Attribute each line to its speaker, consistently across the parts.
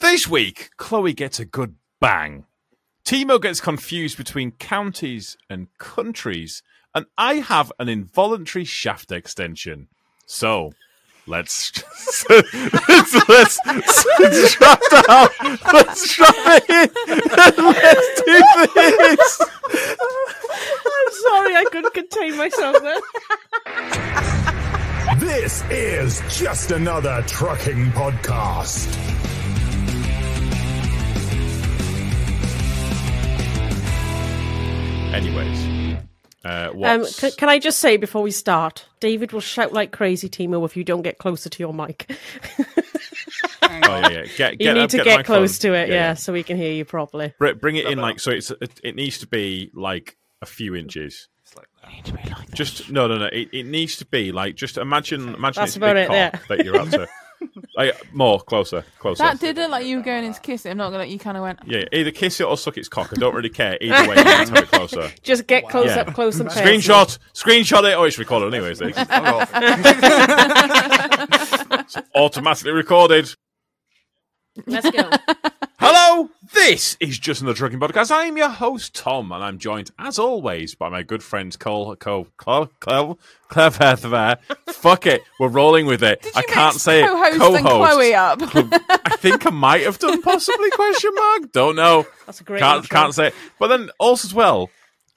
Speaker 1: This week, Chloe gets a good bang. Timo gets confused between counties and countries, and I have an involuntary shaft extension. So, let's just, let's, let's, let's drop down. Let's drop it in. Let's do this.
Speaker 2: I'm sorry, I couldn't contain myself then.
Speaker 3: This is just another trucking podcast.
Speaker 1: Anyways, uh,
Speaker 2: Um,
Speaker 1: what's
Speaker 2: c- can I just say before we start, David will shout like crazy, Timo, if you don't get closer to your mic.
Speaker 1: oh, yeah, yeah. Get, get
Speaker 2: You need
Speaker 1: up,
Speaker 2: to
Speaker 1: the
Speaker 2: get,
Speaker 1: microphone.
Speaker 2: close to it, yeah,
Speaker 1: Yeah, yeah.
Speaker 2: so we can hear you properly.
Speaker 1: Br- bring it in like so. It's it, it needs to be like a few inches. It's like that. Just no, no, no. It, it needs to be like just imagine, imagine
Speaker 2: That's
Speaker 1: it's a
Speaker 2: about
Speaker 1: big
Speaker 2: it,
Speaker 1: cock
Speaker 2: yeah.
Speaker 1: that you're up to. Like, more closer, closer.
Speaker 4: That did look like you were going in to kiss it. I'm not gonna. You kind of went.
Speaker 1: yeah, either kiss it or suck its cock. I don't really care. Either way, you need to have it closer.
Speaker 2: Just get close
Speaker 1: Yeah.
Speaker 2: up, close and personal.
Speaker 1: Screenshot, screenshot it. Oh, it's recorded anyways. It's automatically recorded.
Speaker 2: Let's go.
Speaker 1: Hello, this is Just Another Trucking Podcast. I'm your host, Tom, and I'm joined, as always, by my good friends, Cole, Cole, Cole, Cole, Cleve, Heather. Fuck it, we're rolling with it. I can't say it.
Speaker 4: co-host, and
Speaker 1: Co-host.
Speaker 4: Chloe up.
Speaker 1: I think I might have done possibly question mark. Don't know.
Speaker 2: That's a great
Speaker 1: Can't
Speaker 2: intro.
Speaker 1: can't say. it. But then also as well,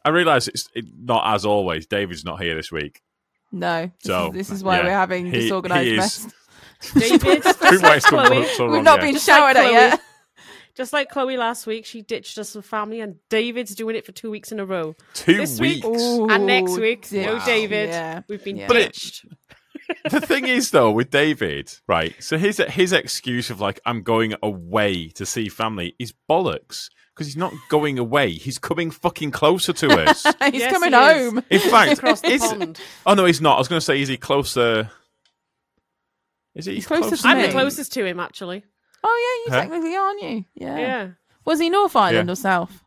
Speaker 1: I realise it's it, not as always. David's not here this week,
Speaker 4: no, this,
Speaker 1: so
Speaker 4: is, this is why
Speaker 1: yeah,
Speaker 4: we're having
Speaker 1: he-
Speaker 4: disorganised
Speaker 1: he
Speaker 4: mess.
Speaker 1: is-
Speaker 2: David,
Speaker 1: We've wasted
Speaker 2: Chloe.
Speaker 1: one- so
Speaker 4: We've
Speaker 1: wrong,
Speaker 4: not
Speaker 1: yeah.
Speaker 4: been
Speaker 2: Just like
Speaker 4: showered at
Speaker 2: Chloe.
Speaker 4: yet.
Speaker 2: just like Chloe last week, she ditched us for family, and David's doing it for two weeks in a row.
Speaker 1: two
Speaker 2: this week-
Speaker 1: weeks.
Speaker 2: and next week,
Speaker 4: Ooh,
Speaker 2: no
Speaker 4: ditch.
Speaker 2: David.
Speaker 4: Yeah.
Speaker 2: We've been
Speaker 4: Yeah.
Speaker 1: But it-
Speaker 2: ditched.
Speaker 1: the thing is though with david right so his his excuse of like i'm going away to see family is bollocks because he's not going away he's coming fucking closer to us
Speaker 4: He's
Speaker 2: Yes,
Speaker 4: coming
Speaker 2: he is.
Speaker 4: home.
Speaker 1: in fact
Speaker 2: Across the
Speaker 1: is-
Speaker 2: pond.
Speaker 1: oh no he's not i was going to say is he closer is he
Speaker 4: He's closer to
Speaker 2: I'm
Speaker 4: me.
Speaker 2: the closest to him, actually.
Speaker 4: Oh yeah, you
Speaker 1: Huh?
Speaker 4: technically aren't you? Yeah.
Speaker 2: Yeah.
Speaker 4: Was he North Island
Speaker 1: Yeah.
Speaker 4: or South?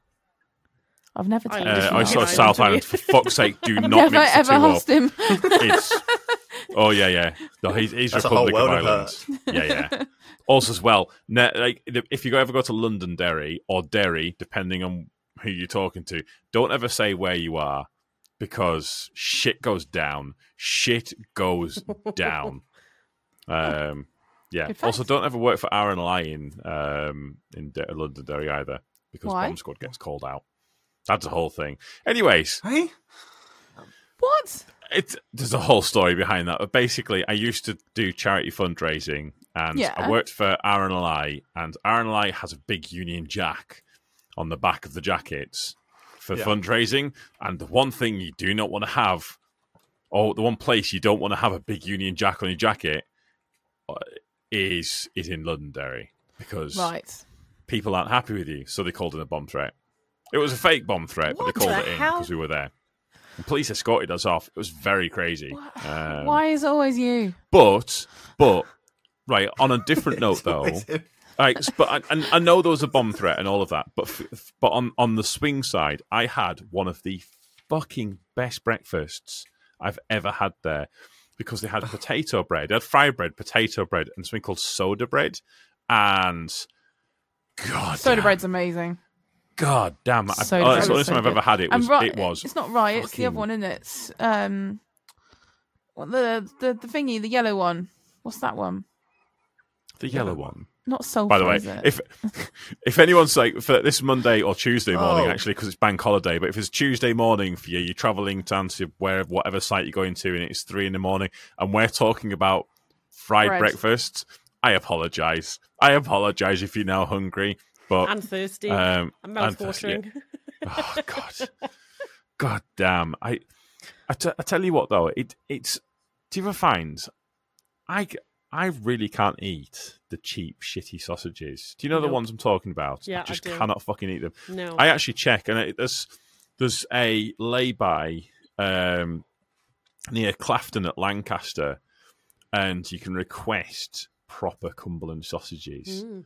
Speaker 4: I've never.
Speaker 2: I
Speaker 4: taken
Speaker 2: live
Speaker 1: uh,
Speaker 4: him
Speaker 1: I
Speaker 4: out.
Speaker 1: saw
Speaker 2: North
Speaker 1: South
Speaker 2: Island.
Speaker 1: Island. For fuck's sake, do
Speaker 4: I've
Speaker 1: not
Speaker 4: never
Speaker 1: mix the
Speaker 4: ever
Speaker 1: two up.
Speaker 4: asked him.
Speaker 1: It's oh yeah, yeah. No, he's, he's
Speaker 5: That's a whole
Speaker 1: Republic of
Speaker 5: world of
Speaker 1: Ireland. Yeah, yeah. Also, as well, ne- like the- if you ever go to Londonderry or Derry, depending on who you're talking to, don't ever say where you are because shit goes down. Shit goes down. um, yeah.
Speaker 4: Good
Speaker 1: Also,
Speaker 4: fact.
Speaker 1: don't ever work for Aaron Lyon um, in De- Londonderry either because
Speaker 4: Why?
Speaker 1: Bomb Squad gets called out. That's a whole thing. Anyways,
Speaker 5: Hey?
Speaker 4: What?
Speaker 1: it's there's a whole story behind that. But basically, I used to do charity fundraising, and
Speaker 4: Yeah.
Speaker 1: I worked for RNLI, and RNLI has a big Union Jack on the back of the jackets for
Speaker 5: Yeah.
Speaker 1: fundraising. And the one thing you do not want to have, or the one place you don't want to have a big Union Jack on your jacket, uh, is is in Londonderry because
Speaker 4: Right.
Speaker 1: people aren't happy with you, so they called in a bomb threat. It was a fake bomb threat, but
Speaker 2: What
Speaker 1: they called
Speaker 2: the
Speaker 1: it in
Speaker 2: hell?
Speaker 1: because we were there. The police escorted us off. It was very crazy. Um,
Speaker 4: Why is it always you?
Speaker 1: But, but, right, on a different note though,
Speaker 5: Always him.
Speaker 1: right, s- but I, and I know there was a bomb threat and all of that, but f- but on on the swing side, I had one of the fucking best breakfasts I've ever had there because they had potato bread, they had fried bread, potato bread, and something called soda bread, and God,
Speaker 4: Soda
Speaker 1: damn-
Speaker 4: bread's amazing.
Speaker 1: God damn, I,
Speaker 4: Soda
Speaker 1: oh, that's
Speaker 4: bread's
Speaker 1: the only
Speaker 4: so
Speaker 1: time I've
Speaker 4: good.
Speaker 1: ever had it.
Speaker 4: And
Speaker 1: Was,
Speaker 4: ri-
Speaker 1: it was
Speaker 4: It's not right. It's the other
Speaker 1: fucking-
Speaker 4: one, isn't it? It's, um, what the the the thingy, the yellow one. What's that one?
Speaker 1: the yellow one.
Speaker 4: Not soul.
Speaker 1: By the way,
Speaker 4: is it?
Speaker 1: if if anyone's like for this Monday or Tuesday morning,
Speaker 4: Oh.
Speaker 1: actually, because it's bank holiday, but if it's Tuesday morning for you, you're traveling down to where whatever site you're going to, and it's three in the morning, and we're talking about fried
Speaker 4: Bread.
Speaker 1: breakfasts. I apologize. I apologize if you're now hungry, but
Speaker 2: I'm thirsty.
Speaker 1: um, and
Speaker 2: I'm mouth
Speaker 1: thirsty, yeah.
Speaker 2: watering.
Speaker 1: Oh God, God damn! I, I, t- I tell you what though, it it's. Do you ever find, I c- I really can't eat the cheap shitty sausages. Do you know the
Speaker 2: Nope.
Speaker 1: ones I'm talking about?
Speaker 2: Yeah,
Speaker 1: I
Speaker 2: I
Speaker 1: just
Speaker 2: do.
Speaker 1: cannot fucking eat them.
Speaker 2: No.
Speaker 1: I actually check, and it, there's there's a lay-by um, near Clafton at Lancaster, and you can request proper Cumberland sausages.
Speaker 2: Mm.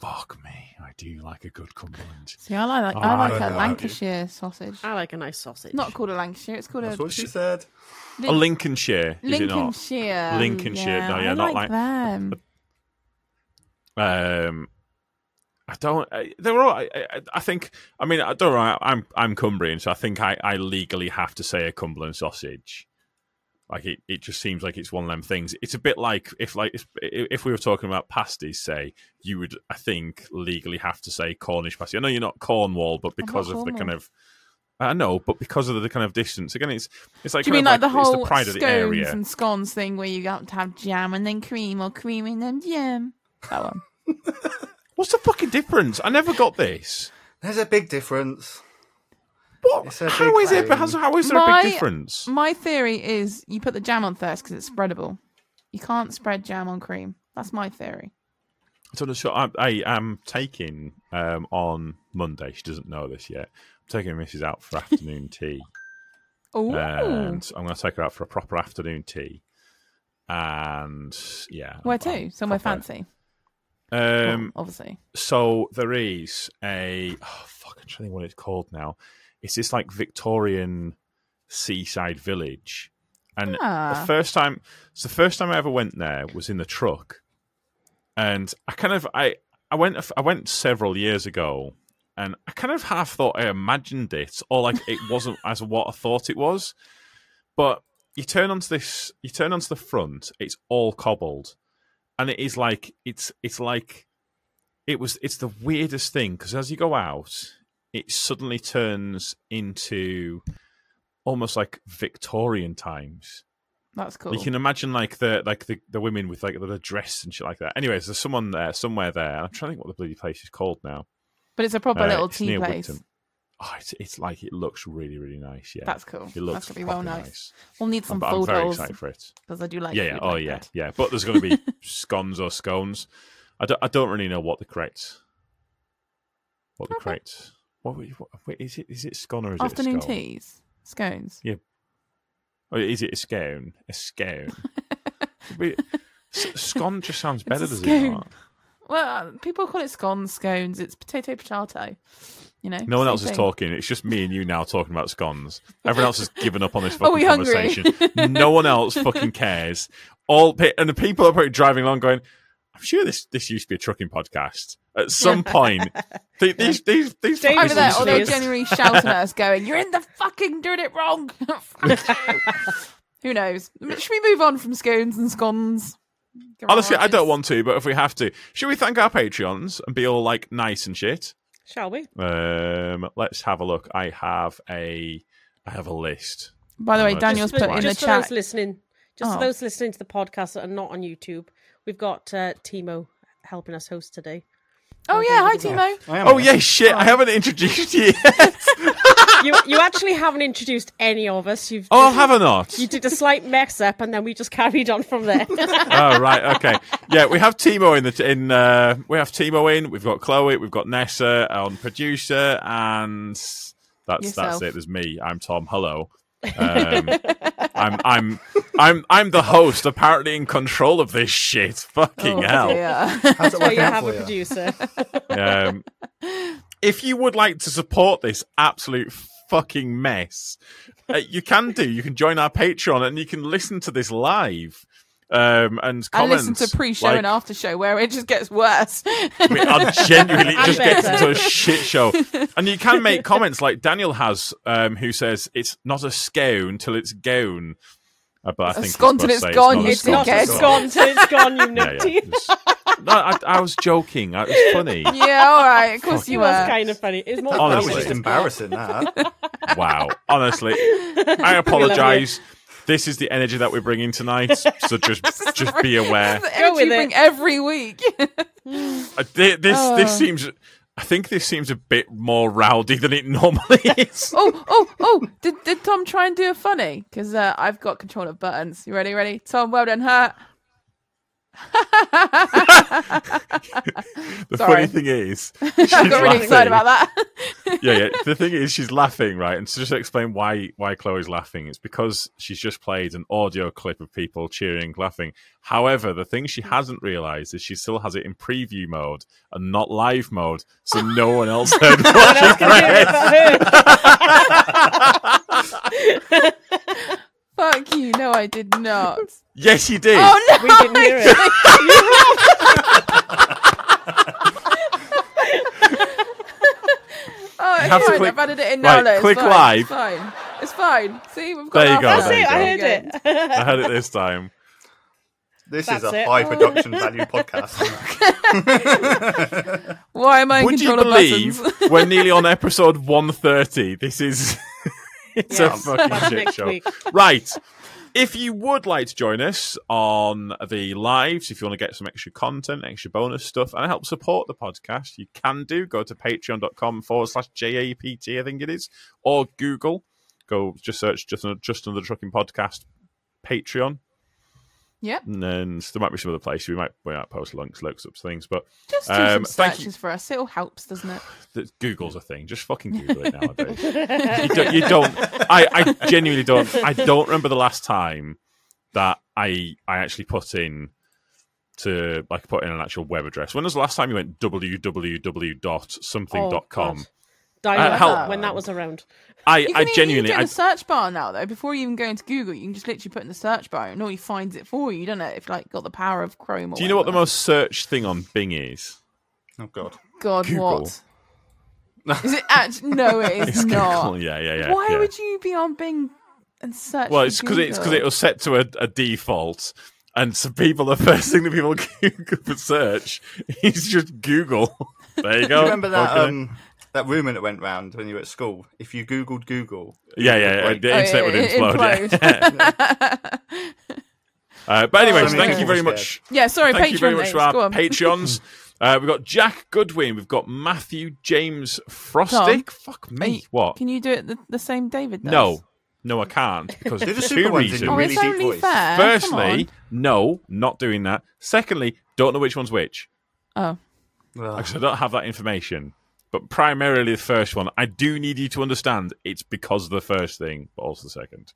Speaker 1: Fuck me, I do like a good Cumberland.
Speaker 4: See, I like
Speaker 1: Oh, I
Speaker 4: I like
Speaker 1: don't
Speaker 4: a
Speaker 1: know.
Speaker 4: Lancashire sausage.
Speaker 2: I like a nice sausage.
Speaker 4: Not called a Lancashire. It's called a
Speaker 5: That's what she said.
Speaker 1: A Lincolnshire, is it not?
Speaker 4: Lincolnshire.
Speaker 1: Lincolnshire. No, yeah,
Speaker 4: I
Speaker 1: not
Speaker 4: like,
Speaker 1: like-
Speaker 4: them.
Speaker 1: Um, I don't. I, they're all. I, I, I think. I mean, I don't know. I, I'm I'm Cumbrian, so I think I, I legally have to say a Cumberland sausage. Like it, it just seems like it's one of them things. It's a bit like if like if, if we were talking about pasties, say you would I think legally have to say Cornish pasty. I know you're not Cornwall, but
Speaker 4: not
Speaker 1: because of the kind
Speaker 4: Cornwall.
Speaker 1: of I know, but because of the kind of distance again, it's it's like
Speaker 4: Do you mean
Speaker 1: kind
Speaker 4: like
Speaker 1: of
Speaker 4: the
Speaker 1: it's
Speaker 4: whole
Speaker 1: the pride of
Speaker 4: scones
Speaker 1: the area.
Speaker 4: and scones thing where you got to have jam and then cream or cream and then jam? That one.
Speaker 1: What's the fucking difference? I never got this.
Speaker 5: There's a big difference.
Speaker 1: What?
Speaker 5: It's a
Speaker 1: How
Speaker 5: big
Speaker 1: is it?
Speaker 5: thing.
Speaker 1: How, how is there a
Speaker 4: My-
Speaker 1: big difference?
Speaker 4: My theory is you put the jam on first because it's spreadable. You can't spread jam on cream. That's my theory.
Speaker 1: I don't know. So I, I am taking um, on Monday. She doesn't know this yet. I'm taking Mrs. out for afternoon tea,
Speaker 4: Oh,
Speaker 1: and I'm going to take her out for a proper afternoon tea. And yeah,
Speaker 4: where
Speaker 1: I'm-
Speaker 4: to? Somewhere
Speaker 1: proper-
Speaker 4: fancy.
Speaker 1: Um,
Speaker 4: well, obviously.
Speaker 1: so there is a oh, fuck. I'm trying to think what it's called now. It's this like Victorian seaside village, and
Speaker 4: Ah.
Speaker 1: the first time, so the first time I ever went there was in the truck, and I kind of I I went I went several years ago, and I kind of half thought I imagined it, or like it wasn't as what I thought it was, but you turn onto this, you turn onto the front, it's all cobbled, and it is like it's it's like it was it's the weirdest thing because as you go out, it suddenly turns into almost like Victorian times.
Speaker 4: That's cool.
Speaker 1: You can imagine like the like the, the women with like the dress and shit like that. Anyways, there's someone there somewhere there. I'm trying to think what the bloody place is called now.
Speaker 4: But it's a proper
Speaker 1: Uh,
Speaker 4: little
Speaker 1: it's
Speaker 4: tea
Speaker 1: near
Speaker 4: place.
Speaker 1: Wickham. Oh, it's, it's like it looks really really nice. Yeah,
Speaker 4: That's cool.
Speaker 1: It looks
Speaker 4: That's gonna be well
Speaker 1: proper
Speaker 4: nice. We'll need some
Speaker 1: I'm, I'm very
Speaker 4: photos
Speaker 1: excited for it.
Speaker 4: because I do like.
Speaker 1: yeah, yeah.
Speaker 4: food
Speaker 1: oh
Speaker 4: like
Speaker 1: yeah,
Speaker 4: that.
Speaker 1: yeah. But there's going to be scones or scones. I don't I don't really know what the correct what the
Speaker 4: Okay.
Speaker 1: correct what, we- what, wait, is it is it scone or is
Speaker 4: Afternoon
Speaker 1: it a scone?
Speaker 4: teas, scones.
Speaker 1: Or is it a scone? A scone. Wait, s- scone just sounds better,
Speaker 4: a
Speaker 1: does it
Speaker 4: scone.
Speaker 1: not?
Speaker 4: Well, uh, people call it scones, scones. It's potato, potato. You know.
Speaker 1: No one
Speaker 4: same
Speaker 1: else is
Speaker 4: thing.
Speaker 1: talking. It's just me and you now talking about scones. Everyone else has given up on this fucking
Speaker 4: we hungry?
Speaker 1: conversation. no one else fucking cares. All pe- and the people are probably driving along going, "I'm sure this this used to be a trucking podcast at some point." th- these these these
Speaker 2: David
Speaker 1: fuckers
Speaker 4: Over there,
Speaker 1: used
Speaker 4: or
Speaker 1: to
Speaker 4: they're
Speaker 1: do-
Speaker 2: Yes.
Speaker 4: generally shouting at us, going, "You're in the fucking doing it wrong." Fuck you. Who knows? Should we move on from scones and scones?
Speaker 1: Honestly, I don't
Speaker 4: Garages.
Speaker 1: want to, but if we have to, should we thank our Patreons and be all like nice and shit?
Speaker 2: Shall we?
Speaker 1: Um, let's have a look. I have a I have a list.
Speaker 4: By the way,
Speaker 1: Just
Speaker 4: Daniel's
Speaker 2: for,
Speaker 4: put in the
Speaker 2: just for
Speaker 4: chat.
Speaker 2: those listening, just
Speaker 4: Oh.
Speaker 2: for those listening to the podcast that are not on YouTube, we've got uh, Timo helping us host today.
Speaker 4: Oh yeah, hi Timo.
Speaker 5: I am
Speaker 1: Oh
Speaker 5: here.
Speaker 1: yeah, shit! I haven't introduced you. Yet.
Speaker 2: you you actually haven't introduced any of us. You've
Speaker 1: oh, have I not?
Speaker 2: you did a slight mess up, and then we just carried on from there.
Speaker 1: oh right, okay, yeah. We have Timo in the in. Uh, we have Timo in. We've got Chloe. We've got Nessa on producer, and that's that's
Speaker 4: Yourself.
Speaker 1: it. There's me. I'm Tom. Hello. Um, I'm I'm I'm I'm the host, apparently in control of this shit.
Speaker 4: Oh,
Speaker 1: Fucking hell.
Speaker 2: That's why you
Speaker 5: out
Speaker 2: have
Speaker 5: for
Speaker 2: a
Speaker 5: you?
Speaker 2: producer.
Speaker 1: Um, if you would like to support this absolute fucking mess, uh, you can do. You can join our Patreon and you can listen to this live um, and
Speaker 4: I
Speaker 1: comment.
Speaker 4: listen to pre-show
Speaker 1: like,
Speaker 4: and after-show where it just gets worse.
Speaker 1: we are genuinely it just
Speaker 2: And
Speaker 1: gets
Speaker 2: better.
Speaker 1: into a shit show. And you can make comments like Daniel has, um, who says it's not a scone till it's gone. Uh, but I think he's
Speaker 4: scone
Speaker 1: supposed to
Speaker 4: till it's
Speaker 1: say
Speaker 4: gone,
Speaker 1: not a
Speaker 4: you
Speaker 1: scone till
Speaker 4: dickhead.
Speaker 1: it's
Speaker 2: It's gone, so it's gone, you
Speaker 1: Yeah,
Speaker 2: nutty.
Speaker 1: yeah. Just- No, I, I was joking. It was funny.
Speaker 4: yeah, all right. Of course you
Speaker 2: It
Speaker 4: were.
Speaker 2: was kind of funny. It's more
Speaker 5: That was
Speaker 1: Honestly.
Speaker 5: just embarrassing. That
Speaker 1: Wow. Honestly, I apologize. This is the energy that we're bringing tonight, so just just be aware.
Speaker 4: The energy
Speaker 2: with
Speaker 4: you bring
Speaker 2: it.
Speaker 4: every week.
Speaker 1: Uh, thi- This
Speaker 4: Oh.
Speaker 1: this seems. I think this seems a bit more rowdy than it normally is.
Speaker 4: oh, oh, oh! Did did Tom try and do a funny? Because uh, I've got control of buttons. You ready? Ready? Tom, well done, her.
Speaker 1: The
Speaker 4: Sorry.
Speaker 1: funny thing is,
Speaker 4: I got really excited about that.
Speaker 1: yeah, yeah. The thing is, she's laughing, right? And so just to explain why why Chloe's laughing, it's because she's just played an audio clip of people cheering, laughing. However, the thing she hasn't realised is she still has it in preview mode and not live mode, so no one else heard
Speaker 4: Oh,
Speaker 1: what she read.
Speaker 4: Fuck you! No, I did not.
Speaker 1: Yes, you did.
Speaker 4: Oh no!
Speaker 2: We didn't hear it.
Speaker 4: Oh, it's
Speaker 1: have to
Speaker 4: fine.
Speaker 1: click-
Speaker 4: I've added it in now.
Speaker 1: Right,
Speaker 4: though. It's
Speaker 1: click
Speaker 4: fine.
Speaker 1: live.
Speaker 4: It's fine. It's fine. See, we've got
Speaker 1: There you go,
Speaker 4: laughter.
Speaker 1: there you
Speaker 2: I
Speaker 1: go.
Speaker 2: heard it.
Speaker 1: I heard it this time.
Speaker 5: this
Speaker 2: That's
Speaker 5: is a
Speaker 2: it.
Speaker 5: high production value podcast.
Speaker 4: Why am I in
Speaker 1: Would you
Speaker 4: control of
Speaker 1: believe
Speaker 4: buttons?
Speaker 1: we're nearly on episode 130? This is it's
Speaker 2: Yes,
Speaker 1: a fucking
Speaker 2: that's
Speaker 1: shit
Speaker 2: next
Speaker 1: show.
Speaker 2: week.
Speaker 1: Right. If you would like to join us on the lives, if you want to get some extra content, extra bonus stuff, and help support the podcast, you can do. Go to patreon.com forward slash JAPT, I think it is, or Google. Go just search just, Another- just another trucking podcast Patreon.
Speaker 4: Yep.
Speaker 1: And then there might be some other place. We might, we might post links, links up to things. But
Speaker 4: Just do
Speaker 1: Um,
Speaker 4: some
Speaker 1: thank you.
Speaker 4: searches for us. It all helps, doesn't it?
Speaker 1: that Google's a thing. Just fucking Google it nowadays. you, don't, you don't. I, I genuinely don't. I don't remember the last time that I I actually put in to like put in an actual web address. When was the last time you went www dot something dot com?
Speaker 2: Oh, God. Dial
Speaker 1: Uh,
Speaker 2: up
Speaker 1: help.
Speaker 2: when that was around.
Speaker 1: I
Speaker 4: You can
Speaker 1: I
Speaker 4: even-
Speaker 1: genuinely
Speaker 4: you
Speaker 1: I,
Speaker 4: can do it in the search bar now though. Before you even go into Google, you can just literally put in the search bar and all you finds it for you, don't it? If like got the power of Chrome. Or
Speaker 1: do you know what the
Speaker 4: whatever.
Speaker 1: most searched thing on Bing is?
Speaker 5: oh god.
Speaker 4: God
Speaker 1: Google.
Speaker 4: what? Is it actually no? It is
Speaker 1: It's
Speaker 4: not.
Speaker 1: Google. Yeah, yeah, yeah.
Speaker 4: Why
Speaker 1: yeah.
Speaker 4: would you be on Bing and search?
Speaker 1: Well,
Speaker 4: for
Speaker 1: it's because it's because
Speaker 4: Google?
Speaker 1: it was set to a, a default, and so people the first thing that people Google for search is just Google. There you
Speaker 5: Do
Speaker 1: go.
Speaker 5: you remember that
Speaker 1: Okay.
Speaker 5: um, that rumor that went round when you were at school? If you Googled Google,
Speaker 1: yeah, yeah, yeah,
Speaker 5: like-
Speaker 1: the
Speaker 4: Oh,
Speaker 1: internet
Speaker 4: yeah,
Speaker 1: would
Speaker 4: it- it
Speaker 1: implode. yeah. Uh, but anyway,
Speaker 5: Oh,
Speaker 1: so
Speaker 5: yeah.
Speaker 1: thank you very
Speaker 5: Yeah.
Speaker 1: much.
Speaker 4: Yeah, sorry,
Speaker 1: Thank
Speaker 4: Patreon.
Speaker 1: you very much
Speaker 4: names.
Speaker 1: for our
Speaker 4: Go on.
Speaker 1: Patreons. Uh, we've got Jack Goodwin. We've got Matthew James Frostick. Fuck me. what?
Speaker 4: Can you do it the, the same David does?
Speaker 1: No, no, I can't because
Speaker 5: Do the
Speaker 1: for
Speaker 5: super
Speaker 1: two
Speaker 5: ones in
Speaker 1: reasons.
Speaker 5: your
Speaker 4: Oh,
Speaker 5: Really
Speaker 4: it's
Speaker 5: deep
Speaker 4: only
Speaker 5: voice.
Speaker 4: fair. Come
Speaker 1: Firstly, no, not doing that. Secondly, don't know which one's which.
Speaker 4: on.
Speaker 5: Ugh.
Speaker 1: Because I don't have that information. But primarily the first one. I do need you to understand it's because of the first thing, but also the second.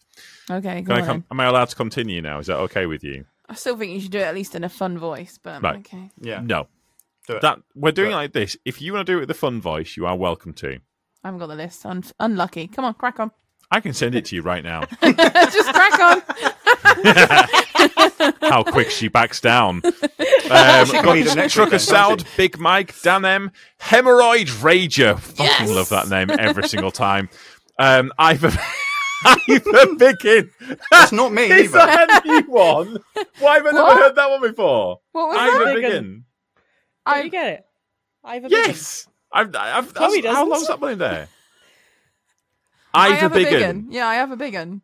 Speaker 4: oh, okay. Go
Speaker 1: Can I
Speaker 4: on
Speaker 1: com- am I allowed to continue now? Is that okay with you?
Speaker 4: I still think you should do it at least in a fun voice, but
Speaker 1: Right.
Speaker 4: okay.
Speaker 5: yeah,
Speaker 1: No.
Speaker 5: do it.
Speaker 1: That we're doing it
Speaker 5: But-
Speaker 1: like this. If you want to do it with a fun voice, you are welcome to.
Speaker 4: I haven't got the list. Un- unlucky. Come on, crack on.
Speaker 1: I can send it to you right now.
Speaker 4: Just crack on.
Speaker 1: How quick she backs down. Um,
Speaker 5: can be the next
Speaker 1: Trucker
Speaker 5: weekend, can't
Speaker 1: Sound, Big Mike, Dan M, Hemorrhoid Rager. Fucking
Speaker 4: Yes!
Speaker 1: love that name every single time. Um, Ivan, Ivan Biggin.
Speaker 5: That's not me
Speaker 1: Is
Speaker 5: either.
Speaker 1: that a new one? Why have I never
Speaker 4: What?
Speaker 1: heard that one before?
Speaker 4: What was
Speaker 1: Ivan
Speaker 4: that?
Speaker 2: Biggin.
Speaker 1: Biggin.
Speaker 2: Did you
Speaker 4: I,
Speaker 2: get it? I have a big
Speaker 1: Yes. I've, I've,
Speaker 2: No, he
Speaker 1: that's- how
Speaker 2: doesn't.
Speaker 1: long's that one in there?
Speaker 4: I
Speaker 1: Ivan
Speaker 4: have a big one.
Speaker 1: Biggin.
Speaker 4: Yeah, I have a big one.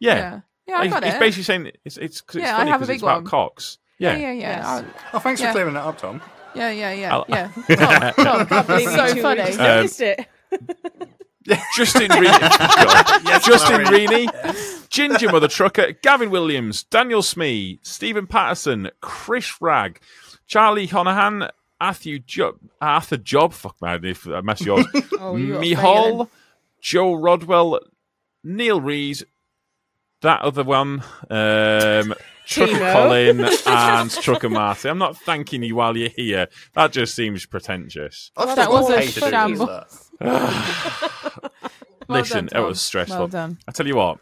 Speaker 1: Yeah.
Speaker 4: Yeah. Yeah, I
Speaker 1: Like,
Speaker 4: got
Speaker 1: it's
Speaker 4: it.
Speaker 1: basically saying it's it's, 'cause it's
Speaker 4: Yeah, I
Speaker 1: funny
Speaker 4: have a
Speaker 1: because
Speaker 4: big
Speaker 1: it's about
Speaker 4: one.
Speaker 1: cocks. Yeah.
Speaker 4: yeah, yeah, yeah.
Speaker 5: Oh, thanks
Speaker 4: Yeah.
Speaker 5: for clearing that up, Tom.
Speaker 4: Yeah, yeah, yeah.
Speaker 1: I'll-
Speaker 4: yeah. Tom, Tom,
Speaker 2: I believe you
Speaker 4: so
Speaker 2: two
Speaker 4: funny.
Speaker 2: just noticed it.
Speaker 1: Justin Reaney, Justin Reaney, Ginger Mother Trucker, Gavin Williams, Daniel Smee, Stephen Patterson, Chris Ragg, Charlie Honahan, Arthur Job, Arthur Job, fuck man, if I mess yours,
Speaker 4: Oh, you are
Speaker 1: Mihal, Joe Rodwell, Neil Rees, that other one, um, Trucker
Speaker 2: Tino.
Speaker 1: Colin and Trucker Marty. I'm not thanking you while you're here. That just seems pretentious.
Speaker 5: I
Speaker 4: that was a
Speaker 5: Hey, did you use
Speaker 4: shambles.
Speaker 5: that?
Speaker 4: Well
Speaker 1: Listen,
Speaker 4: done,
Speaker 1: it was
Speaker 4: Tom.
Speaker 1: stressful.
Speaker 4: Well done.
Speaker 1: I tell you what.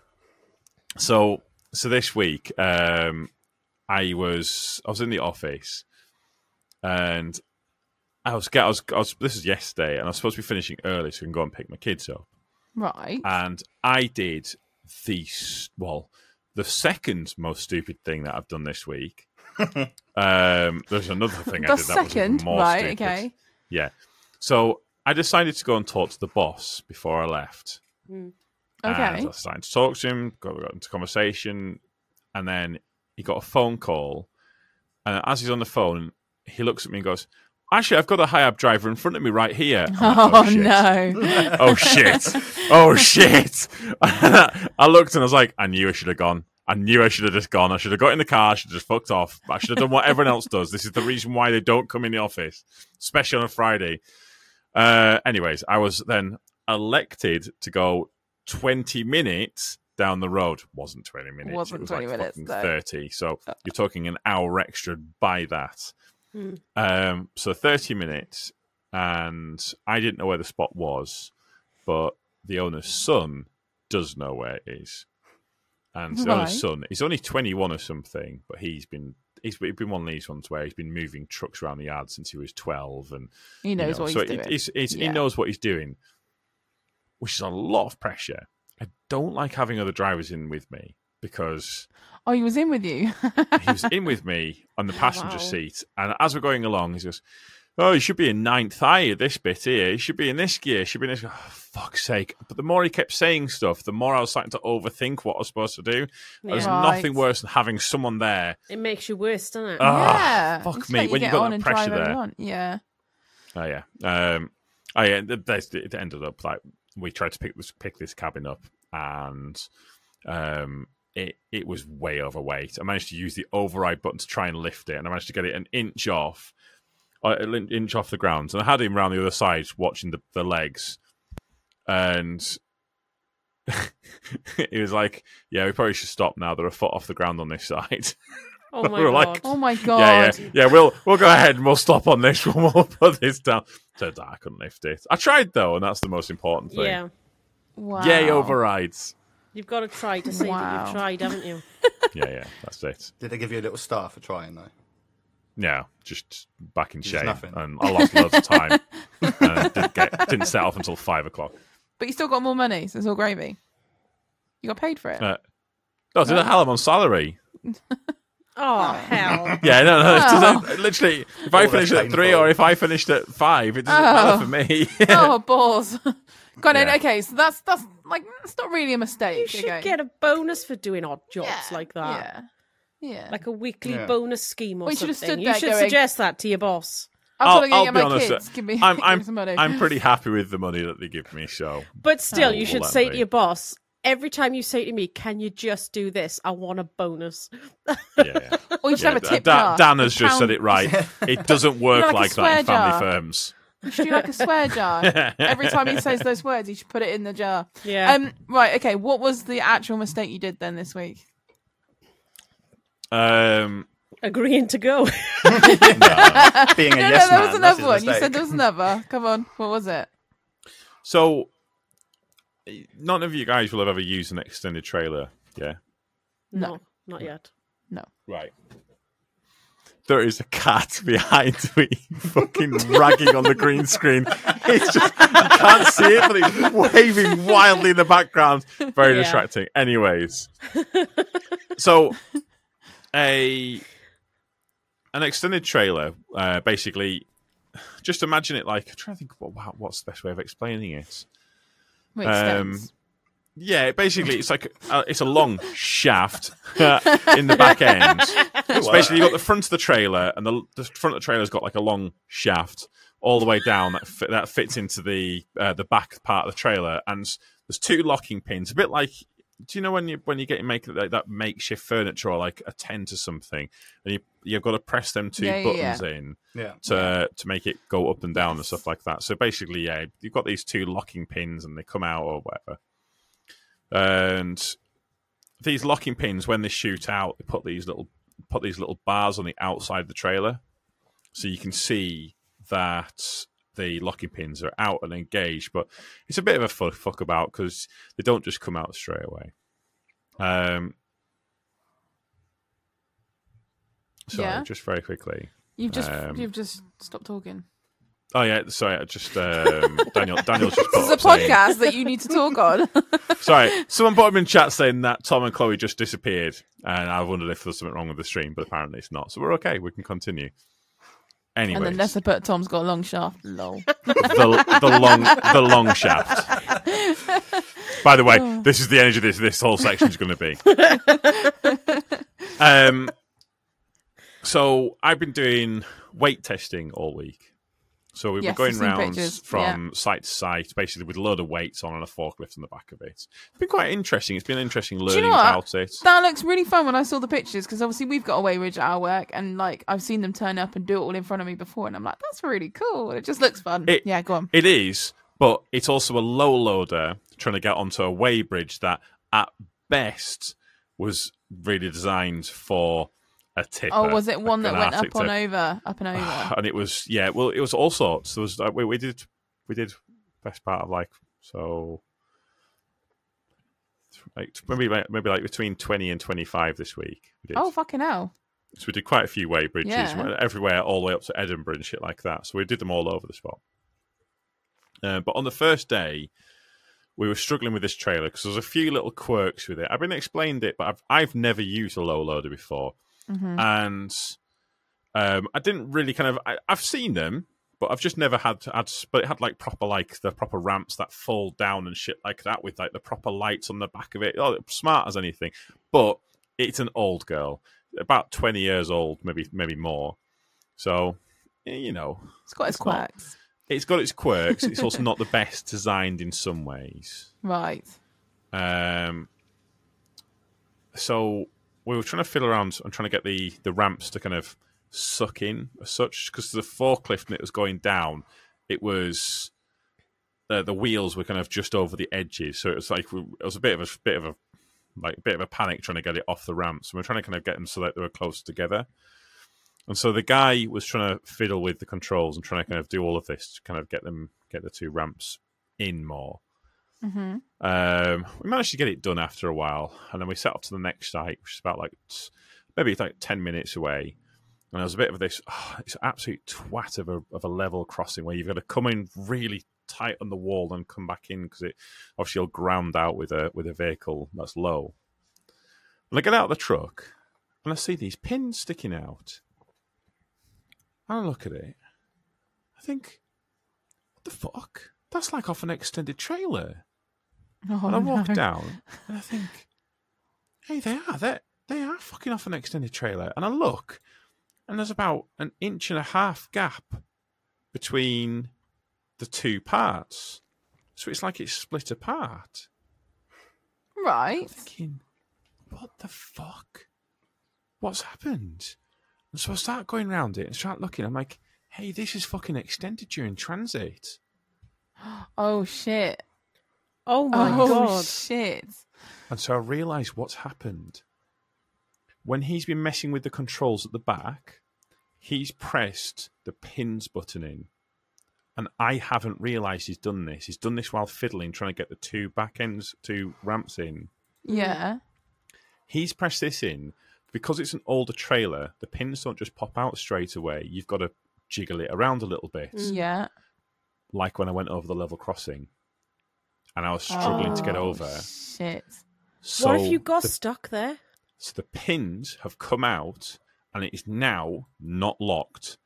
Speaker 1: So so this week, um, I was I was in the office, and I was, I was I was this is yesterday, and I was supposed to be finishing early so I can go and pick my kids up.
Speaker 4: Right.
Speaker 1: And I did the s- well, the second most stupid thing that I've done this week. um, there's another thing I
Speaker 4: the
Speaker 1: did that was even
Speaker 4: second.
Speaker 1: more
Speaker 4: Right,
Speaker 1: stupid.
Speaker 4: okay.
Speaker 1: Yeah. So I decided to go and talk to the boss before I left.
Speaker 4: Okay.
Speaker 1: And I started to talk to him, got, got into conversation, and then he got a phone call. And as he's on the phone, he looks at me and goes, Actually, I've got a Hiab driver in front of me right here. I'm like,
Speaker 4: Oh,
Speaker 1: shit.
Speaker 4: no.
Speaker 1: Oh, shit. Oh, shit. I looked and I was like, I knew I should have gone. I knew I should have just gone. I should have got in the car. I should have just fucked off. I should have done what everyone else does. This is the reason why they don't come in the office, especially on a Friday. Uh, anyways, I was then elected to go 20 minutes down the road. Wasn't 20 minutes.
Speaker 4: Wasn't
Speaker 1: it was
Speaker 4: 20
Speaker 1: like
Speaker 4: minutes,
Speaker 1: fucking
Speaker 4: though. Oh.
Speaker 1: 30. So you're talking an hour extra by that.
Speaker 2: Hmm.
Speaker 1: Um, so 30 minutes. And I didn't know where the spot was, but the owner's son does know where it is. And the
Speaker 4: Right.
Speaker 1: owner's son, he's only 21 or something, but he's been. He's he's been one of these ones where he's been moving trucks around the yard since he was 12 and
Speaker 4: He knows
Speaker 1: you know,
Speaker 4: what
Speaker 1: so
Speaker 4: he's
Speaker 1: it-
Speaker 4: doing.
Speaker 1: it's- it's-
Speaker 4: Yeah.
Speaker 1: He knows what he's doing, which is a lot of pressure. I don't like having other drivers in with me because
Speaker 4: oh, he was in with you.
Speaker 1: he was in with me on the passenger
Speaker 2: Wow.
Speaker 1: seat. And as we're going along, he goes, Oh, you should be in ninth high at this bit here. You should be in this gear. You should be in this. Oh, fuck's sake. But the more he kept saying stuff, the more I was starting to overthink what I was supposed to do. There's
Speaker 4: Right.
Speaker 1: nothing worse than having someone there.
Speaker 2: It makes you worse, doesn't it?
Speaker 4: Uh,
Speaker 1: Ah,
Speaker 4: yeah.
Speaker 1: fuck
Speaker 4: Just
Speaker 1: me,
Speaker 4: let you
Speaker 1: when
Speaker 4: get
Speaker 1: you've got
Speaker 4: on
Speaker 1: that
Speaker 4: and
Speaker 1: pressure
Speaker 4: drive where you
Speaker 1: there.
Speaker 4: want. Yeah.
Speaker 1: Oh yeah. Um. Oh yeah. th- that's- It ended up like we tried to pick this pick this cabin up, and um, it it was way overweight. I managed to use the override button to try and lift it, and I managed to get it an inch off, uh, an inch off the ground. And I had him round the other side watching the the legs, and. he was like, "Yeah, we probably should stop now. They're a foot off the ground on this side."
Speaker 2: Oh my
Speaker 1: We're
Speaker 2: god.
Speaker 1: like-
Speaker 4: Oh my god.
Speaker 1: Yeah, yeah, yeah. We'll we'll go ahead and we'll stop on this one. We'll put this down. Turns out I couldn't lift it. I tried though, and that's the most important thing.
Speaker 2: yeah.
Speaker 4: Wow.
Speaker 1: Yay overrides.
Speaker 2: You've got to try to see that
Speaker 4: Wow.
Speaker 2: you've tried, haven't you?
Speaker 1: yeah, yeah. That's it.
Speaker 5: Did they give you a little star for trying though?
Speaker 1: Yeah, just back in
Speaker 5: Just
Speaker 1: shape,
Speaker 5: nothing.
Speaker 1: and I lost loads of time. and didn't, get, didn't set off until five o'clock.
Speaker 4: But you still got more money, so it's all gravy. You got paid for it.
Speaker 1: Uh, no, did I have them on salary?
Speaker 2: Oh hell.
Speaker 1: Yeah, no, no. it doesn't-
Speaker 4: Oh.
Speaker 1: literally, if I
Speaker 5: that's
Speaker 1: finished at three
Speaker 5: painful.
Speaker 1: or if I finished at five, it doesn't matter for me.
Speaker 4: oh, balls. Got it.
Speaker 1: Yeah.
Speaker 4: Okay, so that's that's like it's not really a mistake.
Speaker 2: You should
Speaker 4: okay.
Speaker 2: get a bonus for doing odd jobs like that.
Speaker 4: Yeah. Yeah.
Speaker 2: Like a weekly
Speaker 5: Yeah.
Speaker 2: bonus scheme or
Speaker 4: We should have
Speaker 2: something.
Speaker 4: stood
Speaker 2: you
Speaker 4: there
Speaker 2: should
Speaker 4: going-
Speaker 2: suggest that to your boss.
Speaker 4: I'm
Speaker 1: I'll,
Speaker 4: gonna
Speaker 1: I'll be
Speaker 4: get my
Speaker 1: honest. uh,
Speaker 4: kids. Give me,
Speaker 1: I'm,
Speaker 4: give me
Speaker 1: I'm,
Speaker 4: some money.
Speaker 1: I'm pretty happy with the money that they give me. So
Speaker 2: But still,
Speaker 1: Oh,
Speaker 2: you should
Speaker 1: let
Speaker 2: say
Speaker 1: me.
Speaker 2: to your boss, every time you say to me, can you just do this? I want a bonus.
Speaker 1: yeah.
Speaker 4: Or you should have a
Speaker 1: Da-
Speaker 4: tip
Speaker 1: Da-
Speaker 4: jar.
Speaker 1: Dan has just said
Speaker 4: Pound-
Speaker 1: it right. It doesn't work
Speaker 4: You know,
Speaker 1: like,
Speaker 4: like a
Speaker 1: that in
Speaker 4: swear
Speaker 1: family
Speaker 4: jar.
Speaker 1: firms.
Speaker 4: You should do like a swear jar. Every time he says those words, he should put it in the jar.
Speaker 2: Yeah.
Speaker 4: Um. Right. Okay. What was the actual mistake you did then this week?
Speaker 1: Um,
Speaker 2: Agreeing to go.
Speaker 5: Being a yes
Speaker 4: No, no, there
Speaker 5: man.
Speaker 4: was
Speaker 5: that's
Speaker 4: another
Speaker 5: his
Speaker 4: one. You
Speaker 5: mistake.
Speaker 4: said there was another. Come on. What was it?
Speaker 1: so none of you guys will have ever used an extended trailer. Yeah.
Speaker 4: No.
Speaker 2: Not yet.
Speaker 4: No.
Speaker 1: Right. There is a cat behind me, fucking ragging on the green screen. It's just you can't see it, but it's waving wildly in the background. Very
Speaker 2: Yeah.
Speaker 1: distracting. Anyways, so a an extended trailer, uh, basically. Just imagine it like I'm trying to think. What, what- what's the best way of explaining it?
Speaker 4: Wait,
Speaker 1: Um,
Speaker 4: stems.
Speaker 1: Yeah, basically, it's like uh, it's a long shaft uh, in the back end. So basically, you've got the front of the trailer, and the, the front of the trailer's got like a long shaft all the way down that fi- that fits into the uh, the back part of the trailer. And there's two locking pins, a bit like do you know when you when you get you make like that makeshift furniture or like a tent or something, and you you've got to press them two
Speaker 4: Yeah, yeah, yeah.
Speaker 1: buttons in
Speaker 5: Yeah.
Speaker 1: to to make it go up and down and stuff like that. So basically, yeah, you've got these two locking pins and they come out or whatever. And these locking pins when they shoot out, they put these little put these little bars on the outside of the trailer, so you can see that the locking pins are out and engaged. But it's a bit of a fuck, fuck about because they don't just come out straight away. Um, sorry,
Speaker 4: Yeah?
Speaker 1: just very quickly.
Speaker 4: You've just
Speaker 1: Um,
Speaker 4: you've just stopped talking.
Speaker 1: Oh yeah, sorry. I just um, Daniel. Daniel's just. put
Speaker 4: This is a
Speaker 1: up saying-
Speaker 4: podcast that you need to talk on.
Speaker 1: Sorry, someone put him in chat saying that Tom and Chloe just disappeared, and I wondered if there's something wrong with the stream, but apparently it's not. So we're okay. We can continue.
Speaker 4: And
Speaker 1: Anyway,
Speaker 4: then Nessa put Tom's got a long shaft. Lol.
Speaker 1: the, the long the long shaft. By the way,
Speaker 4: Oh.
Speaker 1: this is the energy this this whole section is going to be. Um, so I've been doing weight testing all week. So we
Speaker 4: Yes,
Speaker 1: were going
Speaker 4: I've seen
Speaker 1: rounds
Speaker 4: pictures.
Speaker 1: from site to site, basically with a load of weights on and a forklift on the back of it. It's been quite interesting. It's been interesting
Speaker 4: Do
Speaker 1: learning
Speaker 4: you know what?
Speaker 1: about it.
Speaker 4: That looks really fun when I saw the pictures because obviously we've got a weigh ridge at our work and like I've seen them turn up and do it all in front of me before and I'm like that's really cool and it just looks fun.
Speaker 1: It-
Speaker 4: yeah, go on.
Speaker 1: It is, but it's also a low loader trying to get onto a way bridge that at best was really designed for a tipper.
Speaker 4: Oh, was it
Speaker 1: like
Speaker 4: one that
Speaker 1: an
Speaker 4: went up
Speaker 1: Arctic
Speaker 4: on
Speaker 1: tip.
Speaker 4: over, up and over?
Speaker 1: And it was yeah, well it was all sorts. There was like, we, we did we did best part of like so like maybe maybe like between 20 and 25 this week. We did.
Speaker 4: oh fucking hell!
Speaker 1: So we did quite a few way bridges
Speaker 4: Yeah.
Speaker 1: went everywhere, all the way up to Edinburgh and shit like that. So we did them all over the spot. Uh, but on the first day, we were struggling with this trailer because there's a few little quirks with it. I've been explained it, but I've I've never used a low loader before,
Speaker 4: Mhm.
Speaker 1: and um, I didn't really kind of I, I've seen them, but I've just never had had. But it had like proper like the proper ramps that fold down and shit like that with like the proper lights on the back of it. Oh, it's smart as anything, but it's an old girl, about twenty years old, maybe maybe more. So eh, you know,
Speaker 4: It's got its
Speaker 1: not-
Speaker 4: quirks,
Speaker 1: it's got its quirks. It's also not the best designed in some ways.
Speaker 4: right?
Speaker 1: Um, so we were trying to fiddle around and trying to get the the ramps to kind of suck in as such because the forklift and it was going down. It was the the wheels were kind of just over the edges, so it was like we- it was a bit of a bit of a like bit of a panic trying to get it off the ramps. We were trying to kind of get them so that they were close together. And so the guy was trying to fiddle with the controls and trying to kind of do all of this to kind of get them get the two ramps in more.
Speaker 4: hmm
Speaker 1: Um, we managed to get it done after a while, and then we set off to the next site, which is about like t- maybe it's like ten minutes away. And there was a bit of this, oh, it's an absolute twat of a of a level crossing where you've got to come in really tight on the wall and come back in because it obviously you'll ground out with a with a vehicle that's low. And I get out of the truck and I see these pins sticking out. And I look at it. I think, what the fuck? That's like off an extended trailer
Speaker 4: Oh,
Speaker 1: and I walk
Speaker 4: no.
Speaker 1: down and I think, hey, they are. They they are fucking off an extended trailer. And I look, and there's about an inch and a half gap between the two parts. So it's like it's split apart.
Speaker 4: Right.
Speaker 1: Thinking, what the fuck? What's happened? And so I start going round it and start looking. I'm like, hey, this is fucking extended during transit.
Speaker 4: Oh shit.
Speaker 2: Oh my
Speaker 4: oh
Speaker 2: god.
Speaker 4: shit.
Speaker 1: And so I realised what's happened. When he's been messing with the controls at the back, he's pressed the pins button in. And I haven't realised he's done this. He's done this while fiddling, trying to get the two back ends, two ramps in.
Speaker 4: Yeah.
Speaker 1: He's pressed this in. Because it's an older trailer, the pins don't just pop out straight away. You've got to jiggle it around a little bit,
Speaker 2: Mm.
Speaker 4: Yeah.
Speaker 1: like when I went over the level crossing and I was struggling to get
Speaker 4: Oh,
Speaker 1: over.
Speaker 4: Shit.
Speaker 1: So
Speaker 2: what if you got
Speaker 1: the
Speaker 2: stuck there?
Speaker 1: So the pins have come out and it is now not locked.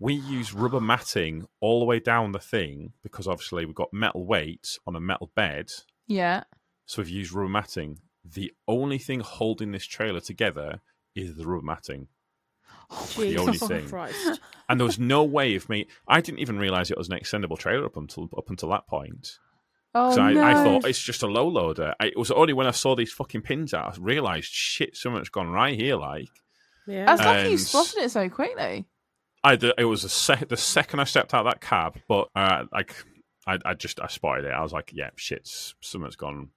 Speaker 1: We use rubber matting all the way down the thing because obviously we've got metal weights on a metal bed.
Speaker 4: Yeah.
Speaker 1: So we've used rubber matting. The only thing holding this trailer together is the rubber matting. the only
Speaker 2: Jesus
Speaker 1: thing.
Speaker 4: Oh,
Speaker 2: Christ.
Speaker 1: And there was no way of me. I didn't even realize it was an extendable trailer up until up until that point.
Speaker 4: Oh
Speaker 1: So I,
Speaker 4: no.
Speaker 1: I thought it's just a low loader. I, it was only when I saw these fucking pins out, I realized shit, something's gone right here. Like,
Speaker 2: Yeah.
Speaker 4: That's lucky you
Speaker 1: and-
Speaker 4: spotted it so quickly.
Speaker 1: I d- it was the, sec- the second I stepped out of that cab, but uh, like I, I just I spotted it. I was like, yeah, shit, something's gone.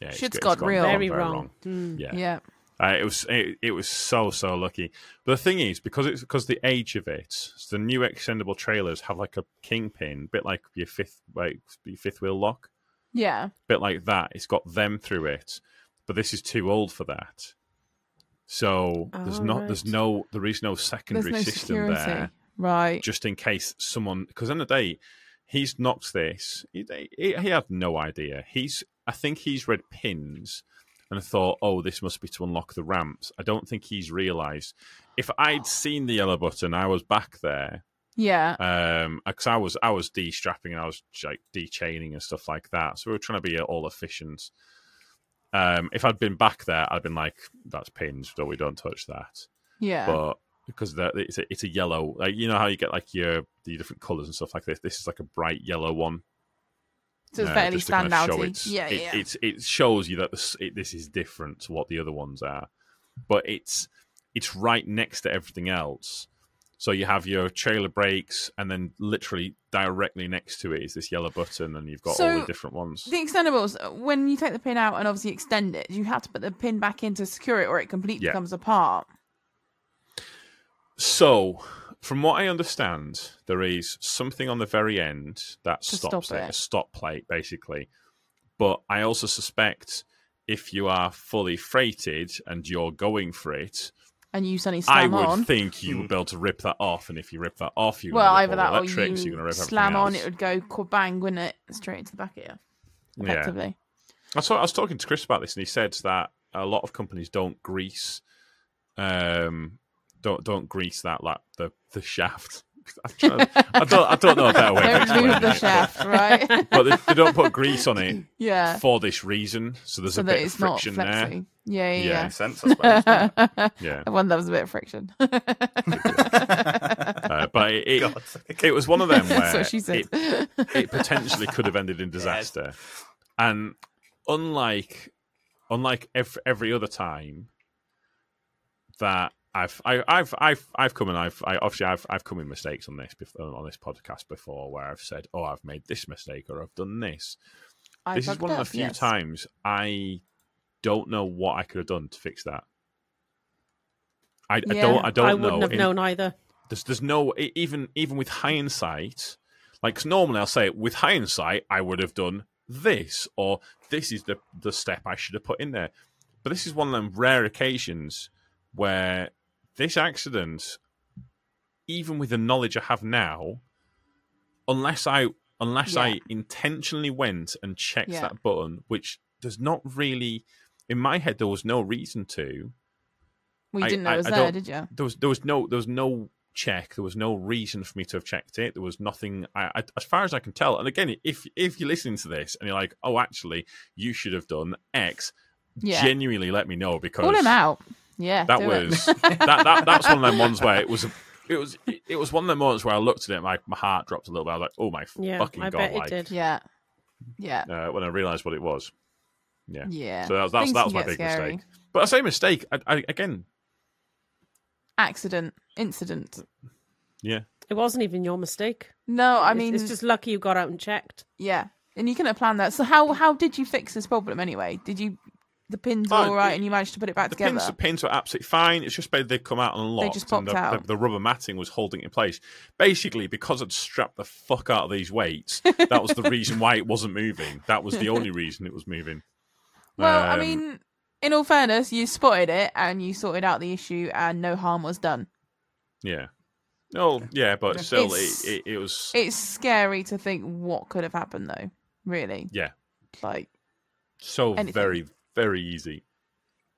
Speaker 1: Yeah, it's
Speaker 4: Shit's
Speaker 1: it's
Speaker 4: got real.
Speaker 2: Very wrong. Mm.
Speaker 1: Yeah.
Speaker 4: Yeah.
Speaker 1: Uh, it was it, it was so so lucky. But the thing is, because it's because the age of it, so the new extendable trailers have like a kingpin, bit like your fifth like your fifth wheel lock,
Speaker 4: Yeah.
Speaker 1: bit like that. It's got them through it, but this is too old for that. So there's
Speaker 2: Oh,
Speaker 1: not there's
Speaker 2: right.
Speaker 1: no there is no
Speaker 4: There's
Speaker 1: secondary
Speaker 4: no
Speaker 1: system
Speaker 4: security.
Speaker 1: there
Speaker 4: Right.
Speaker 1: just in case someone because end of the day he's knocked this he, he, he had no idea he's i think he's read pins and thought oh this must be to unlock the ramps i don't think he's realized if i'd seen the yellow button i was back there
Speaker 4: Yeah.
Speaker 1: um because i was i was de-strapping and i was like de-chaining and stuff like that so we were trying to be all efficient um if i'd been back there i'd been like that's pins so we don't touch that
Speaker 4: Yeah.
Speaker 1: but because that it's a, it's a yellow like you know how you get like your the different colors and stuff like this this is like a bright yellow one
Speaker 4: so it's
Speaker 1: uh,
Speaker 4: fairly
Speaker 1: just to kind of show
Speaker 4: standouty.
Speaker 1: it's-
Speaker 4: yeah.
Speaker 1: it,
Speaker 4: yeah.
Speaker 1: it's- it shows you that this, it, this is different to what the other ones are but it's it's right next to everything else so you have your trailer breaks and then literally directly next to it is this yellow button and you've got all
Speaker 4: So,
Speaker 1: the different ones
Speaker 4: The extendables, uh, when you take the pin out and obviously extend it, you have to put the pin back in to secure it or it completely
Speaker 1: Yeah.
Speaker 4: comes apart.
Speaker 1: So, from what I understand, there is something on the very end that
Speaker 4: To
Speaker 1: stops
Speaker 4: stop
Speaker 1: it,
Speaker 4: it.
Speaker 1: a stop plate, basically. But I also suspect if you are fully freighted and you're going for it,
Speaker 4: And you suddenly
Speaker 1: I
Speaker 4: slam
Speaker 1: would
Speaker 4: on.
Speaker 1: think you would be able to rip that off. And if you rip that off, you're
Speaker 4: well,
Speaker 1: gonna
Speaker 4: either
Speaker 1: rip all
Speaker 4: that
Speaker 1: the
Speaker 4: or
Speaker 1: electrics, you're
Speaker 4: you
Speaker 1: gonna rip everything
Speaker 4: slam on,
Speaker 1: else.
Speaker 4: it would go kabang, wouldn't it? Straight into the back of you,
Speaker 1: Yeah.
Speaker 4: effectively.
Speaker 1: I, saw, I was talking to Chris about this, and he said that a lot of companies don't grease, um, don't don't grease that like the the shaft. I'm trying to- I don't I don't know a better way. of
Speaker 4: Don't move
Speaker 1: explaining
Speaker 4: the
Speaker 1: it.
Speaker 4: shaft, right?
Speaker 1: but they, they don't put grease on it
Speaker 4: yeah.
Speaker 1: for this reason. So there's
Speaker 4: so
Speaker 1: a
Speaker 4: that
Speaker 1: bit of
Speaker 4: it's not
Speaker 1: friction there.
Speaker 4: flexing. Yeah, yeah, yeah.
Speaker 5: Makes sense, I suppose. doesn't it?
Speaker 1: Yeah,
Speaker 4: One that was a bit of friction.
Speaker 1: uh, but it, it,
Speaker 5: God.
Speaker 1: it was one of them
Speaker 4: That's
Speaker 1: where
Speaker 4: what she said.
Speaker 1: it, it potentially could have ended in disaster. And unlike unlike ev- every other time that I've I, I've I've I've come and I've I, obviously I've I've come in mistakes on this bef- on this podcast before where I've said oh I've made this mistake or I've done this.
Speaker 4: I
Speaker 1: this is
Speaker 4: fucked
Speaker 1: one of the
Speaker 4: up,
Speaker 1: few
Speaker 4: yes.
Speaker 1: times I don't know what I could have done to fix that. I, I
Speaker 4: Yeah.
Speaker 1: don't. I don't
Speaker 2: I
Speaker 1: know.
Speaker 2: wouldn't have
Speaker 1: In-
Speaker 2: known either.
Speaker 1: There's, there's no e- even even with hindsight. Like 'cause normally, I'll say with hindsight, I would have done this, or this is the the step I should have put in there. But this is one of them rare occasions where this accident, even with the knowledge I have now, unless I unless
Speaker 4: Yeah.
Speaker 1: I intentionally went and checked
Speaker 4: Yeah.
Speaker 1: that button, which does not really in my head there was no reason to.
Speaker 4: Well, you
Speaker 1: I-
Speaker 4: didn't know
Speaker 1: I-
Speaker 4: it was
Speaker 1: I
Speaker 4: there,
Speaker 1: don't-
Speaker 4: did you?
Speaker 1: There was there was no there was no check. There was no reason for me to have checked it. There was nothing. I, I as far as I can tell. And again, if if you're listening to this and you're like, oh, actually, you should have done X.
Speaker 4: Yeah.
Speaker 1: Genuinely, let me know because
Speaker 4: Call him out. Yeah.
Speaker 1: that
Speaker 4: do it.
Speaker 1: was that, that that's one of them ones where it was it was it was one of them moments where I looked at it, my my heart dropped a little bit. I was like, oh my
Speaker 2: Yeah,
Speaker 1: fucking
Speaker 2: I
Speaker 1: god,
Speaker 2: bet it
Speaker 1: like
Speaker 2: did.
Speaker 4: Yeah. Yeah.
Speaker 1: Uh, when I realised what it was. Yeah.
Speaker 4: Yeah.
Speaker 1: So that was, that's
Speaker 4: Things
Speaker 1: that
Speaker 4: can
Speaker 1: was my
Speaker 4: get
Speaker 1: big
Speaker 4: scary.
Speaker 1: mistake. But I say mistake I, I, again.
Speaker 4: Accident, incident.
Speaker 1: Yeah.
Speaker 2: It wasn't even your mistake.
Speaker 4: No, I
Speaker 2: It's-
Speaker 4: mean,
Speaker 2: it's just lucky you got out and checked.
Speaker 4: yeah. And you couldn't have planned that. So how how did you fix this problem anyway? Did you the pins were
Speaker 1: Oh,
Speaker 4: all right
Speaker 1: it-
Speaker 4: and you managed to put it back
Speaker 1: The
Speaker 4: together?
Speaker 1: pins, the pins were absolutely fine. It's just they come out and locked.
Speaker 4: just
Speaker 1: and the,
Speaker 4: popped out.
Speaker 1: The, the rubber matting was holding it in place. Basically, because I'd strapped the fuck out of these weights, that was the reason why it wasn't moving. That was the only reason it was moving.
Speaker 4: well, I
Speaker 1: Um,
Speaker 4: mean, in all fairness, you spotted it and you sorted out the issue, and no harm was done.
Speaker 1: Yeah. Oh, yeah, but still,
Speaker 4: It's-
Speaker 1: it, it, it was.
Speaker 4: It's scary to think what could have happened, though. Really,
Speaker 1: yeah.
Speaker 4: like
Speaker 1: So
Speaker 4: anything.
Speaker 1: very, very easy.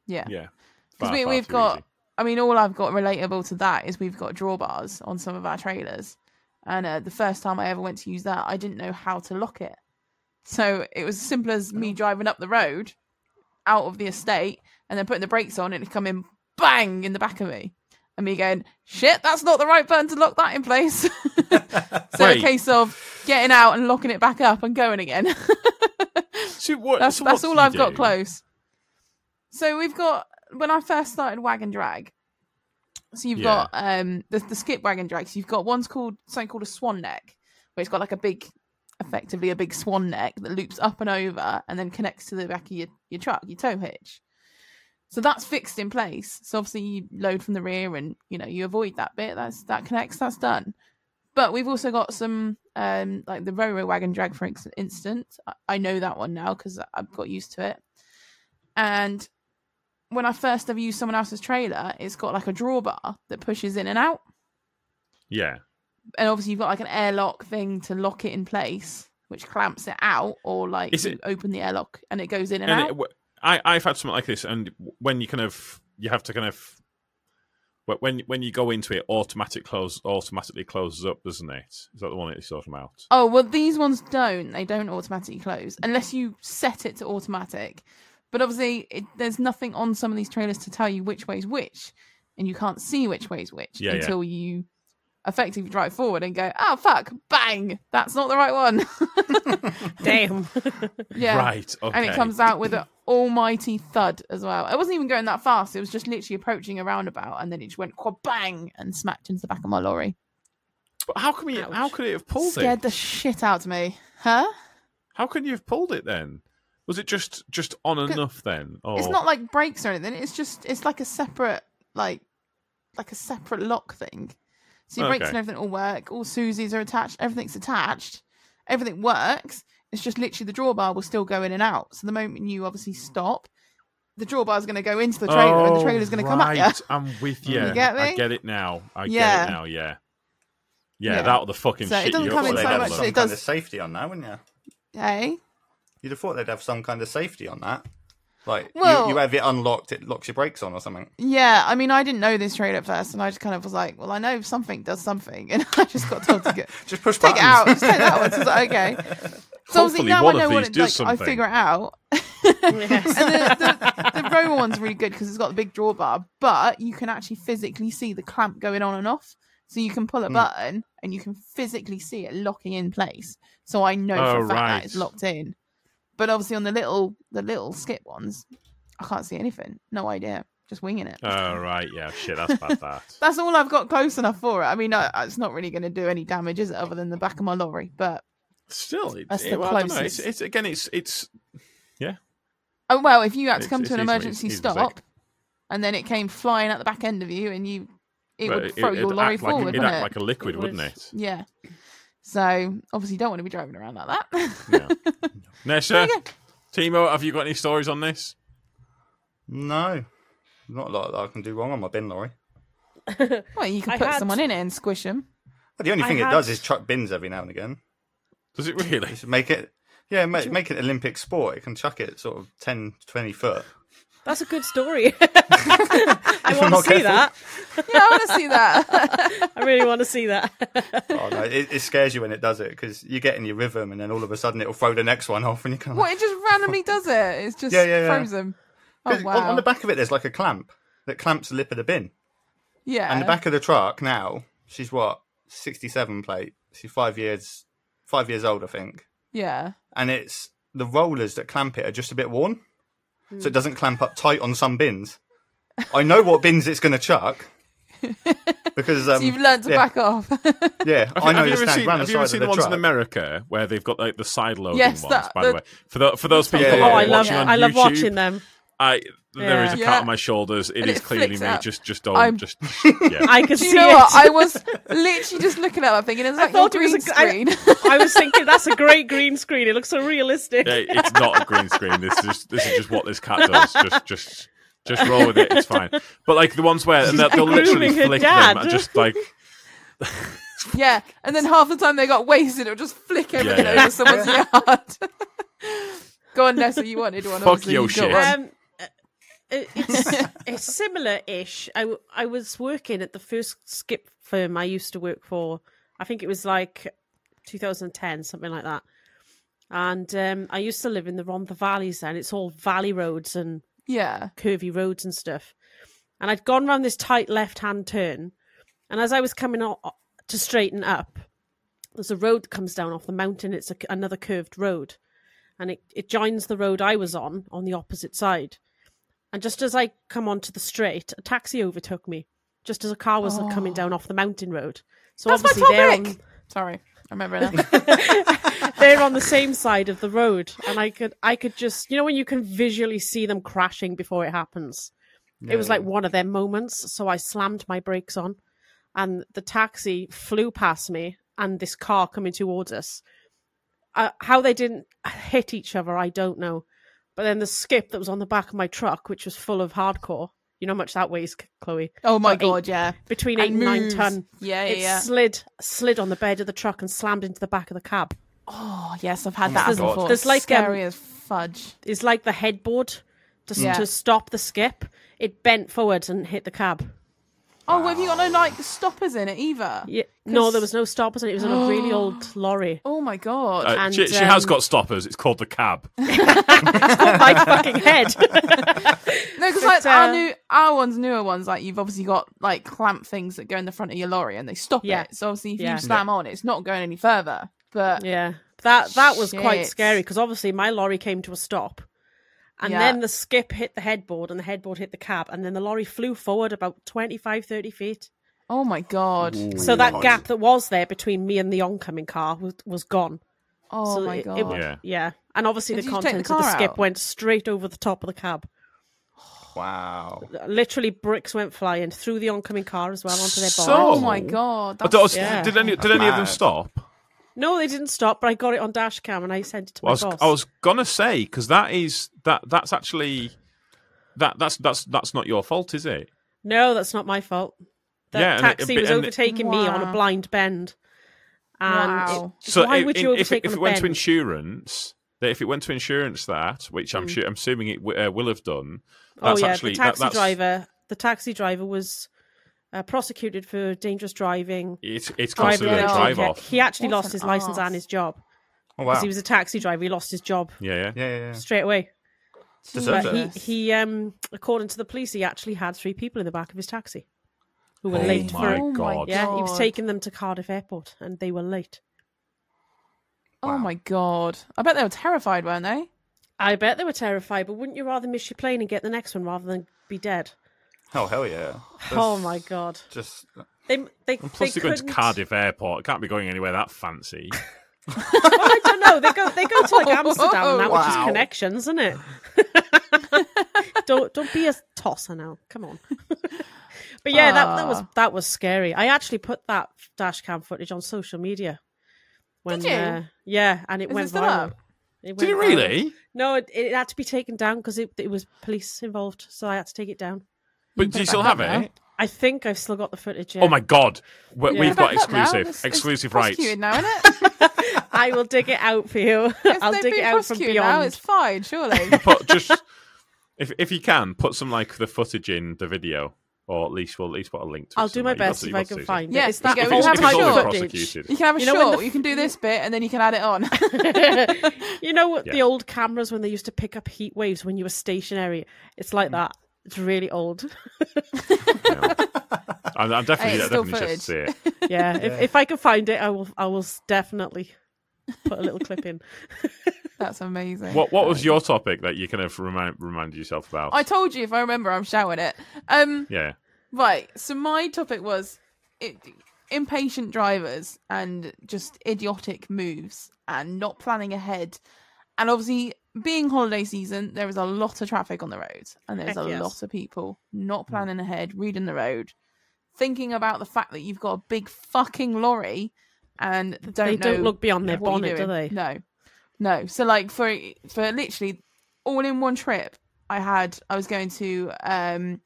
Speaker 4: yeah,
Speaker 1: Yeah.
Speaker 4: because
Speaker 1: Far,
Speaker 4: we,
Speaker 1: far
Speaker 4: we've
Speaker 1: too
Speaker 4: got.
Speaker 1: easy.
Speaker 4: I mean, all I've got relatable to that is we've got drawbars on some of our trailers, and uh, the first time I ever went to use that, I didn't know how to lock it. So it was as simple as
Speaker 1: Oh.
Speaker 4: me driving up the road, out of the estate, and then putting the brakes on, and it coming bang in the back of me, and me going, "Shit, that's not the right button to lock that in place." so a
Speaker 1: Wait.
Speaker 4: case of getting out and locking it back up and going again.
Speaker 1: So what,
Speaker 4: That's
Speaker 1: so what
Speaker 4: that's
Speaker 1: do
Speaker 4: all
Speaker 1: you
Speaker 4: I've got
Speaker 1: do?
Speaker 4: close. So we've got when I first started wag and drag. So you've
Speaker 1: Yeah.
Speaker 4: got um the, the skip wag and drags. You've got one's called something called a swan neck, where it's got like a big effectively a big swan neck that loops up and over and then connects to the back of your, your truck, your tow hitch. So that's fixed in place. So obviously you load from the rear and you know you avoid that bit. That's that connects. That's done. But we've also got some um, like the Roro wagon drag, for ex- instance. I, I know that one now because I've got used to it. And when I first ever used someone else's trailer, it's got like a drawbar that pushes in and out
Speaker 1: Yeah.
Speaker 4: and obviously you've got like an airlock thing to lock it in place, which clamps it out, or like
Speaker 1: Is
Speaker 4: you
Speaker 1: it-
Speaker 4: open the airlock and it goes in and,
Speaker 1: and
Speaker 4: out.
Speaker 1: it, w- I I've had something like this, and when you kind of you have to kind of wh- when when you go into it, automatic close automatically closes up, doesn't it? Is that the one that you sort them out?
Speaker 4: oh well, these ones don't. They don't automatically close unless you set it to automatic. But obviously, it, there's nothing on some of these trailers to tell you which way's which, and you can't see which way's which
Speaker 1: Yeah, yeah.
Speaker 4: until you effectively drive forward and go, "Oh fuck, bang! That's not the right one."
Speaker 2: Damn.
Speaker 4: Yeah.
Speaker 1: Right,
Speaker 4: And it
Speaker 1: okay.
Speaker 4: comes out with an almighty thud as well. It wasn't even going that fast. It was just literally approaching a roundabout, and then it just went quad bang and smacked into the back of my lorry.
Speaker 1: But how can we? How could it have pulled
Speaker 4: Scared
Speaker 1: it?
Speaker 4: the shit out of me, huh?
Speaker 1: How could you have pulled it then? Was it just just on
Speaker 4: 'Cause
Speaker 1: enough then? Oh. Or
Speaker 4: It's not like brakes or anything. It's just it's like a separate like like a separate lock thing. So your brakes
Speaker 1: Okay.
Speaker 4: and everything all work. All Susie's are attached. Everything's attached. Everything works. It's just literally the drawbar will still go in and out. So the moment you obviously stop, the drawbar is going to go into the trailer, and the
Speaker 1: Oh,
Speaker 4: trailer's going to come at you.
Speaker 1: right, I'm with you.
Speaker 4: get
Speaker 1: I
Speaker 4: me?
Speaker 1: get it now. I
Speaker 4: Yeah.
Speaker 1: get it now. Yeah. Yeah,
Speaker 4: Yeah.
Speaker 1: that would the fucking
Speaker 4: So it
Speaker 1: shit.
Speaker 4: doesn't
Speaker 1: you
Speaker 4: come
Speaker 1: up
Speaker 4: in
Speaker 1: to
Speaker 4: so
Speaker 1: that
Speaker 4: much
Speaker 1: level.
Speaker 4: that it
Speaker 5: kind of
Speaker 4: does- Eh?
Speaker 5: safety on that, wouldn't you?
Speaker 4: Hey,
Speaker 5: You'd have thought they'd have some kind of safety on that. Like
Speaker 4: Well-
Speaker 5: you, you have it unlocked, it locks your brakes on or something.
Speaker 4: yeah. I mean, I didn't know this trade at first, and I just kind of was like, "Well, I know something does something," and I just got told to get
Speaker 5: Just push
Speaker 4: take it out.
Speaker 5: buttons.
Speaker 4: Just take that one. So it's like, okay. So obviously
Speaker 1: Hopefully
Speaker 4: now
Speaker 1: one
Speaker 4: I
Speaker 1: of
Speaker 4: know what
Speaker 1: these
Speaker 4: it, like,
Speaker 1: does
Speaker 4: I
Speaker 1: something.
Speaker 4: figure it out.
Speaker 2: yes.
Speaker 4: And the, the, the Rover one's really good because it's got the big drawbar, but you can actually physically see the clamp going on and off. So you can
Speaker 1: Hmm.
Speaker 4: pull a button and you can physically see it locking in place. So I know for
Speaker 1: Oh,
Speaker 4: a fact
Speaker 1: right.
Speaker 4: that it's locked in. But obviously on the little the little skip ones, I can't see anything. No idea. Just winging it.
Speaker 1: Oh right, yeah, shit, that's bad. That.
Speaker 4: That's all I've got close enough for it. I mean, I, it's not really going to do any damage, is it, other than the back of my lorry? But
Speaker 1: Still, it,
Speaker 4: That's
Speaker 1: it-
Speaker 4: the
Speaker 1: well, I don't know. It's,
Speaker 4: closest.
Speaker 1: it's again, it's it's
Speaker 4: Oh well, if you had to
Speaker 1: It's-
Speaker 4: come
Speaker 1: it's
Speaker 4: to an
Speaker 1: easily- it's
Speaker 4: emergency
Speaker 1: easily
Speaker 4: stop,
Speaker 1: sick.
Speaker 4: and then it came flying out the back end of you, and you, it
Speaker 1: well,
Speaker 4: would throw
Speaker 1: it'd
Speaker 4: your lorry
Speaker 1: act like-
Speaker 4: forward,
Speaker 1: it'd
Speaker 4: wouldn't
Speaker 1: act
Speaker 4: it?
Speaker 1: like a liquid,
Speaker 2: It
Speaker 1: wouldn't
Speaker 2: would.
Speaker 1: it?
Speaker 4: Yeah. So obviously, you don't want to be driving around like that.
Speaker 1: Yeah. Nesha,
Speaker 4: you go.
Speaker 1: Timo, have you got any stories on this?
Speaker 5: No, not a lot that I can do wrong on my bin lorry.
Speaker 4: well, you
Speaker 2: I
Speaker 4: can put
Speaker 2: had-
Speaker 4: someone in it and squish them.
Speaker 5: Well, the only
Speaker 2: I
Speaker 5: thing it
Speaker 2: had-
Speaker 5: does is chuck bins every now and again.
Speaker 1: Does it really?
Speaker 5: Just make it, yeah, make, make it an Olympic sport. It can chuck it sort of 10, 20 foot.
Speaker 2: That's a good story. I
Speaker 5: If I'm
Speaker 2: want
Speaker 5: not
Speaker 2: to see
Speaker 5: careful.
Speaker 2: that.
Speaker 4: Yeah, I want to see that.
Speaker 2: I really want to see that.
Speaker 5: Oh, no, it, it scares you when it does it because you get in your rhythm and then all of a sudden it'll throw the next one off and you can't.
Speaker 4: what it just randomly does it? It's just
Speaker 5: Yeah, yeah, yeah.
Speaker 4: throws them. Oh wow!
Speaker 5: on, on the back of it, there's like a clamp that clamps the lip of the bin.
Speaker 4: yeah,
Speaker 5: And the back of the truck now, she's what sixty-seven plate. She's five years, five years old, I think.
Speaker 4: yeah.
Speaker 5: And it's the rollers that clamp it are just a bit worn, so
Speaker 4: Hmm.
Speaker 5: it doesn't clamp up tight on some bins. I know what bins it's going to chuck because um,
Speaker 4: so you've learned to
Speaker 5: yeah,
Speaker 4: back off.
Speaker 5: Yeah,
Speaker 1: Have,
Speaker 5: I know
Speaker 1: have
Speaker 5: the
Speaker 1: you ever
Speaker 5: stand
Speaker 1: seen,
Speaker 5: round
Speaker 1: have
Speaker 5: the
Speaker 1: you ever
Speaker 5: side
Speaker 1: seen
Speaker 5: of
Speaker 1: the,
Speaker 5: the
Speaker 1: ones in
Speaker 5: truck.
Speaker 1: America where they've got like the side loading
Speaker 4: Yes,
Speaker 1: ones?
Speaker 4: that-
Speaker 1: by
Speaker 4: the-
Speaker 1: the way, for, tho- for those people
Speaker 5: Yeah, yeah,
Speaker 1: that are
Speaker 2: oh, I
Speaker 5: yeah.
Speaker 2: love
Speaker 1: watching on
Speaker 2: I love
Speaker 1: YouTube,
Speaker 2: watching them.
Speaker 1: I there is a
Speaker 2: Yeah.
Speaker 4: Yeah.
Speaker 1: cat on my shoulders.
Speaker 4: And
Speaker 1: it is
Speaker 4: it
Speaker 1: clearly
Speaker 4: flicks
Speaker 1: me.
Speaker 4: out.
Speaker 1: Just just don't
Speaker 4: I'm-
Speaker 1: just yeah.
Speaker 2: I can
Speaker 4: Do
Speaker 2: see
Speaker 4: you know
Speaker 2: it.
Speaker 4: what? I was literally just looking at that thing, and it's
Speaker 2: I
Speaker 4: like your
Speaker 2: it was
Speaker 4: green
Speaker 2: a- I-
Speaker 4: screen.
Speaker 2: I was thinking that's a great green screen. It looks so realistic.
Speaker 1: Yeah, it's not a green screen. This is just, this is just what this cat does. Just just just roll with it. It's fine. But like the ones where and they'll, they'll literally
Speaker 2: grooming her
Speaker 1: flick
Speaker 2: dad.
Speaker 1: them and just like
Speaker 4: Yeah, and then half the time they got wasted. It'll just flick everything
Speaker 1: yeah.
Speaker 4: over someone's yard. Go on, Nessa, you wanted one.
Speaker 1: Fuck
Speaker 4: obviously,
Speaker 1: your
Speaker 4: you got
Speaker 1: shit.
Speaker 4: one.
Speaker 2: Um, uh, it's, it's similar-ish. I, w- I was working at the first skip firm I used to work for. I think it was like 2010, something like that. And um, I used to live in the Rhondda Valleys then. It's all valley roads and
Speaker 4: Yeah,
Speaker 2: curvy roads and stuff. And I'd gone round this tight left hand turn. And as I was coming out to straighten up, there's a road that comes down off the mountain. It's a, another curved road. And it, it joins the road I was on on the opposite side. And just as I come onto the straight, a taxi overtook me, just as a car was coming down off the mountain road. So
Speaker 4: Oh. That's my
Speaker 2: obviously they're
Speaker 4: topic!
Speaker 2: on.
Speaker 4: sorry. I remember enough.
Speaker 2: They're on the same side of the road, and I could I could just you know when you can visually see them crashing before it happens. it was like one of their moments, so I slammed my brakes on, and the taxi flew past me and this car coming towards us. Uh, how they didn't hit each other, I don't know. But then the skip that was on the back of my truck, which was full of hardcore. You know how much that weighs, Chloe?
Speaker 4: Oh my
Speaker 2: About eight-
Speaker 4: god, yeah.
Speaker 2: between
Speaker 4: And
Speaker 2: eight and nine
Speaker 4: moves.
Speaker 2: ton.
Speaker 4: Yeah, yeah,
Speaker 2: it
Speaker 4: yeah.
Speaker 2: slid slid on the bed of the truck and slammed into the back of the cab.
Speaker 4: Oh yes, I've had
Speaker 5: my
Speaker 4: that happen
Speaker 5: God.
Speaker 4: before.
Speaker 2: There's like, um,
Speaker 4: scary as fudge.
Speaker 2: It's like the headboard to,
Speaker 4: Yeah.
Speaker 2: to stop the skip. It bent forward and hit the cab.
Speaker 4: Oh, have you got no like stoppers in it either?
Speaker 2: Yeah, no, there was no stoppers, and it was on a really old lorry.
Speaker 4: Oh my god.
Speaker 1: Uh,
Speaker 2: And,
Speaker 1: she, she has
Speaker 2: um,
Speaker 1: got stoppers. It's called the cab.
Speaker 2: On my fucking head.
Speaker 4: No, because
Speaker 2: But,
Speaker 4: like our
Speaker 2: uh,
Speaker 4: new, our ones, newer ones, like you've obviously got like clamp things that go in the front of your lorry and they stop
Speaker 2: Yeah.
Speaker 4: it. So obviously, if
Speaker 2: Yeah.
Speaker 4: you slam on, it's not going any further. But
Speaker 2: yeah, that that was quite
Speaker 4: Shit.
Speaker 2: scary because obviously my lorry came to a stop. And
Speaker 4: Yeah.
Speaker 2: then the skip hit the headboard, and the headboard hit the cab, and then the lorry flew forward about 25, 30 feet.
Speaker 4: oh my god,
Speaker 2: So that gap that was there between me and the oncoming car was, was gone.
Speaker 4: oh
Speaker 2: so
Speaker 4: my
Speaker 2: it-
Speaker 4: god,
Speaker 2: It, was-
Speaker 1: Yeah.
Speaker 2: yeah. And obviously
Speaker 4: Did
Speaker 2: the
Speaker 4: you take the
Speaker 2: contents of the
Speaker 4: car
Speaker 2: skip
Speaker 4: out?
Speaker 2: went straight over the top of the cab.
Speaker 5: Wow.
Speaker 2: Literally bricks went flying through the oncoming car as well onto their bonnet.
Speaker 1: So-
Speaker 4: oh my god.
Speaker 1: I
Speaker 4: That's,
Speaker 1: thought-
Speaker 2: yeah.
Speaker 1: Did any did any of them
Speaker 5: mad.
Speaker 1: stop?
Speaker 2: No, they didn't stop, but I got it on dash cam and I sent it to
Speaker 1: Well, I
Speaker 2: my
Speaker 1: was
Speaker 2: boss.
Speaker 1: I was gonna say because that is that that's actually that that's that's that's not your fault, is it?
Speaker 2: No, that's not my fault. The
Speaker 1: Yeah, and it-
Speaker 2: taxi
Speaker 1: but-
Speaker 2: was
Speaker 1: and it-
Speaker 2: overtaking me on a
Speaker 4: Wow.
Speaker 2: blind bend. And
Speaker 4: Wow.
Speaker 2: it- why
Speaker 1: if,
Speaker 2: would you
Speaker 1: in- if,
Speaker 2: overtake
Speaker 1: it- if
Speaker 2: on
Speaker 1: it
Speaker 2: a
Speaker 1: went to
Speaker 2: bend?
Speaker 1: insurance, that if it went to insurance, that which I'm sure I'm assuming it w- uh, will have done.
Speaker 2: Hmm. Oh
Speaker 1: That's
Speaker 2: yeah,
Speaker 1: actually
Speaker 2: the
Speaker 1: that-
Speaker 2: taxi
Speaker 1: that's-
Speaker 2: driver. The taxi driver was uh, prosecuted for dangerous driving.
Speaker 1: It's it's
Speaker 2: driving
Speaker 1: constantly a
Speaker 2: while
Speaker 1: drive
Speaker 2: drunk.
Speaker 1: off.
Speaker 2: He actually
Speaker 4: What
Speaker 2: lost
Speaker 4: an
Speaker 2: his license
Speaker 4: arse.
Speaker 2: and his job
Speaker 5: Oh,
Speaker 2: because
Speaker 5: wow.
Speaker 2: he was a taxi driver. He lost his job
Speaker 1: Yeah, yeah.
Speaker 5: yeah, yeah, yeah.
Speaker 2: straight away.
Speaker 5: Deserves
Speaker 2: But
Speaker 5: it.
Speaker 2: he, he, um, according to the police, he actually had three people in the back of his taxi who were
Speaker 1: Oh
Speaker 2: late
Speaker 1: my
Speaker 2: for it.
Speaker 1: God.
Speaker 2: Yeah, he was
Speaker 4: God.
Speaker 2: taking them to Cardiff Airport, and they were late.
Speaker 4: Oh my god. I bet they were terrified, weren't they?
Speaker 2: I bet they were terrified. But wouldn't you rather miss your plane and get the next one rather than be dead?
Speaker 5: Oh, hell yeah.
Speaker 2: oh
Speaker 5: That's
Speaker 2: my god!
Speaker 5: Just
Speaker 2: They they
Speaker 1: And plus, they
Speaker 2: they
Speaker 1: are going to
Speaker 2: couldn't-
Speaker 1: Cardiff Airport. It Can't be going anywhere that fancy.
Speaker 2: Well, I don't know. They go they go to
Speaker 4: Oh,
Speaker 2: like Amsterdam, and that which is
Speaker 5: Wow.
Speaker 2: connections, isn't it? don't don't be a tosser now. Come on. but yeah, that, that was
Speaker 4: Ah.
Speaker 2: that was scary. I actually put that dash cam footage on social media. When,
Speaker 4: Did you?
Speaker 2: Uh, yeah, and it
Speaker 4: Is it
Speaker 2: went
Speaker 4: still
Speaker 2: viral.
Speaker 4: up?
Speaker 1: Did it
Speaker 2: went viral.
Speaker 1: really?
Speaker 2: No, it, it had to be taken down because it, it was police involved, so I had to take it down.
Speaker 1: But do you still have it?
Speaker 2: I think I've still got the footage. Yeah.
Speaker 1: Oh my god, we,
Speaker 2: Yeah.
Speaker 1: we've got
Speaker 4: Back up now.
Speaker 1: exclusive
Speaker 4: It's- it's
Speaker 1: exclusive rights.
Speaker 4: prosecuted now, isn't it?
Speaker 2: I will dig it out for you.
Speaker 4: It's-
Speaker 2: I'll
Speaker 4: they've
Speaker 2: dig
Speaker 4: been
Speaker 2: it out from
Speaker 4: prosecuted now.
Speaker 2: beyond.
Speaker 4: It's fine, surely.
Speaker 1: Put just if if you can put some like the footage in the video, or at least we'll at least put a link to. it
Speaker 2: I'll do
Speaker 1: somewhere.
Speaker 2: my
Speaker 1: You've got
Speaker 2: best
Speaker 1: to-
Speaker 2: if
Speaker 1: you've
Speaker 2: I
Speaker 1: got to
Speaker 2: can
Speaker 1: do
Speaker 2: find
Speaker 1: something.
Speaker 2: it.
Speaker 4: Yeah,
Speaker 2: it's
Speaker 4: you
Speaker 2: that
Speaker 4: go-
Speaker 1: If
Speaker 4: we'll
Speaker 2: old
Speaker 1: it's-
Speaker 4: have
Speaker 1: if it's
Speaker 4: a
Speaker 1: all
Speaker 4: short.
Speaker 1: been
Speaker 2: footage.
Speaker 1: prosecuted.
Speaker 4: You can have a
Speaker 2: You know when
Speaker 4: short.
Speaker 2: the-
Speaker 4: You can do this bit, and then you can add it on.
Speaker 2: You know what
Speaker 1: Yeah.
Speaker 2: the old cameras when they used to pick up heat waves when you were stationary? It's like that. It's really old.
Speaker 1: I'm, I'm definitely,
Speaker 4: Hey, it's still
Speaker 1: definitely interested to see it.
Speaker 2: Yeah. If, if I can find it, I will. I will s- definitely put a little clip in.
Speaker 4: That's amazing.
Speaker 1: What What was your topic that you kind of remind reminded yourself about?
Speaker 4: I told you if I remember, I'm shouting it. Um,
Speaker 1: yeah,
Speaker 4: right. So my topic was it, impatient drivers and just idiotic moves and not planning ahead. And obviously, being holiday season, there is a lot of traffic on the roads and there's
Speaker 2: Heck
Speaker 4: a
Speaker 2: yes.
Speaker 4: lot of people not planning ahead, reading the road, thinking about the fact that you've got a big fucking lorry and don't
Speaker 2: they
Speaker 4: know
Speaker 2: don't look beyond their
Speaker 4: what
Speaker 2: bonnet,
Speaker 4: you're
Speaker 2: do
Speaker 4: doing.
Speaker 2: they?
Speaker 4: No, no. So like for for literally all in one trip, I had I was going to um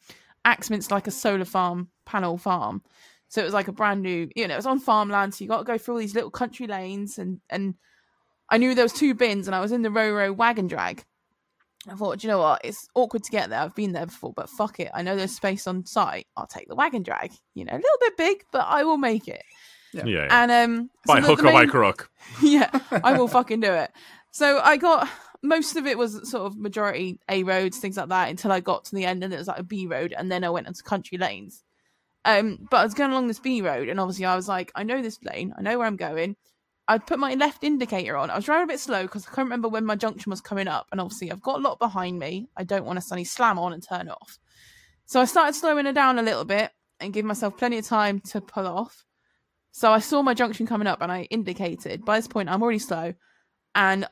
Speaker 4: Axminster like a solar farm panel farm, so it was like a brand new you know it was on farmland, so you got to go through all these little country lanes and and I knew there was two bins and I was in the row row wagon drag. I thought, do you know what? It's awkward to get there. I've been there before, but fuck it. I know there's space on site. I'll take the wagon drag. You know, a little bit big, but I will make it.
Speaker 1: yeah.
Speaker 4: And um, so
Speaker 1: by
Speaker 4: the-
Speaker 1: hook
Speaker 4: the
Speaker 1: or by
Speaker 4: main-
Speaker 1: crook.
Speaker 4: yeah, I will fucking do it. So I got most of it was sort of majority A roads, things like that, until I got to the end and it was like a B road, and then I went onto country lanes. Um, but I was going along this B road, and obviously I was like, I know this lane, I know where I'm going. I put my left indicator on. I was driving a bit slow because I couldn't remember when my junction was coming up, and obviously I've got a lot behind me. I don't want to suddenly slam on and turn off. So I started slowing her down a little bit and give myself plenty of time to pull off. So I saw my junction coming up and I indicated. By this point, I'm already slow. And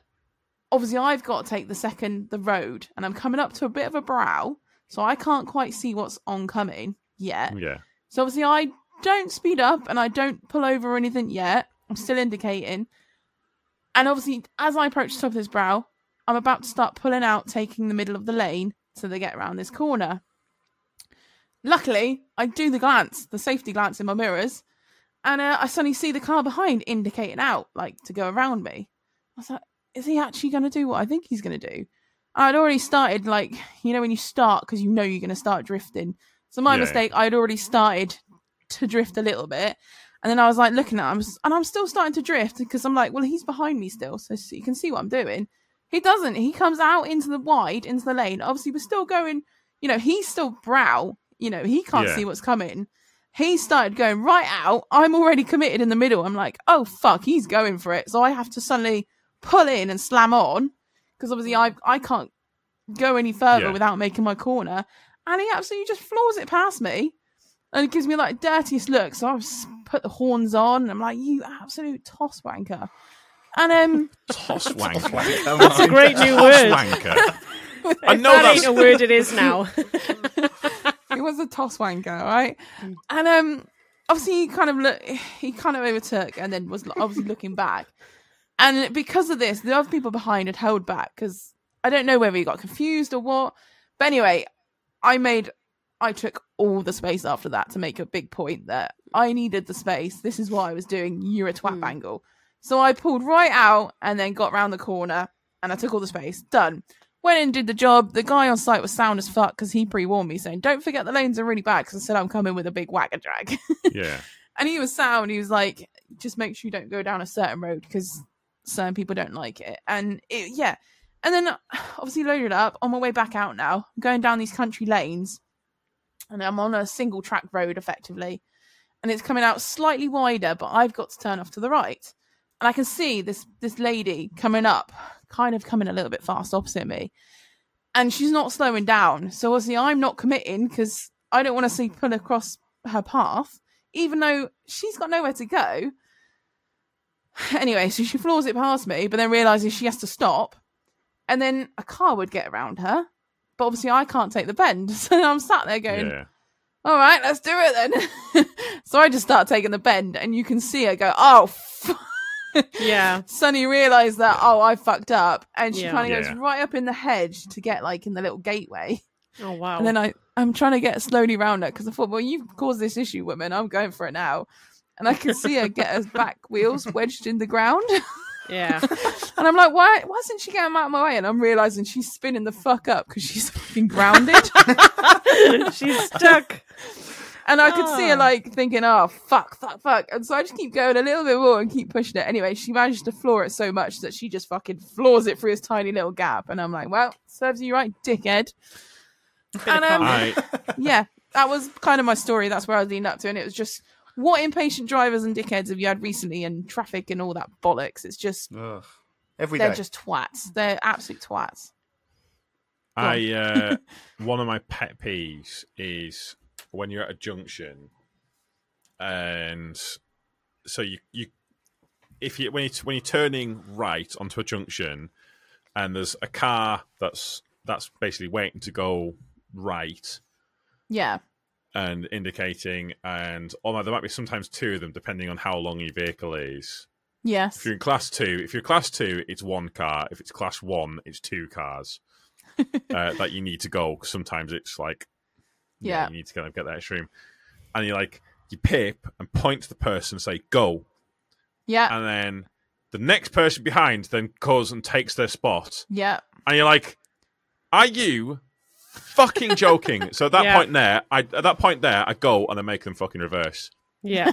Speaker 4: obviously, I've got to take the second, the road, and I'm coming up to a bit of a brow. So I can't quite see what's oncoming yet.
Speaker 1: Yeah.
Speaker 4: So obviously, I don't speed up and I don't pull over or anything yet. I'm still indicating. And obviously, as I approach the top of this brow, I'm about to start pulling out, taking the middle of the lane so they get around this corner. Luckily, I do the glance, the safety glance in my mirrors, and uh, I suddenly see the car behind indicating out, like to go around me. I was like, is he actually going to do what I think he's going to do? I'd already started, like, you know, when you start because you know you're going to start drifting. So my
Speaker 1: Yeah.
Speaker 4: mistake, I'd already started to drift a little bit. And then I was like looking at him, and I'm still starting to drift because I'm like, well, he's behind me still, so you can see what I'm doing. He doesn't. He comes out into the wide, into the lane. Obviously, we're still going, you know, he's still brow. You know, he can't
Speaker 1: Yeah.
Speaker 4: see what's coming. He started going right out. I'm already committed in the middle. I'm like, oh, fuck, he's going for it. So I have to suddenly pull in and slam on because obviously I, I can't go any further
Speaker 1: Yeah.
Speaker 4: without making my corner. And he absolutely just floors it past me and it gives me like dirtiest look. So I s- put the horns on and I'm like, you absolute toss wanker. And um,
Speaker 1: Toss wanker.
Speaker 2: That's a great new word.
Speaker 1: wanker. I know
Speaker 2: that ain't a
Speaker 1: that's
Speaker 2: word it is now.
Speaker 4: it was a toss wanker, all right? And um, obviously he kind of look, he kind of overtook, and then was lo- obviously looking back. And because of this, the other people behind had held back because I don't know whether he got confused or what. But anyway, I made, I took all the space after that to make a big point that I needed the space. This is what I was doing. You're a twat bangle. So I pulled right out and then got round the corner and I took all the space. Done. Went and did the job. The guy on site was sound as fuck because he pre warned me saying, Don't forget the lanes are really bad because I said I'm coming with a big whack and drag.
Speaker 1: yeah.
Speaker 4: and he was sound. He was like, Just make sure you don't go down a certain road because certain people don't like it. And it, yeah. And then uh, obviously loaded up on my way back out now. I'm going down these country lanes and I'm on a single track road effectively. And it's coming out slightly wider, but I've got to turn off to the right. And I can see this this lady coming up, kind of coming a little bit fast opposite me. And she's not slowing down. So obviously I'm not committing because I don't want to see pull across her path, even though she's got nowhere to go. Anyway, so she floors it past me, but then realizes she has to stop. And then a car would get around her. But obviously I can't take the bend. So I'm sat there going,
Speaker 1: Yeah.
Speaker 4: all right, let's do it then. so I just start taking the bend, and you can see her go, oh, f-.
Speaker 2: Yeah.
Speaker 4: Sunny realised that, oh, I fucked up. And she
Speaker 2: Yeah.
Speaker 4: kind of
Speaker 1: Yeah.
Speaker 4: goes right up in the hedge to get like in the little gateway.
Speaker 2: Oh wow.
Speaker 4: And then I, I'm trying to get slowly round her because I thought, well, you've caused this issue, woman. I'm going for it now. And I can see her get her back wheels wedged in the ground.
Speaker 2: yeah.
Speaker 4: And I'm like, why, why isn't she getting out of my way? And I'm realising she's spinning the fuck up because she's fucking grounded.
Speaker 2: She's stuck.
Speaker 4: And I could see her
Speaker 2: Ah.
Speaker 4: like thinking, oh, fuck, fuck, fuck. And so I just keep going a little bit more and keep pushing it. Anyway, she manages to floor it so much that she just fucking floors it through this tiny little gap. And I'm like, well, serves you right, dickhead. And um,
Speaker 1: I,
Speaker 4: yeah, that was kind of my story. That's where I leaned up to. And it was just, what impatient drivers and dickheads have you had recently and traffic and all that bollocks? It's just,
Speaker 5: Ugh. Every
Speaker 4: they're
Speaker 5: day.
Speaker 4: just twats. They're absolute twats.
Speaker 1: I uh, one of my pet peeves is when you're at a junction, and so you you if you when you when you're turning right onto a junction, and there's a car that's that's basically waiting to go right
Speaker 4: Yeah.
Speaker 1: and indicating, and although there might be sometimes two of them depending on how long your vehicle is. If
Speaker 4: Yes.
Speaker 1: you're in class two, if you're class two, it's one car. If it's class one, it's two cars uh, that you need to go. 'cause sometimes it's like, yeah,
Speaker 4: Yeah.
Speaker 1: you need to kind of get that extreme. And you like you pip and point to the person, and say go,
Speaker 4: Yeah.
Speaker 1: and then the next person behind then goes and takes their spot,
Speaker 4: Yeah.
Speaker 1: and you're like, are you? Fucking joking. So at that
Speaker 2: Yeah.
Speaker 1: point there, I at that point there, I go and I make them fucking reverse.
Speaker 2: Yeah.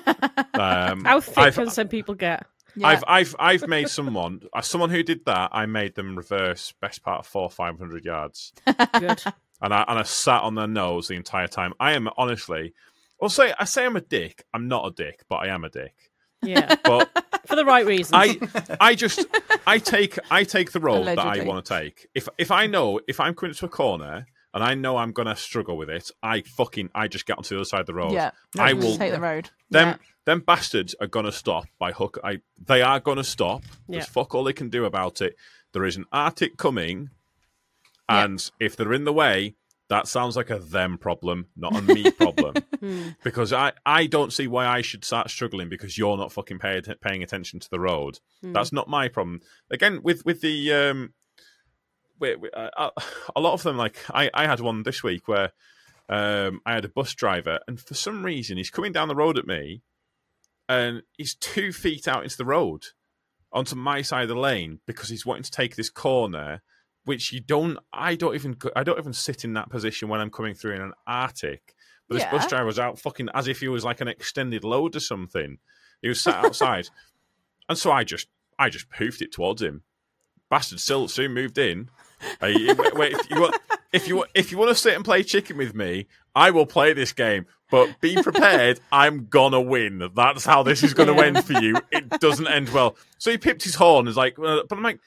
Speaker 1: Um,
Speaker 2: How thick
Speaker 1: I've-
Speaker 2: can some people get?
Speaker 4: Yeah.
Speaker 1: I've I've I've made someone uh, someone who did that. I made them reverse best part of four five hundred yards,
Speaker 2: Good.
Speaker 1: and I and I sat on their nose the entire time. I am honestly, I'll say I say I'm a dick. I'm not a dick, but I am a dick.
Speaker 2: Yeah.
Speaker 1: But
Speaker 2: For the right reasons.
Speaker 1: I I just I take I take the road that I
Speaker 4: Allegedly.
Speaker 1: want to take. If if I know if I'm coming to a corner and I know I'm gonna struggle with it, I fucking I just get onto the other side of the road.
Speaker 4: Yeah.
Speaker 1: I
Speaker 4: Just
Speaker 1: will
Speaker 4: take the road.
Speaker 1: them
Speaker 4: Yeah.
Speaker 1: Them bastards are gonna stop by hook. I they are gonna stop.
Speaker 2: Yeah.
Speaker 1: There's fuck all they can do about it. There is an Arctic coming, and if they're in the way, that sounds like a them problem, not a me problem. because I I don't see why I should start struggling because you're not fucking pay, atten- paying attention to the road. That's not my problem. Again, with with the um, wait, wait, uh, uh, a lot of them. Like I I had one this week where um, I had a bus driver, and for some reason he's coming down the road at me, and he's two feet out into the road onto my side of the lane because he's wanting to take this corner. Which you don't, I don't even, go- I don't even sit in that position when I'm coming through in an Arctic. But this bus
Speaker 4: Yeah.
Speaker 1: driver was out fucking as if he was like an extended load or something. He was sat outside, and so I just, I just poofed it towards him. Bastard still soon moved in. Uh, you- wait, wait, if you want, if you want- if you want to sit and play chicken with me, I will play this game. But be prepared, I'm gonna win. That's how this is gonna end for you. It doesn't end well. So he pipped his horn. Is like, uh, but I'm like,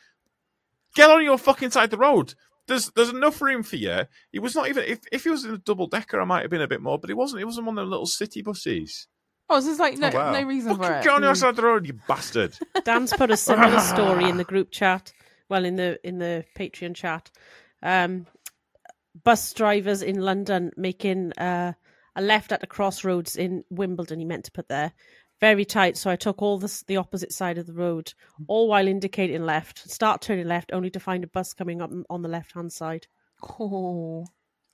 Speaker 1: get on your fucking side of the road. There's there's enough room for you. He was not even if, if he was in a double decker, I might have been a bit more, but he wasn't. He wasn't one of the little city buses.
Speaker 4: Oh, so there's like no,
Speaker 5: Oh, wow.
Speaker 4: no reason for
Speaker 1: Fucking
Speaker 4: it. Mm.
Speaker 1: get on your side of the road, you bastard.
Speaker 2: Dan's put a similar story in the group chat, well in the in the Patreon chat. Um, bus drivers in London making uh, a left at the crossroads in Wimbledon. He meant to put there very tight, so I took all this, the opposite side of the road, all while indicating left. Start turning left, only to find a bus coming up on the left hand side.
Speaker 4: Oh,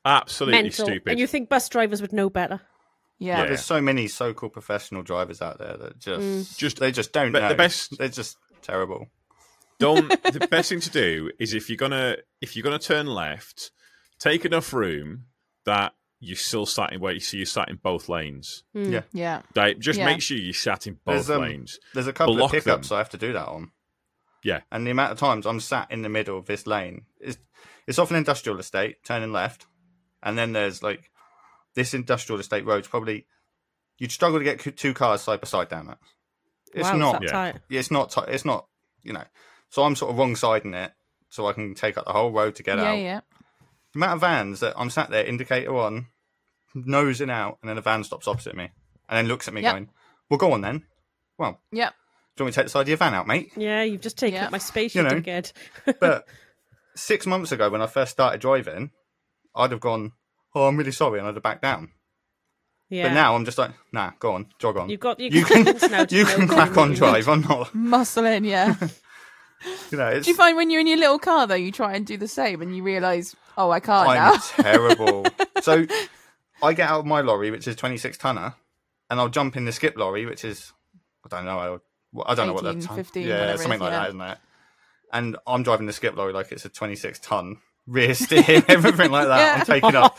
Speaker 1: Absolutely
Speaker 2: Mental.
Speaker 1: stupid.
Speaker 2: And you think bus drivers would know better?
Speaker 4: yeah.
Speaker 1: Yeah.
Speaker 5: There's so many so-called professional drivers out there that just,
Speaker 4: Mm.
Speaker 1: Just-
Speaker 5: just they just don't
Speaker 1: but the
Speaker 5: know.
Speaker 1: best-
Speaker 5: They're just terrible.
Speaker 1: don't the best thing to do is if you're gonna if you're gonna turn left take enough room that you're still sat in where you see you're sat in both lanes
Speaker 5: Yeah.
Speaker 4: Yeah.
Speaker 1: like, just
Speaker 4: Hmm. Yeah.
Speaker 1: make sure you sat in both
Speaker 5: There's, um,
Speaker 1: lanes
Speaker 5: There's a couple
Speaker 1: Block
Speaker 5: of pickups
Speaker 1: them.
Speaker 5: I have to do that on.
Speaker 1: yeah
Speaker 5: And the amount of times I'm sat in the middle of this lane, it's, it's off an industrial estate, turning left, and then there's like this industrial estate road's probably you'd struggle to get c- two cars side by side down it. It's
Speaker 2: wow, is
Speaker 5: not.
Speaker 2: that
Speaker 1: Yeah.
Speaker 2: tight?
Speaker 5: It's not. T- it's not. You know. So I'm sort of wrong siding it, so I can take up the whole road to get
Speaker 4: Yeah,
Speaker 5: out.
Speaker 4: yeah.
Speaker 5: The amount of vans that I'm sat there, indicator on, nosing out, and then a van stops opposite me, and then looks at me
Speaker 4: Yep.
Speaker 5: going, "Well, go on then. Well,
Speaker 4: Yep.
Speaker 5: do you want me to take the side of your van out, mate?"
Speaker 2: Yeah, you've just taken
Speaker 4: Yeah.
Speaker 2: up my space, you,
Speaker 5: You know.
Speaker 2: dickhead.
Speaker 5: But six months ago, when I first started driving, I'd have gone, "Oh, I'm really sorry," and I'd have backed down.
Speaker 2: yeah.
Speaker 5: But now I'm just like, "Nah, go on, jog on.
Speaker 2: You've got your
Speaker 5: you can
Speaker 2: confidence now to
Speaker 5: you
Speaker 2: know
Speaker 5: can
Speaker 2: that
Speaker 5: crack
Speaker 2: you're
Speaker 5: on
Speaker 2: doing
Speaker 5: drive. I'm not.
Speaker 4: Muscle in, yeah.
Speaker 5: You know, it's
Speaker 4: do you find when you're in your little car though, you try and do the same and you realise, oh, I can't
Speaker 5: I'm
Speaker 4: now.
Speaker 5: terrible. So I get out of my lorry, which is 26 tonner, and I'll jump in the skip lorry, which is I don't know. I, well, I don't know what that
Speaker 4: 18,
Speaker 5: time.
Speaker 4: 15, whatever
Speaker 5: yeah,
Speaker 4: it
Speaker 5: something
Speaker 4: is,
Speaker 5: like
Speaker 4: yeah.
Speaker 5: that, isn't it? And I'm driving the skip lorry like it's a 26 ton rear steer, everything like that. I'm taking up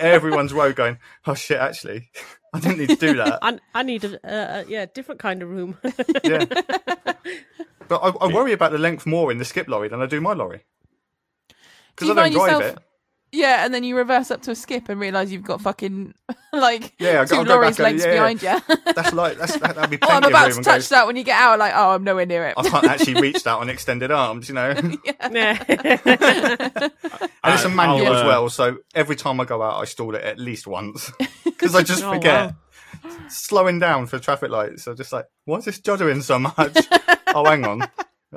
Speaker 5: everyone's road, going, oh shit, actually, I didn't need to do that.
Speaker 2: I, I need a uh, uh, yeah different kind of room.
Speaker 5: yeah. But I, I worry about the length more in the skip lorry than I do my lorry. Because I
Speaker 4: Do you
Speaker 5: don't
Speaker 4: find
Speaker 5: drive
Speaker 4: yourself-
Speaker 5: it.
Speaker 4: yeah, and then you reverse up to a skip and realise you've got fucking like
Speaker 5: Yeah, I'll go-
Speaker 4: two
Speaker 5: I'll go
Speaker 4: lorries
Speaker 5: back over,
Speaker 4: lengths
Speaker 5: yeah, yeah.
Speaker 4: behind you.
Speaker 5: That's like, that's, that, that'd be
Speaker 4: oh,
Speaker 5: plenty
Speaker 4: I'm
Speaker 5: of
Speaker 4: about
Speaker 5: room
Speaker 4: to
Speaker 5: and
Speaker 4: touch
Speaker 5: goes,
Speaker 4: that when you get out. Like, oh, I'm nowhere near it.
Speaker 5: I can't actually reach that on extended arms, you know. And
Speaker 2: yeah.
Speaker 5: it's a
Speaker 1: I'll,
Speaker 5: manual
Speaker 1: uh,
Speaker 5: as well, so every time I go out, I stall it at least once because I just
Speaker 2: Oh,
Speaker 5: forget. Slowing down for traffic lights, I'm just like, why is this juddering so much? oh, hang on,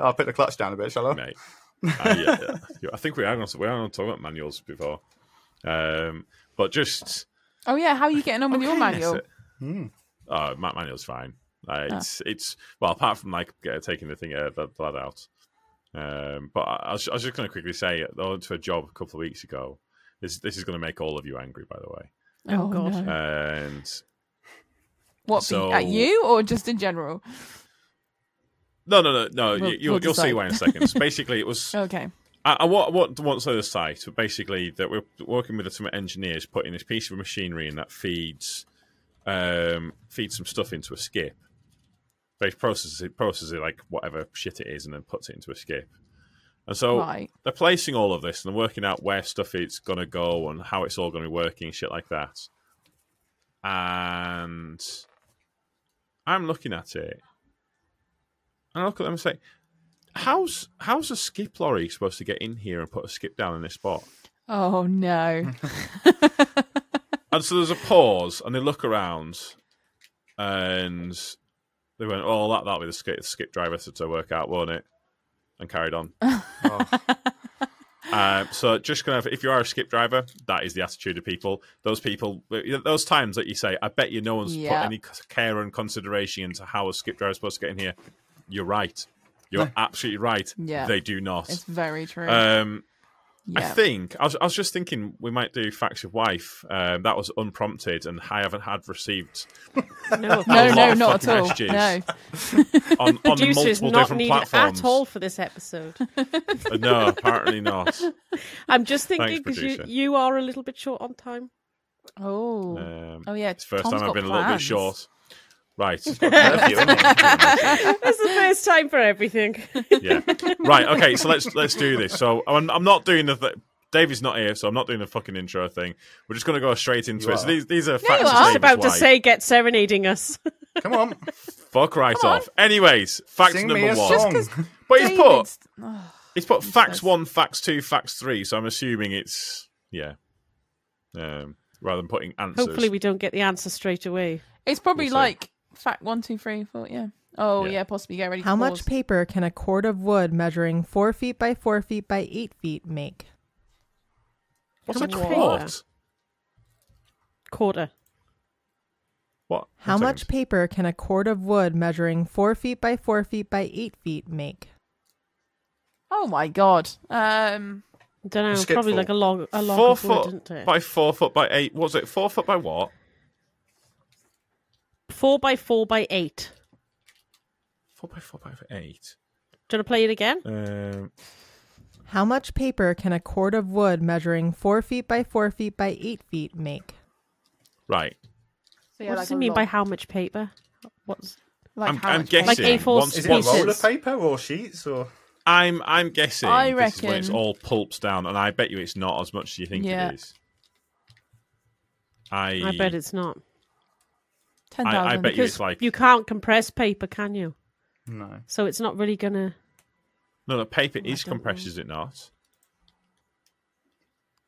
Speaker 5: I'll put the clutch down a bit, shall I?
Speaker 1: mate I, uh, I think we are on we are on talking about manuals before um but just
Speaker 4: oh yeah, how are you getting on with your manual?
Speaker 1: That's it. Oh, Matt Manuel's fine. Uh,
Speaker 4: Ah.
Speaker 1: it's it's well, apart from like uh, taking the thing uh, the the lad out. Um, but I, I was, I was just going to quickly say, I went to a job a couple of weeks ago. This this is going to make all of you angry, by the way.
Speaker 4: Oh,
Speaker 2: God.
Speaker 4: no.
Speaker 1: And
Speaker 4: what be-
Speaker 1: so-
Speaker 4: at you or just in general?
Speaker 1: no, no, no, no.
Speaker 4: We'll-
Speaker 1: you, you'll,
Speaker 4: we'll
Speaker 1: you'll see
Speaker 4: decide. Oh,
Speaker 1: why in a second. So basically, it was
Speaker 4: Okay.
Speaker 1: I, I want, want, want to say the site, but basically that we're working with some engineers putting this piece of machinery in that feeds um, feeds some stuff into a skip. They process it, process it like whatever shit it is, and then puts it into a skip. And so
Speaker 4: Right.
Speaker 1: they're placing all of this and they're working out where stuff it's gonna go and how it's all gonna be working, shit like that. And I'm looking at it, and I look at them and say, how's how's a skip lorry supposed to get in here and put a skip down in this spot?
Speaker 4: Oh no.
Speaker 1: And so there's a pause, and they look around, and they went, "Oh, that that'll be the skip, skip driver to, to work out, won't it?" And carried on. Uh, so just kind of, if you are a skip driver, that is the attitude of people. Those people, those times that you say, "I bet you no one's
Speaker 4: Yeah.
Speaker 1: put any care and consideration into how a skip driver is supposed to get in here." You're right. You're absolutely right.
Speaker 4: Yeah.
Speaker 1: They do not.
Speaker 4: It's very true.
Speaker 1: Um, I
Speaker 4: yeah.
Speaker 1: think I was, I was just thinking we might do facts of wife. Um, that was unprompted, and I haven't had received
Speaker 2: No,
Speaker 1: a
Speaker 4: no,
Speaker 1: lot
Speaker 4: no,
Speaker 1: of
Speaker 4: not
Speaker 1: fucking
Speaker 4: at all.
Speaker 1: SGs.
Speaker 4: No.
Speaker 1: on, on the
Speaker 2: Producer is
Speaker 1: multiple
Speaker 2: not
Speaker 1: different
Speaker 2: needed
Speaker 1: platforms.
Speaker 2: at all for this episode.
Speaker 1: Uh, No, apparently not.
Speaker 2: I'm just thinking
Speaker 1: Thanks,
Speaker 2: because you,
Speaker 1: producer.
Speaker 2: you are a little bit short on time.
Speaker 4: Oh.
Speaker 1: Um,
Speaker 4: oh yeah.
Speaker 1: it's the first
Speaker 4: Tom's
Speaker 1: time I've
Speaker 4: got
Speaker 1: been a little bit
Speaker 4: plans.
Speaker 1: short. Right.
Speaker 5: Curfew, isn't it?
Speaker 2: That's the first time for everything.
Speaker 1: yeah. Right. Okay. So let's let's do this. So I'm I'm not doing the. Th- David's not here, so I'm not doing the fucking intro thing. We're just gonna go straight into
Speaker 5: You
Speaker 1: it. So
Speaker 5: are.
Speaker 1: these these are
Speaker 4: you
Speaker 1: facts. of
Speaker 4: are.
Speaker 1: David's
Speaker 4: Just
Speaker 2: About to
Speaker 1: wife.
Speaker 2: say, get serenading us.
Speaker 5: Come on,
Speaker 1: fuck right off. Anyways, facts
Speaker 5: sing me
Speaker 1: number
Speaker 5: a
Speaker 1: one.
Speaker 5: song.
Speaker 1: But he's put
Speaker 4: David's- oh,
Speaker 1: he's put facts
Speaker 4: says-
Speaker 1: one, facts two, facts three. So I'm assuming it's yeah. Um, rather than putting answers.
Speaker 2: Hopefully, we don't get the answer straight away.
Speaker 4: it's probably
Speaker 1: We'll see.
Speaker 4: like fact one, two, three, four. Yeah. Oh
Speaker 1: Yeah.
Speaker 4: yeah. possibly get ready.
Speaker 6: How
Speaker 4: for
Speaker 6: much
Speaker 4: pause.
Speaker 6: paper can a cord of wood measuring four feet by four feet by eight feet make?
Speaker 1: What's
Speaker 2: How
Speaker 1: a
Speaker 2: much paper?
Speaker 1: quart?
Speaker 2: Quarter.
Speaker 1: What?
Speaker 6: How
Speaker 1: One
Speaker 6: much
Speaker 1: second.
Speaker 6: paper can a cord of wood measuring four feet by four feet by eight feet make?
Speaker 4: Oh my god. Um.
Speaker 2: don't know.
Speaker 5: Skip
Speaker 2: Probably
Speaker 5: four.
Speaker 2: like a long, a long
Speaker 1: Four
Speaker 2: wood,
Speaker 1: foot
Speaker 2: isn't it?
Speaker 1: by four foot by eight. What was it four foot by what?
Speaker 2: Four by four by eight.
Speaker 1: Four by four by eight.
Speaker 2: Do you want to play it again?
Speaker 1: Um,
Speaker 6: How much paper can a cord of wood measuring four feet by four feet by eight feet make?
Speaker 1: right.
Speaker 4: So yeah,
Speaker 2: what
Speaker 4: like
Speaker 2: does it
Speaker 4: a
Speaker 2: mean by
Speaker 4: lot.
Speaker 2: how much paper? What's
Speaker 4: Like
Speaker 1: I'm-
Speaker 4: how
Speaker 1: I'm
Speaker 4: much
Speaker 1: guessing.
Speaker 4: paper?
Speaker 2: Like A4
Speaker 1: once-
Speaker 2: Is
Speaker 5: Is
Speaker 2: it
Speaker 5: it
Speaker 1: once-
Speaker 2: Pieces.
Speaker 5: roller paper or sheets or?
Speaker 1: I'm I'm guessing
Speaker 4: I
Speaker 1: this is when it's
Speaker 4: reckon-
Speaker 1: all pulps down, and I bet you it's not as much as you think
Speaker 4: Yeah.
Speaker 1: it is. I
Speaker 2: I bet it's not.
Speaker 4: Ten
Speaker 1: I- I
Speaker 4: thousand.
Speaker 1: bet you it's
Speaker 2: Because
Speaker 1: like-
Speaker 2: you can't compress paper, can you?
Speaker 5: No.
Speaker 2: So it's not really gonna.
Speaker 1: no no paper is
Speaker 2: don't know.
Speaker 1: compressed, is it not?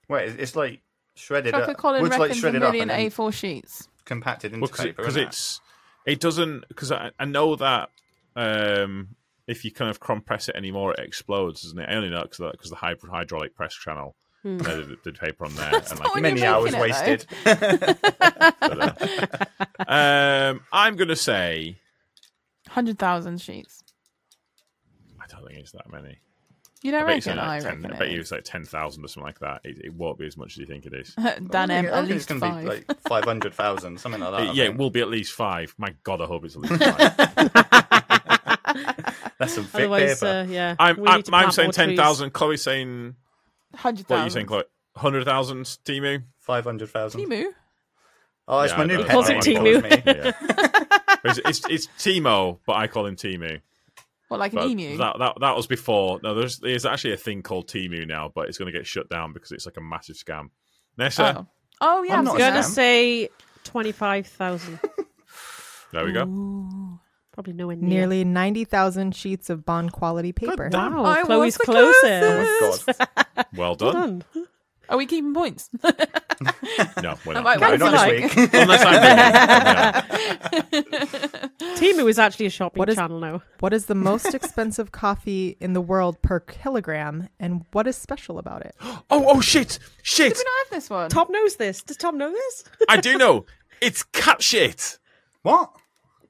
Speaker 5: Wait, it's- it's like shredded
Speaker 4: Chocolate
Speaker 5: up.
Speaker 4: Colin
Speaker 5: Wood's like
Speaker 4: reckons a
Speaker 5: shredded up
Speaker 4: million
Speaker 5: and then
Speaker 4: A4 sheets.
Speaker 5: compacted into
Speaker 1: Well, because
Speaker 5: paper. isn't it?
Speaker 1: it's it doesn't because I, I know that um, if you kind of compress it anymore, it explodes, doesn't it? I only know because because the hyd- hydraulic press channel. uh, did, did paper on there and like
Speaker 4: When
Speaker 5: many
Speaker 4: you're
Speaker 5: hours
Speaker 4: making it, though.
Speaker 5: wasted.
Speaker 1: um i'm gonna say
Speaker 4: Hundred thousand sheets.
Speaker 1: i don't think it's that many
Speaker 4: You don't
Speaker 1: I bet, it's
Speaker 4: reckon?
Speaker 1: only
Speaker 4: I
Speaker 1: like 10,
Speaker 4: reckon.
Speaker 1: I bet you
Speaker 4: it
Speaker 1: it's like 10,000 or something like that. It, it won't be as much as you think it is.
Speaker 4: is. Dan M.
Speaker 5: I
Speaker 4: At
Speaker 5: reckon it's
Speaker 4: least
Speaker 5: going to
Speaker 4: five.
Speaker 5: be like 500,000, something like that.
Speaker 1: It-
Speaker 5: I
Speaker 1: yeah, it
Speaker 5: think.
Speaker 1: will be at least five. My God, I hope it's at least five.
Speaker 5: That's some thick
Speaker 2: Otherwise,
Speaker 5: paper.
Speaker 2: uh, yeah.
Speaker 1: I'm,
Speaker 2: we
Speaker 1: I'm,
Speaker 2: need to
Speaker 1: I'm
Speaker 2: plant
Speaker 1: saying
Speaker 2: more trees.
Speaker 1: 10,000. Chloe's saying,
Speaker 4: uh, Hundred
Speaker 1: what are you saying,
Speaker 4: thousand.
Speaker 1: Chloe? 100,000, Timu?
Speaker 5: 500,000.
Speaker 4: Timu.
Speaker 5: Oh, it's
Speaker 1: Yeah,
Speaker 5: my
Speaker 1: I
Speaker 5: new
Speaker 1: know.
Speaker 5: pet.
Speaker 2: Was it
Speaker 5: everyone calls me.
Speaker 1: Yeah. it's, it's, it's Timo, but I call him Timu.
Speaker 4: What, like an
Speaker 1: But
Speaker 4: emu?
Speaker 1: That, that, that was before. No, there's, there's actually a thing called Timu now, but it's going to get shut down because it's like a massive scam. Nessa,
Speaker 4: Oh. Oh yeah.
Speaker 5: I'm
Speaker 4: I'm
Speaker 5: not
Speaker 2: I'm
Speaker 5: a
Speaker 4: gonna
Speaker 2: gonna
Speaker 5: Sam.
Speaker 2: say twenty-five thousand.
Speaker 1: there we go.
Speaker 2: Probably nowhere near.
Speaker 6: Nearly 90,000 sheets of bond quality paper.
Speaker 2: Wow,
Speaker 4: I
Speaker 2: Chloe's
Speaker 4: was the
Speaker 2: closer.
Speaker 4: closest.
Speaker 5: Oh, my God.
Speaker 1: Well
Speaker 2: Well
Speaker 1: done.
Speaker 2: done.
Speaker 4: Are we keeping points?
Speaker 1: No, we're
Speaker 4: I
Speaker 1: not.
Speaker 4: might
Speaker 5: No,
Speaker 4: wait for
Speaker 5: not
Speaker 4: like-
Speaker 5: this week.
Speaker 1: Unless I'm wrong.
Speaker 2: Timu is actually a shopping
Speaker 6: What is-
Speaker 2: channel now.
Speaker 6: What is the most expensive coffee in the world per kilogram, and what is special about it?
Speaker 1: Yeah. Oh, oh, shit. Shit.
Speaker 4: Do we not have this one?
Speaker 2: Tom knows this. Does Tom know this?
Speaker 1: I do know. It's cat shit.
Speaker 5: What?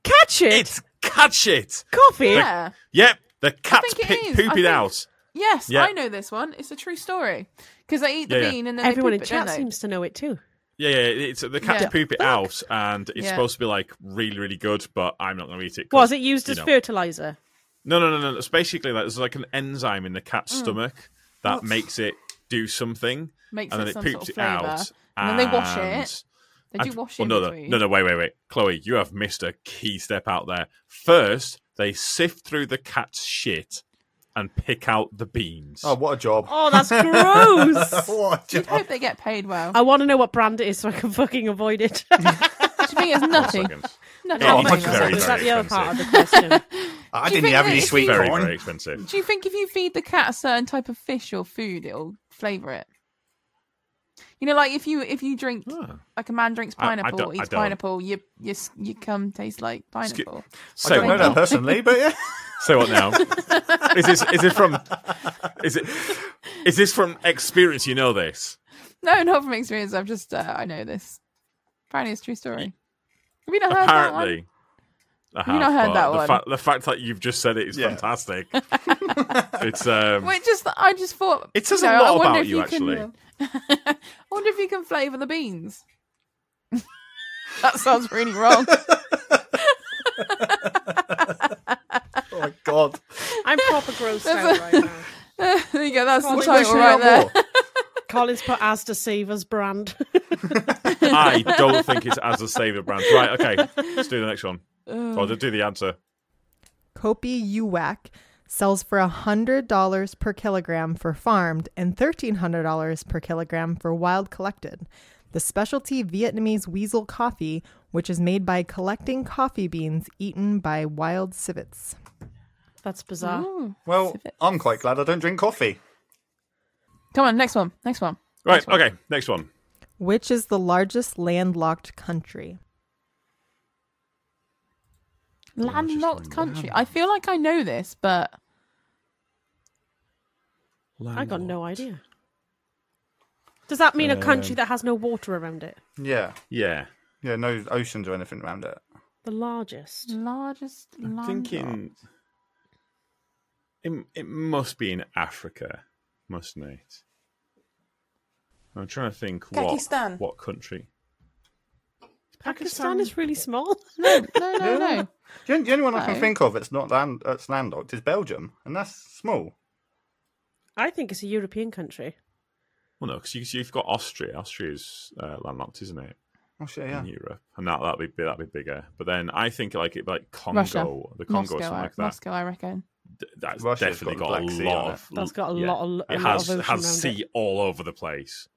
Speaker 2: Catch it.
Speaker 1: It's cat shit.
Speaker 2: coffee.
Speaker 4: Yeah.
Speaker 1: Yep, the cat's
Speaker 4: think it
Speaker 1: pick
Speaker 4: is.
Speaker 1: pooped
Speaker 4: I
Speaker 1: it
Speaker 4: think-
Speaker 1: out.
Speaker 4: Yes,
Speaker 1: Yeah.
Speaker 4: I know this one. It's a true story because they eat the
Speaker 1: Yeah, yeah.
Speaker 4: bean and then
Speaker 2: Everyone
Speaker 4: they
Speaker 2: in
Speaker 4: poop it,
Speaker 2: chat
Speaker 4: don't they?
Speaker 2: seems to know it too.
Speaker 1: Yeah, yeah, it's the cats
Speaker 4: Yeah.
Speaker 1: poop it out, and it's
Speaker 4: Yeah.
Speaker 1: supposed to be like really, really good. But I'm not going to eat it. 'cause,
Speaker 2: Was it used
Speaker 1: you
Speaker 2: as
Speaker 1: know.
Speaker 2: fertilizer?
Speaker 1: No, no, no, no. It's basically like there's like an enzyme in the cat's
Speaker 4: Mm.
Speaker 1: stomach that makes it do something,
Speaker 4: Makes
Speaker 1: and then
Speaker 4: it
Speaker 1: it
Speaker 4: some
Speaker 1: poops
Speaker 4: sort of
Speaker 1: it
Speaker 4: flavour,
Speaker 1: out,
Speaker 4: and then they wash it.
Speaker 1: and-
Speaker 4: They
Speaker 1: I-
Speaker 4: do wash
Speaker 1: well,
Speaker 4: it.
Speaker 1: no, no,
Speaker 4: between.
Speaker 1: no, no, wait, wait, wait. Chloe, you have missed a key step out there. First, they sift through the cat's shit and pick out the beans.
Speaker 5: Oh, what a job.
Speaker 2: Oh, that's gross.
Speaker 5: What a
Speaker 4: You'd
Speaker 5: job.
Speaker 4: hope they get paid well.
Speaker 2: Oh, I want to know what brand it is so I can fucking avoid it.
Speaker 4: Do you think it's
Speaker 1: One
Speaker 4: nutty?
Speaker 1: second.
Speaker 4: Nutty.
Speaker 1: Oh,
Speaker 2: Is
Speaker 1: it's
Speaker 5: my
Speaker 1: very,
Speaker 5: God.
Speaker 1: very
Speaker 5: Is
Speaker 2: that the other part
Speaker 1: expensive.
Speaker 2: of the question?
Speaker 5: I
Speaker 4: Do you
Speaker 5: didn't
Speaker 4: think
Speaker 5: have
Speaker 4: that
Speaker 5: any
Speaker 4: if
Speaker 5: sweet
Speaker 4: you-
Speaker 1: Very,
Speaker 5: corn.
Speaker 1: very expensive.
Speaker 4: Do you think if you feed the cat a certain type of fish or food, it'll flavour it? You You know, like if you if you drink like a man drinks
Speaker 1: I- I
Speaker 4: pineapple,
Speaker 1: don't- I
Speaker 4: eats
Speaker 1: don't.
Speaker 4: pineapple, your your s- your cum tastes like pineapple.
Speaker 1: So
Speaker 5: I don't know that
Speaker 1: now.
Speaker 5: personally, but yeah.
Speaker 1: So what now? is this is it from is it is this from experience? You know this.
Speaker 4: No, not from experience. I've just uh, I know this. Apparently, it's a true story. Have you not heard that one?
Speaker 1: Apparently, I
Speaker 4: Have you not heard
Speaker 1: but
Speaker 4: that
Speaker 1: the
Speaker 4: one?
Speaker 1: fact- the fact that you've just said it is fantastic. it's um,
Speaker 4: Well, it just I just thought
Speaker 1: It says
Speaker 4: you
Speaker 1: a
Speaker 4: know, I
Speaker 1: lot
Speaker 4: wonder
Speaker 1: about
Speaker 4: if
Speaker 1: you,
Speaker 4: Can, I wonder if you can flavour the beans. that sounds really wrong.
Speaker 5: Oh my god!
Speaker 2: I'm proper grossed
Speaker 4: That's
Speaker 2: out
Speaker 4: a-
Speaker 2: right now.
Speaker 4: there you go. That's
Speaker 2: Colin-
Speaker 4: the title right there.
Speaker 2: Colin's put Asda Savers brand.
Speaker 1: I don't think it's as a saver brand. Right? Okay, let's do the next one.
Speaker 6: Ugh.
Speaker 1: Or do the answer.
Speaker 6: Kopi UWAC sells for $100 per kilogram for farmed and $1,300 per kilogram for wild collected. The specialty Vietnamese weasel coffee, which is made by collecting coffee beans eaten by wild civets.
Speaker 2: That's bizarre.
Speaker 5: Well, I'm quite glad I don't drink coffee.
Speaker 4: Come on, next one. Next one.
Speaker 1: Right. Okay. Next one.
Speaker 6: Which is the largest landlocked country?
Speaker 4: Landlocked country. I feel like I know this, but
Speaker 2: I got no idea. Does that mean a country
Speaker 5: Um,
Speaker 2: that has no water around it?
Speaker 5: Yeah.
Speaker 1: Yeah.
Speaker 5: Yeah, no oceans or anything around it.
Speaker 2: The largest.
Speaker 4: Largest.
Speaker 1: I'm thinking it, it must be in Africa, mustn't it? I'm trying to think what
Speaker 2: Pakistan.
Speaker 1: what country.
Speaker 2: Pakistan is really small.
Speaker 4: No, no,
Speaker 5: no, no. The only, the only one I can
Speaker 2: No.
Speaker 5: think of that's not land that's landlocked is Belgium, and that's small.
Speaker 2: I think it's a European country.
Speaker 1: Well, no, because you, have got Austria. Austria's uh, landlocked, isn't it?
Speaker 5: Oh shit, yeah.
Speaker 1: In Europe, and that that'd be bi- that'd be bigger. But then I think like it like Congo,
Speaker 4: Russia,
Speaker 1: the Congo,
Speaker 4: Moscow,
Speaker 1: or something
Speaker 4: I,
Speaker 1: like that.
Speaker 4: Moscow, I reckon.
Speaker 1: D- That's
Speaker 5: Russia's
Speaker 1: definitely
Speaker 5: got
Speaker 1: got,
Speaker 5: the Black
Speaker 1: a
Speaker 5: Sea on
Speaker 1: lot
Speaker 5: it.
Speaker 1: of.
Speaker 2: That's got a
Speaker 1: yeah.
Speaker 2: lot of- a
Speaker 1: it
Speaker 2: lot
Speaker 1: has
Speaker 2: of ocean
Speaker 1: has
Speaker 2: around
Speaker 1: sea all over the place,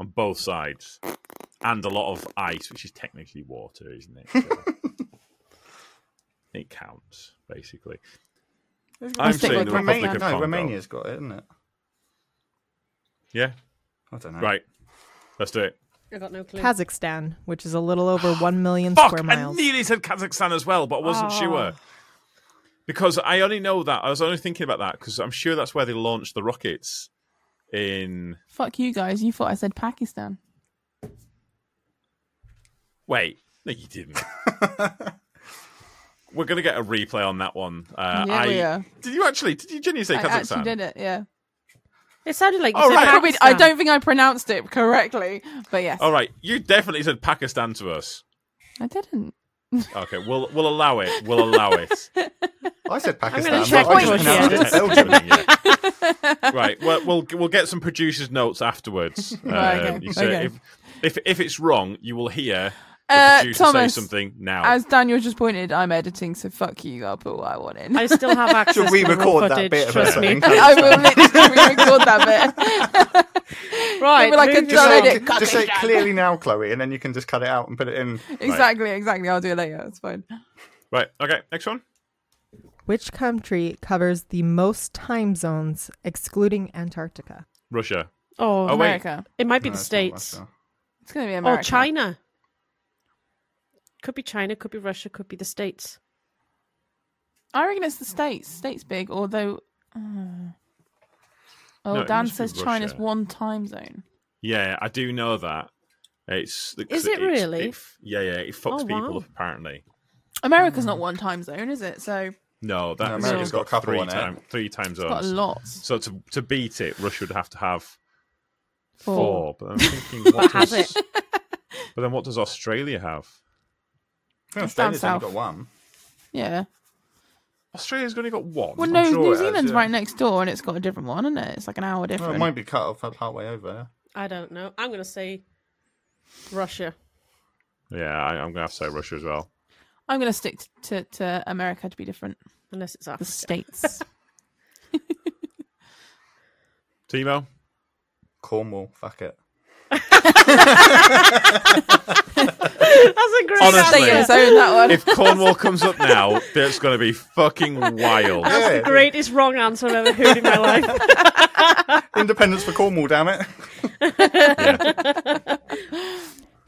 Speaker 1: on both sides, and a lot of ice, which is technically water, isn't it? So it counts basically. I'm
Speaker 5: think
Speaker 1: saying the Republic
Speaker 5: Romania,
Speaker 1: of
Speaker 5: no,
Speaker 1: Congo.
Speaker 5: Romania's got it, isn't it?
Speaker 1: Yeah.
Speaker 5: I don't know.
Speaker 1: Right. Let's do it.
Speaker 2: I got no clue.
Speaker 6: Kazakhstan, which is a little over 1 million
Speaker 1: Fuck!
Speaker 6: square
Speaker 1: I
Speaker 6: miles.
Speaker 1: nearly said Kazakhstan as well, but I wasn't
Speaker 2: Oh.
Speaker 1: sure because I only know that I was only thinking about that because I'm sure that's where they launched the rockets in.
Speaker 4: Fuck you guys. You thought I said Pakistan.
Speaker 1: Wait, no, you didn't. We're gonna get a replay on that one. Uh,
Speaker 4: Yeah,
Speaker 1: I
Speaker 4: we are.
Speaker 1: did you actually? Did you genuinely say
Speaker 4: I
Speaker 1: Kazakhstan?
Speaker 4: actually did it. Yeah.
Speaker 2: It sounded like you
Speaker 5: Oh,
Speaker 1: All
Speaker 2: said
Speaker 1: right.
Speaker 4: I, probably, I
Speaker 2: Pakistan.
Speaker 4: don't think I pronounced it correctly, but yes,
Speaker 1: All right, you definitely said Pakistan to us.
Speaker 4: I didn't.
Speaker 1: Okay, we'll we'll allow it. We'll allow it.
Speaker 5: I said
Speaker 2: gonna
Speaker 5: Pakistan.
Speaker 2: check
Speaker 5: but I
Speaker 2: what
Speaker 5: just
Speaker 2: you
Speaker 5: pronounced it
Speaker 1: said.
Speaker 5: Belgium.
Speaker 1: right. Well, we'll we'll get some producers' notes afterwards. Um,
Speaker 4: Right, okay,
Speaker 1: you say
Speaker 4: okay.
Speaker 1: if, if if it's wrong, you will hear the
Speaker 4: Uh,
Speaker 1: producer
Speaker 4: Thomas,
Speaker 1: say something now.
Speaker 4: As Daniel just pointed, I'm editing, so fuck you, I'll put what I want in.
Speaker 2: I still have access
Speaker 5: Should we
Speaker 2: to the raw
Speaker 5: record that
Speaker 2: footage,
Speaker 5: bit of us
Speaker 2: trust me.
Speaker 5: saying
Speaker 4: I will literally record that bit.
Speaker 2: Right,
Speaker 4: We're like a
Speaker 2: moving
Speaker 5: Just
Speaker 4: Done
Speaker 5: say,
Speaker 2: on.
Speaker 4: it,
Speaker 5: just say
Speaker 4: Kazakhstan.
Speaker 5: clearly now, Chloe, and then you can just cut it out and put it in.
Speaker 4: Exactly, exactly. I'll do it later. It's fine.
Speaker 1: right. Okay. Next one.
Speaker 6: Which country covers the most time zones, excluding Antarctica?
Speaker 1: Russia.
Speaker 2: Oh,
Speaker 1: Oh, wait.
Speaker 4: America.
Speaker 2: it might be
Speaker 5: No,
Speaker 2: the
Speaker 5: it's not
Speaker 2: States.
Speaker 5: Russia.
Speaker 4: It's going to be
Speaker 2: Or
Speaker 4: America.
Speaker 2: China. Could be China, could be Russia, could be the States.
Speaker 4: I reckon it's the States. States big, although. uh, oh,
Speaker 1: No, it
Speaker 4: Dan
Speaker 1: must be
Speaker 4: says China's
Speaker 1: Russia.
Speaker 4: one time zone.
Speaker 1: Yeah, I do know that. It's
Speaker 2: Is it
Speaker 1: it's-
Speaker 2: really?
Speaker 1: it f- yeah, yeah. It fucks
Speaker 2: Oh,
Speaker 1: people
Speaker 2: wow.
Speaker 1: up apparently.
Speaker 4: America's not one time zone, is it? So it's
Speaker 1: No, that
Speaker 5: No, America's
Speaker 1: it's
Speaker 5: got a couple
Speaker 1: three
Speaker 5: on it.
Speaker 1: time, three time zones.
Speaker 4: got a lot.
Speaker 1: So to to beat it, Russia would have to have four.
Speaker 4: Four.
Speaker 1: But I'm thinking, what
Speaker 2: Have
Speaker 1: does,
Speaker 2: it.
Speaker 1: But then, what does Australia have?
Speaker 5: Yeah,
Speaker 4: It's down
Speaker 5: Australia's only
Speaker 4: south.
Speaker 5: got one.
Speaker 4: Yeah.
Speaker 1: Australia's only got one.
Speaker 4: Well,
Speaker 5: I'm
Speaker 4: no,
Speaker 5: sure it
Speaker 4: New
Speaker 5: has,
Speaker 4: Zealand's
Speaker 5: yeah.
Speaker 4: right next door, and it's got a different one, isn't it? It's like an hour
Speaker 5: Well,
Speaker 4: different.
Speaker 5: it might be cut off halfway over. Yeah.
Speaker 2: I don't know. I'm going to say Russia.
Speaker 1: Yeah, I, I'm gonna have to say Russia as well.
Speaker 4: I'm going to stick t- to, to America to be different.
Speaker 2: Unless it's
Speaker 4: The
Speaker 2: Africa.
Speaker 4: states.
Speaker 1: Timo.
Speaker 5: Cornwall. Fuck it.
Speaker 2: That's a great
Speaker 1: Honestly.
Speaker 2: answer.
Speaker 4: States own that one.
Speaker 1: If Cornwall comes up now, that's going to be fucking wild.
Speaker 5: Yeah.
Speaker 2: That's the greatest wrong answer I've ever heard in my life.
Speaker 5: Independence for Cornwall, damn it.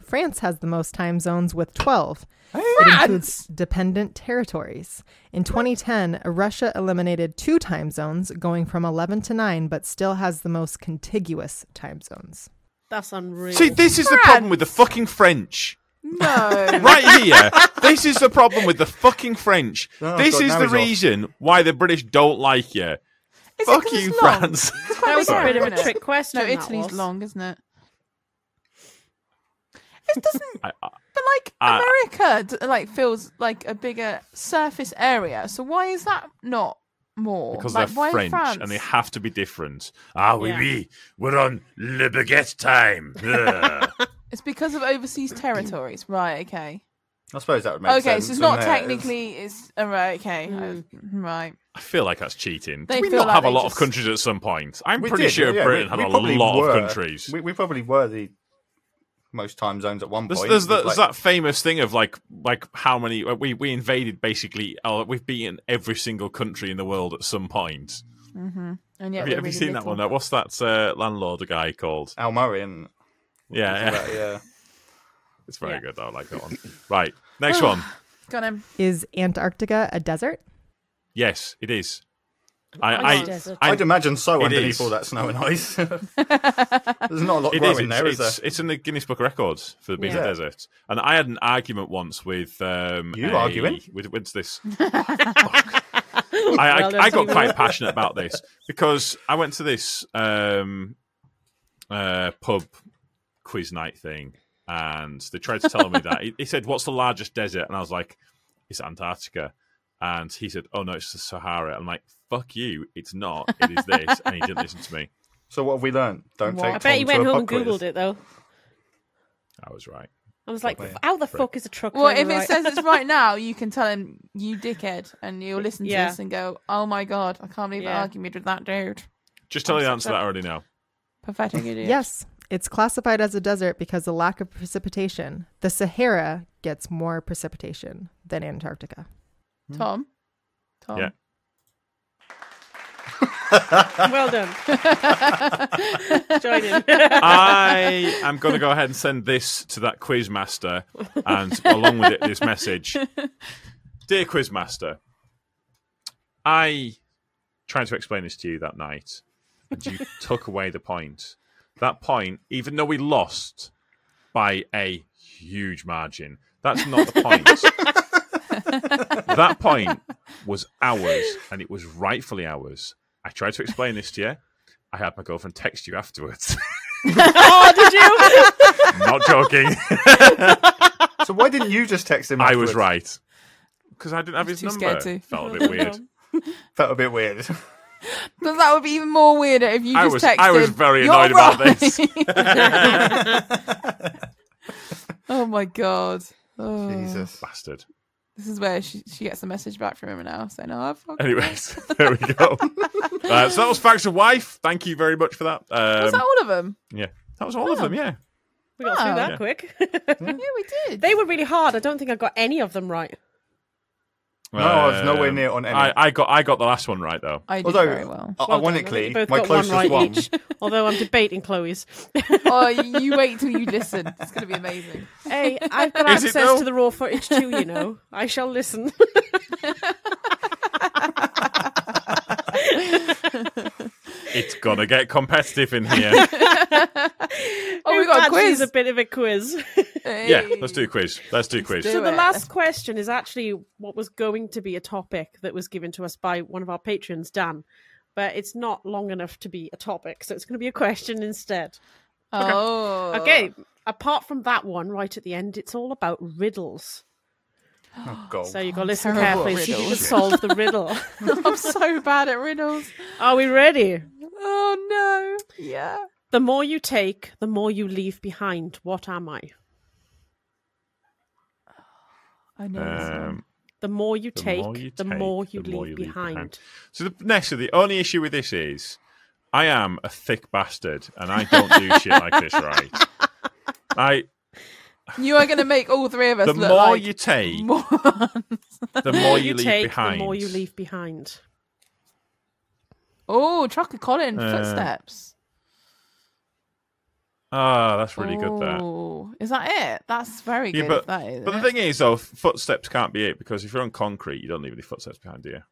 Speaker 6: France has the most time zones with 12. It includes dependent territories. In 2010, Russia eliminated two time zones, going from 11 to 9, but still has the most contiguous time zones.
Speaker 2: That's unreal.
Speaker 1: See, this is the problem with the fucking French.
Speaker 4: No.
Speaker 1: right here. This is the problem with the fucking French.
Speaker 5: Oh,
Speaker 1: this
Speaker 5: God,
Speaker 1: is
Speaker 5: now
Speaker 1: the
Speaker 5: he's off.
Speaker 1: reason why the British don't like you.
Speaker 4: Is it
Speaker 1: Fuck
Speaker 4: 'cause it's
Speaker 1: you,
Speaker 4: long?
Speaker 1: France.
Speaker 4: It's quite
Speaker 2: That was a
Speaker 4: long,
Speaker 2: bit of a
Speaker 4: isn't it?
Speaker 2: trick question,
Speaker 4: No,
Speaker 2: that
Speaker 4: Italy's
Speaker 2: was.
Speaker 4: long, isn't it? It doesn't.
Speaker 1: I- I-
Speaker 4: But like
Speaker 1: Uh,
Speaker 4: America, d- like feels like a bigger surface area. So why is that not more?
Speaker 1: because
Speaker 4: like,
Speaker 1: they're
Speaker 4: why
Speaker 1: French
Speaker 4: France?
Speaker 1: and they have to be different. Ah, oui,
Speaker 2: Yeah.
Speaker 1: oui. We're on Le Baguette time. Ugh.
Speaker 4: It's because of overseas territories, right? Okay.
Speaker 5: I suppose that would make
Speaker 4: okay,
Speaker 5: sense.
Speaker 4: so it's not
Speaker 5: wouldn't it?
Speaker 4: technically. It's all right. Okay,
Speaker 2: Hmm.
Speaker 4: I- right.
Speaker 1: I feel like that's cheating.
Speaker 4: They
Speaker 1: Did we
Speaker 4: feel
Speaker 1: not
Speaker 4: like
Speaker 1: have a
Speaker 4: they
Speaker 1: lot
Speaker 4: just-
Speaker 1: of countries at some point? I'm
Speaker 5: We
Speaker 1: pretty
Speaker 5: did,
Speaker 1: sure
Speaker 5: yeah,
Speaker 1: Britain
Speaker 5: we-
Speaker 1: had
Speaker 5: we
Speaker 1: a
Speaker 5: probably
Speaker 1: lot
Speaker 5: were-
Speaker 1: of countries.
Speaker 5: We, we probably were the most time zones at one
Speaker 1: There's,
Speaker 5: point.
Speaker 1: there's, that,
Speaker 5: It was
Speaker 1: there's
Speaker 5: like-
Speaker 1: that famous thing of like like how many we we invaded basically uh, we've beaten every single country in the world at some point.
Speaker 4: Mm-hmm. And yet
Speaker 1: have you, have
Speaker 4: we're
Speaker 1: you
Speaker 4: really
Speaker 1: seen that
Speaker 4: little.
Speaker 1: one? That what's that uh, landlord guy called?
Speaker 5: Al Murray and
Speaker 1: Yeah, yeah.
Speaker 5: yeah. yeah.
Speaker 1: it's very
Speaker 2: Yeah.
Speaker 1: good. though, I like that one. right, next one.
Speaker 4: Got him.
Speaker 6: Is Antarctica a desert?
Speaker 1: Yes, it is.
Speaker 2: Ice
Speaker 1: I, I,
Speaker 2: desert.
Speaker 1: I,
Speaker 5: I'd imagine so
Speaker 1: It
Speaker 5: underneath
Speaker 1: is.
Speaker 5: all that snow and ice. There's not a lot
Speaker 1: It
Speaker 5: growing
Speaker 1: is. It's,
Speaker 5: there, is
Speaker 1: it's,
Speaker 5: there?
Speaker 1: it's in the Guinness Book of Records for being
Speaker 5: Yeah.
Speaker 1: a desert. And I had an argument once with um,
Speaker 5: You
Speaker 1: a-
Speaker 5: arguing?
Speaker 1: with, with this. Fuck. I, I, I got quite passionate about this because I went to this um, uh, pub quiz night thing, and they tried to tell me that he, he said, "What's the largest desert?" And I was like, "It's Antarctica." And he said, "Oh no, it's the Sahara." I'm like, "Fuck you! It's not. It is this." And he didn't listen to me.
Speaker 5: So what have we learned? Don't
Speaker 4: What?
Speaker 5: take.
Speaker 4: I
Speaker 2: I bet
Speaker 5: Tom
Speaker 2: you
Speaker 5: to
Speaker 2: went
Speaker 5: a
Speaker 2: home
Speaker 5: pub
Speaker 2: and
Speaker 5: quiz.
Speaker 2: googled it though.
Speaker 1: I was right.
Speaker 2: I was like,
Speaker 5: Probably.
Speaker 2: how the fuck is a truck?
Speaker 4: Well, if
Speaker 2: driver
Speaker 4: it
Speaker 2: right?
Speaker 4: says it's right now, you can tell him you dickhead, and you'll listen to
Speaker 2: Yeah.
Speaker 4: this and go, "Oh my god, I can't believe
Speaker 2: Yeah.
Speaker 4: I argued with that dude."
Speaker 1: Just tell me the answer that I already know.
Speaker 4: Pathetic idiot.
Speaker 6: Yes. It's classified as a desert because of lack of precipitation. The Sahara gets more precipitation than Antarctica.
Speaker 5: Hmm.
Speaker 4: Tom. Tom.
Speaker 1: Yeah.
Speaker 2: well done. Join in.
Speaker 1: I am going to go ahead and send this to that quizmaster, and along with it, this message. Dear quizmaster, I tried to explain this to you that night, and you took away the point. That point, even though we lost by a huge margin, that's not the point. that point was ours, and it was rightfully ours. I tried to explain this to you. I had my girlfriend text you afterwards.
Speaker 2: oh, did you?
Speaker 1: Not joking.
Speaker 5: So why didn't you just text him?
Speaker 1: I was
Speaker 5: afterwards?
Speaker 1: right. Because I didn't have his
Speaker 4: too
Speaker 1: number.
Speaker 4: scared to.
Speaker 1: Felt a bit weird.
Speaker 5: Felt a bit weird.
Speaker 4: But that would be even more weirder if you
Speaker 1: I
Speaker 4: just
Speaker 1: was-
Speaker 4: texted.
Speaker 1: I was very
Speaker 4: "You're
Speaker 1: annoyed about
Speaker 4: right."
Speaker 1: this.
Speaker 4: oh my god. Oh.
Speaker 5: Jesus.
Speaker 1: Bastard.
Speaker 4: This is where she, she gets a message back from him now saying, "Oh, I fucking
Speaker 1: Anyways, there we go. Uh, so that was Facts of Wife. Thank you very much for that. Um,
Speaker 4: Was that all Oh. of them?
Speaker 1: yeah. That was all of them, yeah.
Speaker 2: We got through
Speaker 4: Oh.
Speaker 2: that
Speaker 1: Yeah.
Speaker 2: quick.
Speaker 4: Yeah, we did.
Speaker 2: they were really hard. I don't think I got any of them right.
Speaker 5: No, I was nowhere
Speaker 1: Um,
Speaker 5: near on any.
Speaker 1: I, I got I got the last one right though.
Speaker 4: I did
Speaker 5: Although,
Speaker 4: very well.
Speaker 5: uh,
Speaker 2: Well done. I think
Speaker 5: ironically,
Speaker 2: you both
Speaker 5: my
Speaker 2: got
Speaker 5: closest
Speaker 2: one right
Speaker 5: one.
Speaker 2: each. Although I'm debating Chloe's.
Speaker 4: oh, you wait till you listen. It's going to be amazing.
Speaker 2: hey, I've got
Speaker 1: Is it
Speaker 2: access
Speaker 1: though?
Speaker 2: to the raw footage too. You know, I shall listen.
Speaker 1: It's gonna get competitive in here.
Speaker 4: Oh, we
Speaker 2: Who
Speaker 4: got
Speaker 2: fancies
Speaker 4: a quiz.
Speaker 2: A bit of a quiz.
Speaker 1: yeah, let's do a quiz. Let's do a quiz.
Speaker 4: do
Speaker 2: So the
Speaker 4: it.
Speaker 2: last question is actually what was going to be a topic that was given to us by one of our patrons, Dan, but it's not long enough to be a topic, so it's going to be a question instead.
Speaker 4: Oh,
Speaker 2: Okay. Apart from that one, right at the end, it's all about riddles.
Speaker 5: Oh, God.
Speaker 2: So you got to listen
Speaker 4: terrible
Speaker 2: carefully. See if you can
Speaker 4: riddles.
Speaker 2: solve the riddle.
Speaker 4: I'm so bad at riddles.
Speaker 2: Are we ready?
Speaker 4: Oh no. Yeah.
Speaker 2: The more you take, the more you leave behind. What am I?
Speaker 4: I know. this one.
Speaker 1: Um,
Speaker 2: The more you
Speaker 1: The
Speaker 2: take,
Speaker 1: more you
Speaker 2: the
Speaker 1: take,
Speaker 2: more you
Speaker 1: the more
Speaker 2: leave
Speaker 1: you leave behind.
Speaker 2: behind.
Speaker 1: So the next, the only issue with this is, I am a thick bastard, and I don't do shit like this right. I
Speaker 4: You are going to make all three of us
Speaker 1: the
Speaker 4: look
Speaker 1: more
Speaker 4: like
Speaker 1: you take,
Speaker 4: morons.
Speaker 1: the more you,
Speaker 2: You
Speaker 1: leave
Speaker 2: take,
Speaker 1: behind.
Speaker 2: the more you leave behind.
Speaker 4: Oh, Trucker Colin
Speaker 1: Uh,
Speaker 4: footsteps.
Speaker 1: Ah, that's really good. That.
Speaker 4: Ooh, is that it? That's very Oh, good.
Speaker 1: Yeah, but,
Speaker 4: if that is,
Speaker 1: but the
Speaker 4: isn't it?
Speaker 1: thing is, though, footsteps can't be it because if you're on concrete, you don't leave any footsteps behind do you.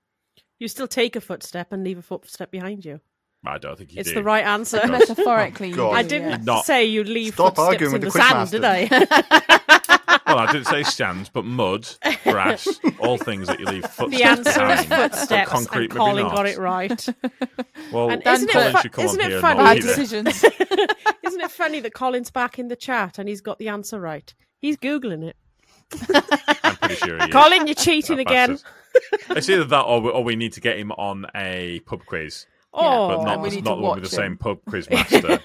Speaker 2: You still take a footstep and leave a footstep behind you.
Speaker 1: I don't think you
Speaker 2: it's
Speaker 1: do.
Speaker 2: the right answer.
Speaker 1: Because- Oh,
Speaker 2: I didn't say you leave
Speaker 1: Stop
Speaker 2: footsteps
Speaker 1: arguing
Speaker 2: in
Speaker 1: with
Speaker 2: the,
Speaker 1: the
Speaker 2: sand, did I?
Speaker 1: well, I didn't say stands, but mud, grass, all things that you leave footsteps
Speaker 2: the answer is
Speaker 1: behind. But
Speaker 2: footsteps,
Speaker 1: concrete, maybe
Speaker 2: and Colin
Speaker 1: not.
Speaker 2: got it right.
Speaker 1: Well,
Speaker 2: and
Speaker 1: Dan
Speaker 2: isn't
Speaker 1: Colin
Speaker 2: it, fu-
Speaker 1: should come
Speaker 2: isn't
Speaker 1: on here
Speaker 2: it
Speaker 1: and not
Speaker 2: funny?
Speaker 1: be there.
Speaker 2: isn't it funny that Colin's back in the chat and he's got the answer right? He's googling it.
Speaker 1: I'm pretty sure. he is.
Speaker 2: Colin, you're cheating
Speaker 1: That
Speaker 2: again.
Speaker 1: bastard. It's either that or we, or we need to get him on a pub quiz.
Speaker 2: Oh.
Speaker 1: but
Speaker 2: And
Speaker 1: not,
Speaker 2: we need
Speaker 1: not
Speaker 2: to
Speaker 1: the one with the
Speaker 2: watch him.
Speaker 1: same pub quiz master.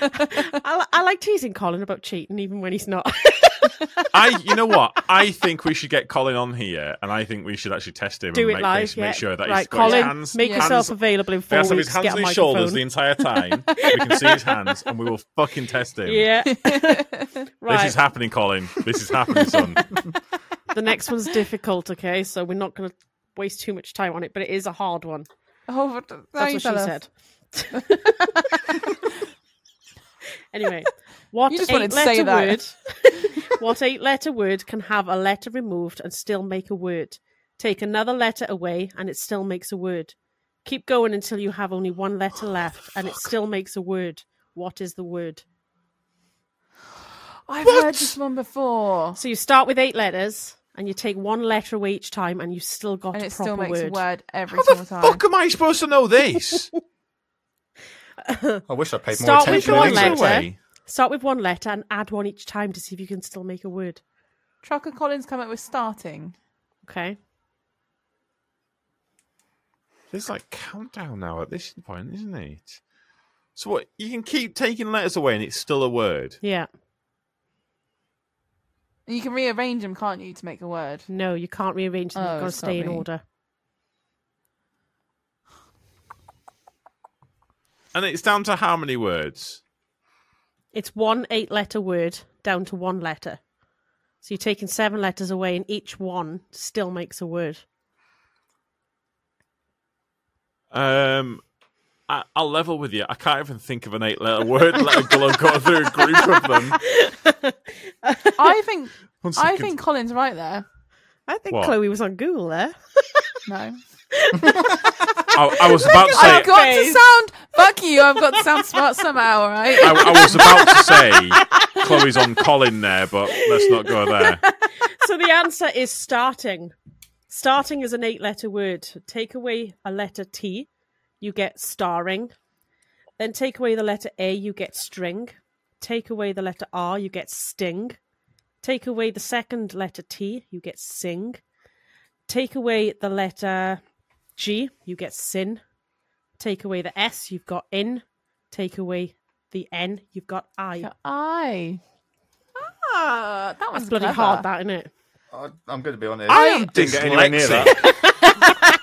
Speaker 2: I, li- I like teasing Colin about cheating, even when he's not.
Speaker 1: I, you know what? I think we should get Colin on here, and I think we should actually test him
Speaker 2: Do
Speaker 1: and
Speaker 2: it
Speaker 1: make,
Speaker 2: live,
Speaker 1: make-
Speaker 2: yeah.
Speaker 1: make sure that he's
Speaker 2: Right,
Speaker 1: got his
Speaker 2: Colin,
Speaker 1: hands.
Speaker 2: make
Speaker 1: hands-
Speaker 2: yourself available in four
Speaker 1: he has to have
Speaker 2: weeks
Speaker 1: his
Speaker 2: to
Speaker 1: hands
Speaker 2: get
Speaker 1: on
Speaker 2: a
Speaker 1: his shoulders the
Speaker 2: microphone.
Speaker 1: entire time. we can see his hands, and we will fucking test him.
Speaker 2: yeah.
Speaker 1: This is happening, Colin. This is happening, son.
Speaker 2: the next one's difficult, okay? So we're not going to waste too much time on it, but it is a hard one.
Speaker 4: Oh, but now
Speaker 2: That's
Speaker 4: you
Speaker 2: what she
Speaker 4: tell us.
Speaker 2: said. anyway, what
Speaker 4: You just wanted to say
Speaker 2: eight-letter word?
Speaker 4: that.
Speaker 2: what eight-letter word can have a letter removed and still make a word? Take another letter away and it still makes a word. Keep going until you have only one
Speaker 4: Oh,
Speaker 2: letter left and it still makes a word. What is the word?
Speaker 4: I've heard this one before.
Speaker 2: So you start with eight letters and you take one letter away each time and you still got
Speaker 4: And
Speaker 2: a
Speaker 4: it still
Speaker 2: proper
Speaker 4: makes a
Speaker 2: word.
Speaker 4: word every
Speaker 1: How
Speaker 4: single
Speaker 1: the
Speaker 4: time.
Speaker 1: fuck am I supposed to know this?
Speaker 5: I wish I paid
Speaker 2: Start
Speaker 5: more
Speaker 2: with
Speaker 5: attention.
Speaker 2: one
Speaker 5: in English.
Speaker 2: letter. Start with one letter and add one each time to see if you can still make a word.
Speaker 4: Trucker Collins come up with starting.
Speaker 2: Okay.
Speaker 1: There's like countdown now at this point, isn't it? So what? You can keep taking letters away, and it's still a word.
Speaker 2: Yeah.
Speaker 4: And you can rearrange them, can't you, to make a word?
Speaker 2: No, you can't rearrange them.
Speaker 4: Oh,
Speaker 2: You've got to
Speaker 4: it's got
Speaker 2: stay in
Speaker 4: me.
Speaker 2: order.
Speaker 1: And it's down to how many words?
Speaker 2: It's one eight letter word down to one letter. So you're taking seven letters away and each one still makes a word.
Speaker 1: Um, I, I'll level with you. I can't even think of an eight-letter word. Let alone go through a group of them.
Speaker 4: I think
Speaker 1: One
Speaker 4: I
Speaker 1: second.
Speaker 4: think Colin's right there.
Speaker 2: I think
Speaker 1: What?
Speaker 2: Chloe was on Google there.
Speaker 4: No.
Speaker 1: I, I was about to say.
Speaker 4: I've got to sound fuck you, I've got to sound smart somehow, all right?
Speaker 1: I, I was about to say Chloe's on Colin there, but let's not go there.
Speaker 2: so the answer is starting. Starting is an eight letter word. Take away a letter T, you get starring. Then take away the letter A, you get string. Take away the letter R, you get sting. Take away the second letter T, you get sing. Take away the letter G, you get sin. Take away the S, you've got in. Take away the N, you've got I.
Speaker 4: I. Ah, that
Speaker 2: That's
Speaker 4: one's
Speaker 2: bloody
Speaker 4: clever.
Speaker 2: hard, that, isn't it?
Speaker 5: I- I'm going to be honest.
Speaker 1: I am
Speaker 5: Didn't get anywhere near that.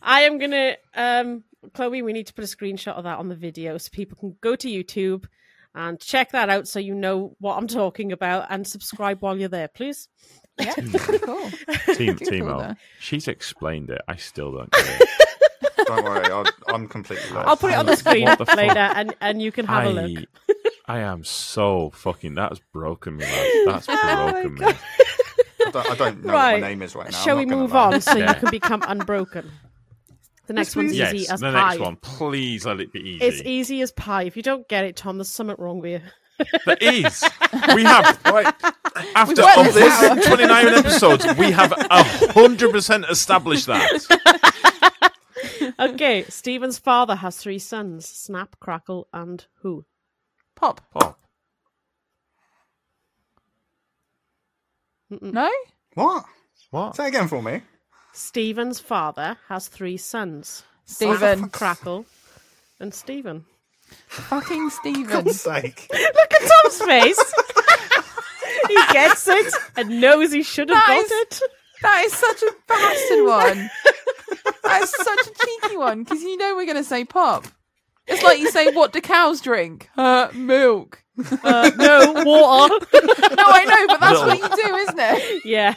Speaker 2: I am gonna um Chloe, we need to put a screenshot of that on the video so people can go to YouTube and check that out so you know what I'm talking about and subscribe while you're there, please.
Speaker 4: Yeah, pretty cool.
Speaker 1: Team,
Speaker 4: Google
Speaker 1: Timo,
Speaker 4: there.
Speaker 1: she's explained it. I still don't get it.
Speaker 5: Don't worry, I'll, I'm completely lost.
Speaker 2: I'll put it on the screen
Speaker 1: What the fuck?
Speaker 2: later and, and you can have a look.
Speaker 1: I am so fucking. That's broken me, lad. That's
Speaker 2: Oh
Speaker 1: broken me.
Speaker 5: I don't, I don't know what my name is right now.
Speaker 2: Shall
Speaker 5: I'm
Speaker 2: we
Speaker 5: not gonna
Speaker 2: move
Speaker 5: lie.
Speaker 2: on so
Speaker 1: Yeah.
Speaker 2: you can become unbroken? The next one's
Speaker 1: yes,
Speaker 2: easy as
Speaker 1: the
Speaker 2: pie.
Speaker 1: next one. Please let it be easy.
Speaker 2: It's easy as pie. If you don't get it, Tom, there's something wrong with you.
Speaker 1: There is. We have
Speaker 5: Right.
Speaker 1: after
Speaker 4: worked
Speaker 1: of
Speaker 4: this
Speaker 1: this
Speaker 4: out.
Speaker 1: 29 episodes, we have hundred percent established that.
Speaker 2: Okay, Stephen's father has three sons Snap, Crackle, and who?
Speaker 4: Pop.
Speaker 1: Oh,
Speaker 2: Mm.
Speaker 4: No?
Speaker 5: What?
Speaker 1: what?
Speaker 5: Say again for me.
Speaker 2: Stephen's father has three sons
Speaker 4: Stephen.
Speaker 2: Crackle and Stephen.
Speaker 4: Fucking Stephen.
Speaker 5: God's sake.
Speaker 2: Look at Tom's face. he gets it and knows he should have
Speaker 4: That
Speaker 2: got it.
Speaker 4: That is such a bastard one. that is such a cheeky one because you know we're going to say pop. It's like you say, what do cows drink? Uh, milk.
Speaker 2: Uh, no, water.
Speaker 4: No, I know, but that's what you do, isn't it?
Speaker 2: yeah.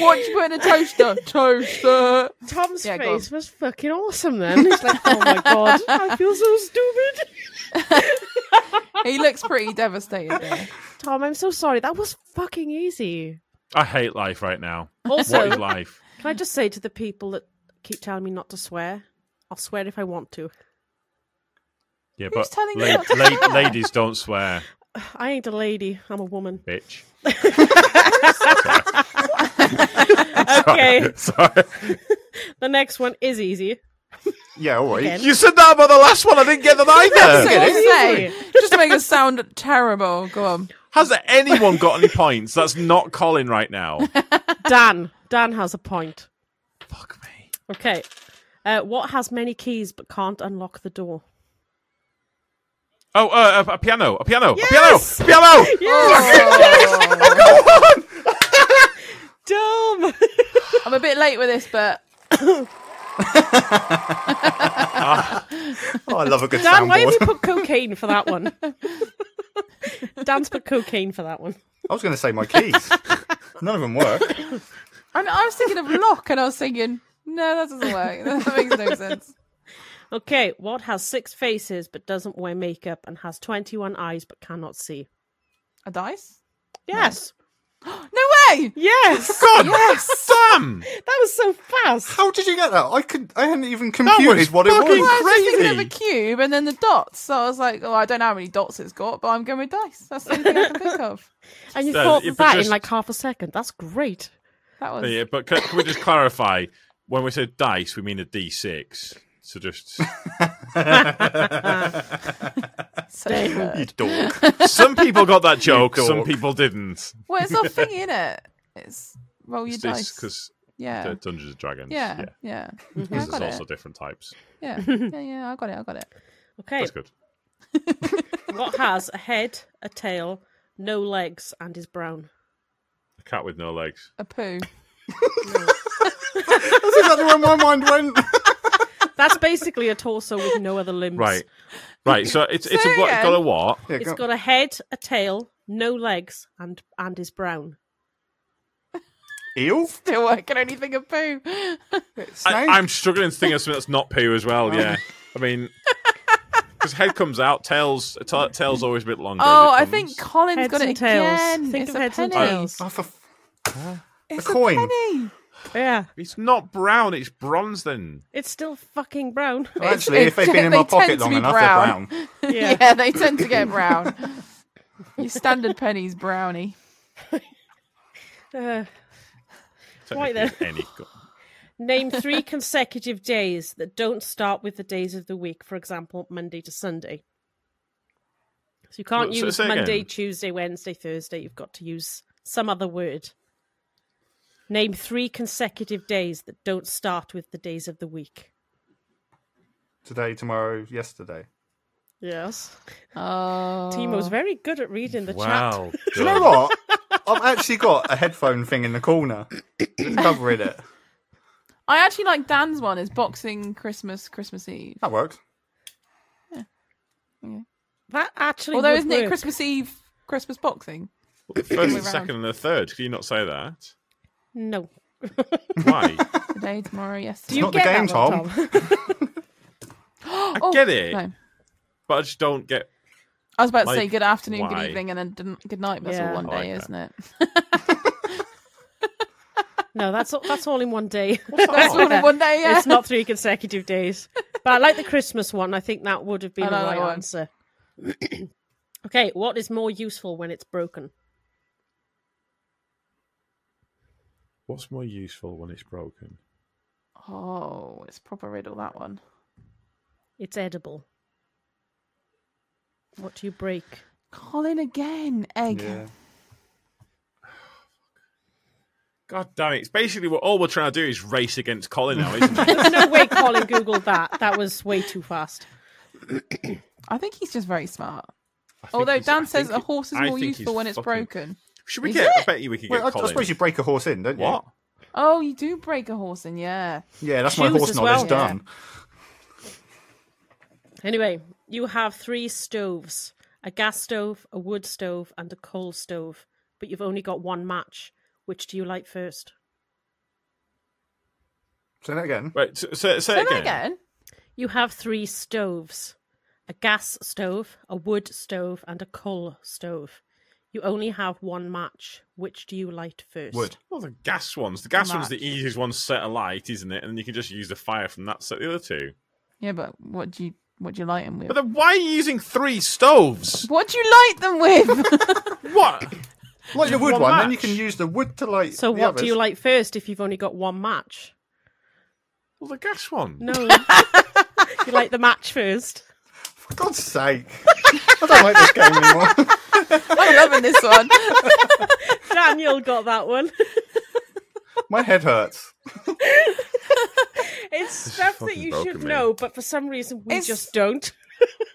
Speaker 4: What would you put in a toaster? toaster.
Speaker 2: Tom's
Speaker 4: Yeah, go on.
Speaker 2: face was fucking awesome then. He's like, oh my god, I feel so stupid.
Speaker 4: he looks pretty devastated. There.
Speaker 2: Tom, I'm so sorry. That was fucking easy.
Speaker 1: I hate life right now.
Speaker 2: Also-
Speaker 1: what is life?
Speaker 2: Can I just say to the people that keep telling me not to swear, I'll swear if I want to.
Speaker 1: Yeah,
Speaker 2: Who's
Speaker 1: but
Speaker 2: telling you
Speaker 1: la-
Speaker 2: not to
Speaker 1: la-
Speaker 2: swear?
Speaker 1: ladies don't swear,
Speaker 2: I ain't a lady. I'm a woman.
Speaker 1: bitch.
Speaker 2: okay.
Speaker 1: Sorry.
Speaker 2: The next one is easy.
Speaker 5: Yeah, all right.
Speaker 2: Again.
Speaker 1: You said that about the last one. I didn't get that
Speaker 4: That's
Speaker 1: either.
Speaker 4: what I say.
Speaker 2: Easy.
Speaker 4: Just to make us sound terrible. Go on.
Speaker 1: Has anyone got any points? That's not Colin right now.
Speaker 2: Dan. Dan has a point.
Speaker 1: Fuck me.
Speaker 2: Okay. Uh, what has many keys but can't unlock the door?
Speaker 1: Oh, uh, a, a piano, a piano,
Speaker 2: Yes!
Speaker 1: a piano, piano.
Speaker 2: Dumb.
Speaker 4: I'm a bit late with this, but
Speaker 5: Oh, I love a good
Speaker 2: Dan, why have
Speaker 5: soundboard.
Speaker 2: you put cocaine for that one? Dan's put cocaine for that one.
Speaker 5: I was going to say my keys. None of them work.
Speaker 4: I, I was thinking of lock, and I was thinking, no, that doesn't work. That makes no sense.
Speaker 2: Okay, what has six faces but doesn't wear makeup and has 21 eyes but cannot see?
Speaker 4: A dice?
Speaker 2: Yes.
Speaker 4: No way.
Speaker 2: Yes.
Speaker 1: God
Speaker 4: Yes.
Speaker 1: damn!
Speaker 2: That was so fast.
Speaker 5: How did you get that? I could. I hadn't even
Speaker 1: was
Speaker 5: computed what it
Speaker 1: fucking
Speaker 5: was.
Speaker 4: I was just thinking of a
Speaker 1: Crazy.
Speaker 4: cube and then the dots. So I was like, oh, I don't know how many dots it's got, but I'm going with dice. That's the only thing I can think of.
Speaker 2: And you
Speaker 1: So,
Speaker 2: thought
Speaker 1: yeah,
Speaker 2: of
Speaker 1: but
Speaker 2: that
Speaker 1: just-
Speaker 2: in like half a second. That's great.
Speaker 4: That was.
Speaker 1: Yeah, but can, can we just clarify? When we say dice, we mean a D6. So just
Speaker 4: such a nerd.
Speaker 5: You dork.
Speaker 1: some people got that joke,
Speaker 5: You dork.
Speaker 1: some people didn't.
Speaker 4: Well, it's our thingy, isn't it? It's roll your
Speaker 1: It's
Speaker 4: dice.
Speaker 1: because
Speaker 4: yeah.
Speaker 1: Dungeons and Dragons.
Speaker 4: yeah, yeah, yeah. I
Speaker 1: Because
Speaker 4: got
Speaker 1: there's
Speaker 4: it.
Speaker 1: also different types.
Speaker 4: Yeah, yeah, yeah. I got it. I got it.
Speaker 2: Okay.
Speaker 1: That's good.
Speaker 2: What has a head, a tail, no legs, and is brown?
Speaker 1: A cat with no legs.
Speaker 4: A poo.
Speaker 5: That's exactly where my mind went.
Speaker 2: That's basically a torso with no other limbs.
Speaker 1: Right. Right. So it's it's a
Speaker 4: Say
Speaker 1: what
Speaker 4: again.
Speaker 1: got a what?
Speaker 5: Yeah,
Speaker 2: It's
Speaker 5: go-
Speaker 2: got a head, a tail, no legs, and and is brown.
Speaker 5: eel.
Speaker 4: Still working. Only think of poo.
Speaker 1: I,
Speaker 5: Snake.
Speaker 1: I'm struggling to think of something that's not poo as well.
Speaker 4: Oh.
Speaker 1: Yeah. I mean, because head comes out, tails ta- tails always a bit longer. as
Speaker 4: Oh,
Speaker 1: it
Speaker 4: I
Speaker 1: comes.
Speaker 4: think Colin's
Speaker 2: Heads
Speaker 4: got it
Speaker 2: and tails.
Speaker 4: again.
Speaker 2: Think
Speaker 4: it's
Speaker 2: of
Speaker 4: a
Speaker 2: heads and
Speaker 4: penny.
Speaker 2: tails.
Speaker 5: Oh, for f-
Speaker 4: It's
Speaker 5: A coin.
Speaker 4: penny.
Speaker 2: Yeah.
Speaker 1: it's not brown. It's bronze. Then
Speaker 2: It's still fucking brown.
Speaker 5: Well, actually, if
Speaker 4: they-
Speaker 5: they've been in
Speaker 4: they
Speaker 5: my pocket
Speaker 4: tend to
Speaker 5: long
Speaker 4: be
Speaker 5: enough,
Speaker 4: brown.
Speaker 5: they're brown.
Speaker 4: Yeah.
Speaker 2: Yeah.
Speaker 4: they tend to get brown. Your standard penny's brownie.
Speaker 2: Uh,
Speaker 1: Technically,
Speaker 2: then.
Speaker 1: Any co-
Speaker 2: name three consecutive days that don't start with the days of the week. For example, Monday to Sunday. So you can't
Speaker 1: Well, so-
Speaker 2: use
Speaker 1: say again.
Speaker 2: Monday, Tuesday, Wednesday, Thursday. You've got to use some other word. Name three consecutive days that don't start with the days of the week.
Speaker 5: Today, tomorrow, yesterday.
Speaker 2: Yes.
Speaker 4: Oh.
Speaker 2: Timo's very good at reading the chat.
Speaker 1: wow.
Speaker 5: Do you know what? I've actually got a headphone thing in the corner covering it.
Speaker 4: I actually like Dan's one. Is boxing Christmas, Christmas Eve.
Speaker 1: Oh,
Speaker 5: That works.
Speaker 2: That actually
Speaker 4: Although
Speaker 2: would
Speaker 4: isn't
Speaker 2: work.
Speaker 4: it Christmas Eve, Christmas boxing?
Speaker 1: The
Speaker 4: Other
Speaker 1: first,
Speaker 4: way
Speaker 1: the second, and the third. Can you not say that?
Speaker 2: No.
Speaker 1: Why?
Speaker 4: Today, tomorrow, yesterday.
Speaker 5: you- not the game,
Speaker 2: one,
Speaker 1: I get it,
Speaker 4: Oh, No.
Speaker 1: but I just don't get.
Speaker 4: I was about to say
Speaker 1: Like,
Speaker 4: good afternoon,
Speaker 1: why?
Speaker 4: good evening, and then didn't- good night. That's
Speaker 2: Yeah.
Speaker 4: all one
Speaker 1: I like
Speaker 4: day,
Speaker 1: that.
Speaker 4: isn't it?
Speaker 2: No, that's all, that's all in one day.
Speaker 4: That's all in one day. Yeah.
Speaker 2: it's not three consecutive days. But I like the Christmas one. I think that would have been
Speaker 4: I
Speaker 2: the
Speaker 4: like
Speaker 2: right
Speaker 4: that one.
Speaker 2: answer. okay, what is more useful when it's broken?
Speaker 1: What's more useful when it's broken?
Speaker 4: Oh, it's proper riddle that one.
Speaker 2: It's edible. What do you break?
Speaker 4: Colin again, egg.
Speaker 5: Yeah.
Speaker 1: God damn it! It's basically what all we're trying to do is race against Colin now, isn't it?
Speaker 2: There's no way Colin googled that. That was way too fast.
Speaker 4: I think he's just very smart.
Speaker 1: I think
Speaker 4: Although
Speaker 1: he's- I
Speaker 4: Dan says
Speaker 1: think
Speaker 4: a
Speaker 1: he-
Speaker 4: horse is
Speaker 1: I
Speaker 4: more
Speaker 1: think he's
Speaker 4: useful when it's
Speaker 1: fucking-
Speaker 4: broken.
Speaker 1: Should we
Speaker 4: Is
Speaker 1: get?
Speaker 4: it?
Speaker 1: I bet you we could get
Speaker 5: Well, I, I
Speaker 1: Colin.
Speaker 5: suppose you break a horse in, don't you?
Speaker 1: what?
Speaker 4: Oh, you do break a horse in, yeah.
Speaker 5: Yeah, that's my
Speaker 2: Shoes
Speaker 5: horse
Speaker 2: as
Speaker 5: knowledge
Speaker 2: well.
Speaker 5: done.
Speaker 2: Anyway, you have three stoves a gas stove, a wood stove, and a coal stove, but you've only got one match. Which do you light first?
Speaker 5: Say that again.
Speaker 1: Wait, so, so,
Speaker 4: Say that again.
Speaker 2: You have three stoves a gas stove, a wood stove, and a coal stove. You only have one match. Which do you light first?
Speaker 1: Well, the gas ones. The gas one's
Speaker 2: Match.
Speaker 1: the easiest one to set alight, isn't it? And you can just use the fire from that set the other two.
Speaker 4: Yeah, but what do you what do you light them with?
Speaker 1: But then why are you using three stoves?
Speaker 4: What do you light them with?
Speaker 1: what?
Speaker 5: Like the wood
Speaker 2: One
Speaker 5: one, then you
Speaker 2: match.
Speaker 5: can use the wood to light.
Speaker 2: So,
Speaker 5: the
Speaker 2: what do you
Speaker 5: others.
Speaker 2: light first if you've only got one match?
Speaker 1: Well, the gas one.
Speaker 2: No. you light the match first.
Speaker 5: For God's sake! I don't like this game anymore.
Speaker 4: I'm loving this one.
Speaker 2: Daniel got that one.
Speaker 5: My head hurts.
Speaker 2: It's stuff that
Speaker 1: fucking
Speaker 2: you
Speaker 1: broken
Speaker 2: should
Speaker 1: me.
Speaker 2: know, but for some reason we
Speaker 4: It's-
Speaker 2: just don't.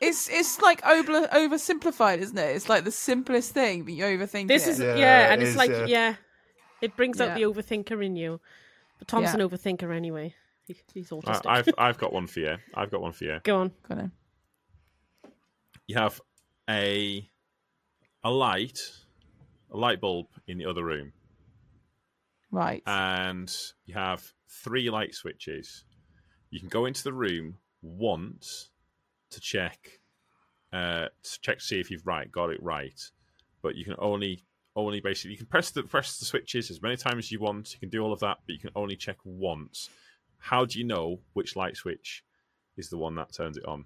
Speaker 4: It's it's like over oversimplified, isn't it? It's like the simplest thing, but you overthink
Speaker 2: This
Speaker 4: it.
Speaker 2: is
Speaker 5: Yeah,
Speaker 2: yeah, and
Speaker 5: it
Speaker 2: it's
Speaker 5: is,
Speaker 2: like
Speaker 5: yeah.
Speaker 2: yeah. it brings out the
Speaker 4: Yeah.
Speaker 2: overthinker in you. But Tom's
Speaker 4: Yeah.
Speaker 2: an overthinker anyway. He, he's
Speaker 1: I,
Speaker 2: autistic.
Speaker 1: I've I've got one for you. I've got one for you.
Speaker 2: Go on.
Speaker 4: Got it.
Speaker 1: You have a a light, a light bulb in the other room,
Speaker 4: Right.
Speaker 1: Uh, and you have three light switches. You can go into the room once to check, uh, to check to see if you've right got it right, but you can only only basically you can press the press the switches as many times as you want. You can do all of that, but you can only check once. How do you know which light switch is the one that turns it on?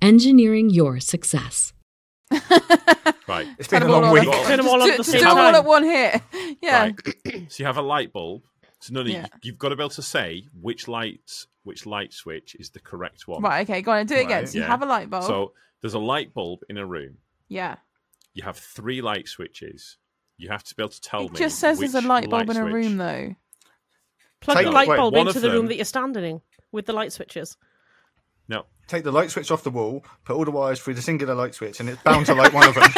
Speaker 7: engineering your success.
Speaker 1: Right.
Speaker 5: It's
Speaker 4: Turn
Speaker 5: been a
Speaker 4: 'em all
Speaker 5: long
Speaker 4: on
Speaker 5: week.
Speaker 4: at-
Speaker 1: week.
Speaker 2: Turn 'em all on
Speaker 4: Just
Speaker 2: at the
Speaker 4: do-
Speaker 2: same
Speaker 4: just do 'em all
Speaker 2: time.
Speaker 4: at one hit. Yeah.
Speaker 1: Right. so you have a light bulb. So none of
Speaker 4: Yeah.
Speaker 1: you, you've got to be able to say which light which light switch is the correct one.
Speaker 4: Right, okay, go on and do it again.
Speaker 5: Right,
Speaker 4: So you
Speaker 1: yeah.
Speaker 4: have a light bulb.
Speaker 1: So there's a light bulb in a room.
Speaker 4: yeah.
Speaker 1: You have three light switches. You have to be able to tell
Speaker 4: It
Speaker 1: me.
Speaker 4: just says there's a
Speaker 1: which
Speaker 4: light bulb in a
Speaker 1: switch-
Speaker 4: room though.
Speaker 2: Plug
Speaker 5: Take-
Speaker 2: the light
Speaker 5: wait,
Speaker 2: bulb
Speaker 1: one
Speaker 2: into
Speaker 1: of
Speaker 2: the room
Speaker 1: them-
Speaker 2: that you're standing in with the light switches.
Speaker 1: No,
Speaker 5: Take the light switch off the wall, put all the wires through the singular light switch, and it's bound to light one of them.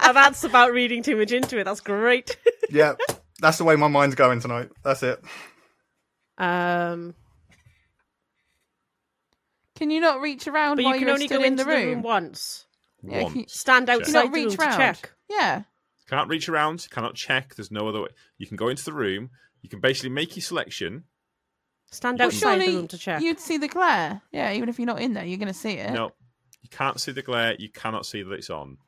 Speaker 2: now that's about reading too much into it. That's great.
Speaker 5: yeah, that's the way my mind's going tonight. That's it.
Speaker 2: Um,
Speaker 4: Can you not reach around
Speaker 2: but
Speaker 4: while
Speaker 2: you can
Speaker 4: are
Speaker 2: only
Speaker 4: still
Speaker 2: go
Speaker 4: in
Speaker 2: into
Speaker 4: the room?
Speaker 2: once.
Speaker 4: Yeah,
Speaker 1: one.
Speaker 4: can you-
Speaker 2: Stand
Speaker 1: Check.
Speaker 2: outside
Speaker 4: Can you not
Speaker 2: the room
Speaker 4: reach
Speaker 2: to
Speaker 4: round?
Speaker 2: check.
Speaker 4: Yeah.
Speaker 1: Can't reach around. Cannot check. There's no other way. You can go into the room. You can basically make your selection.
Speaker 2: Stand
Speaker 4: Well,
Speaker 2: outside the
Speaker 4: surely
Speaker 2: room to check.
Speaker 4: You'd see the glare. Yeah, even if you're not in there, you're gonna see it.
Speaker 1: No, you can't see the glare. You cannot see that it's on.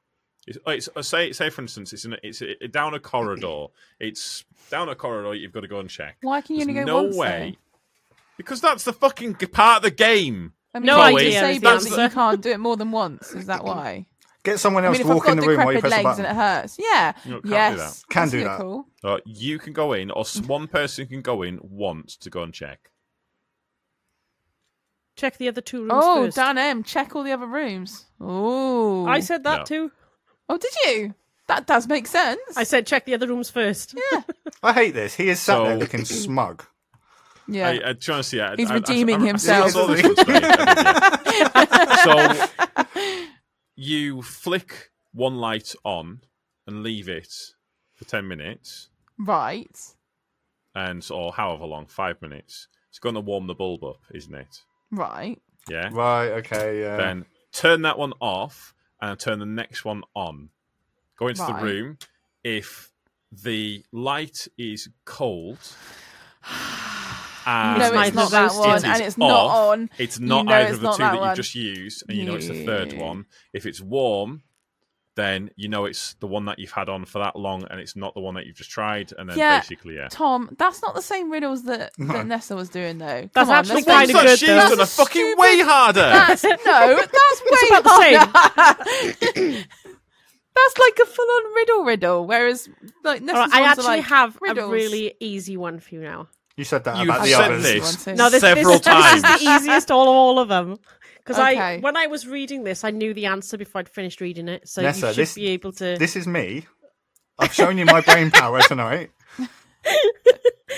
Speaker 1: It's, oh, it's uh, say say for instance, it's in a, it's a, down a corridor. It's down a corridor. You've got to go and check.
Speaker 4: Why can you
Speaker 1: There's
Speaker 4: only go
Speaker 1: no
Speaker 4: once,
Speaker 1: way. Because that's the fucking g- part of the game.
Speaker 4: I mean,
Speaker 2: No
Speaker 4: no
Speaker 2: idea
Speaker 4: idea.
Speaker 2: is the
Speaker 4: Disabled that you
Speaker 2: answer.
Speaker 4: can't do it more than once. Is that why?
Speaker 5: Get someone
Speaker 4: I
Speaker 5: else
Speaker 4: mean, if
Speaker 5: to
Speaker 4: I've
Speaker 5: walk in
Speaker 4: got
Speaker 5: the room while you
Speaker 4: decrepit
Speaker 5: press the
Speaker 4: legs
Speaker 5: button.
Speaker 4: and it hurts, yeah,
Speaker 1: You can't do
Speaker 4: yes,
Speaker 5: that. Can
Speaker 4: That's
Speaker 5: do
Speaker 4: a bit
Speaker 5: that.
Speaker 4: Cool.
Speaker 1: Uh, you can go in, or s- one person can go in once to go and check.
Speaker 2: Check the other two rooms
Speaker 4: Oh,
Speaker 2: first.
Speaker 4: Dan M, check all the other rooms. Oh,
Speaker 2: I said that
Speaker 1: No.
Speaker 2: too.
Speaker 4: Oh, did you? That does make sense.
Speaker 2: I said check the other rooms first.
Speaker 5: I hate this. He is sat there
Speaker 1: So-
Speaker 5: looking smug.
Speaker 4: yeah.
Speaker 1: I, uh, I, to honestly, I,
Speaker 4: He's
Speaker 1: I- I-
Speaker 4: redeeming
Speaker 1: I- I- I
Speaker 4: himself.
Speaker 1: saw this one today, I did, yeah. so you flick one light on and leave it for ten minutes.
Speaker 4: Right.
Speaker 1: and or however long, five minutes. It's going to warm the bulb up, isn't it?
Speaker 4: Right.
Speaker 1: Yeah.
Speaker 5: Right, okay, yeah.
Speaker 1: Then turn that one off and turn the next one on. Go into
Speaker 4: Right.
Speaker 1: the room. If the light is cold, and
Speaker 4: No, it's
Speaker 2: neither
Speaker 4: not
Speaker 2: of
Speaker 4: that
Speaker 2: those
Speaker 4: one,
Speaker 2: two.
Speaker 4: and it's not
Speaker 1: off,
Speaker 4: on.
Speaker 1: It's
Speaker 4: You
Speaker 1: not
Speaker 4: know
Speaker 1: either
Speaker 4: it's
Speaker 1: of the
Speaker 4: not
Speaker 1: two
Speaker 4: that
Speaker 1: that
Speaker 4: one.
Speaker 1: you've just used, and you know it's the third
Speaker 4: Yeah.
Speaker 1: one. If it's warm, then you know it's the one that you've had on for that long, and it's not the one that you've just tried. And then
Speaker 4: Yeah.
Speaker 1: uh, basically, yeah.
Speaker 4: Tom, that's not the same riddles that, that Nessa was doing though.
Speaker 2: That's
Speaker 4: Come on,
Speaker 2: actually
Speaker 4: let's not-
Speaker 2: kind of good
Speaker 1: she's
Speaker 2: though.
Speaker 1: done a
Speaker 4: That's a
Speaker 1: fucking
Speaker 4: stupid-
Speaker 1: way harder.
Speaker 4: That's no, that's way
Speaker 2: about the same.
Speaker 4: harder. that's like a full-on riddle riddle, whereas like Nessa's
Speaker 2: All right, I
Speaker 4: ones are
Speaker 2: actually
Speaker 4: like
Speaker 2: have
Speaker 4: riddles.
Speaker 2: a really easy one for you now.
Speaker 5: You said that
Speaker 1: You've
Speaker 5: about the
Speaker 4: said
Speaker 5: others.
Speaker 4: this.
Speaker 2: No, this,
Speaker 1: several
Speaker 2: this,
Speaker 1: times.
Speaker 2: This is the easiest all of all of them. Because I,
Speaker 4: Okay.
Speaker 2: when I was reading this, I knew the answer before I'd finished reading it, so
Speaker 5: Nessa,
Speaker 2: you should
Speaker 5: this-
Speaker 2: be able to.
Speaker 5: This is me I've shown you my brain power tonight.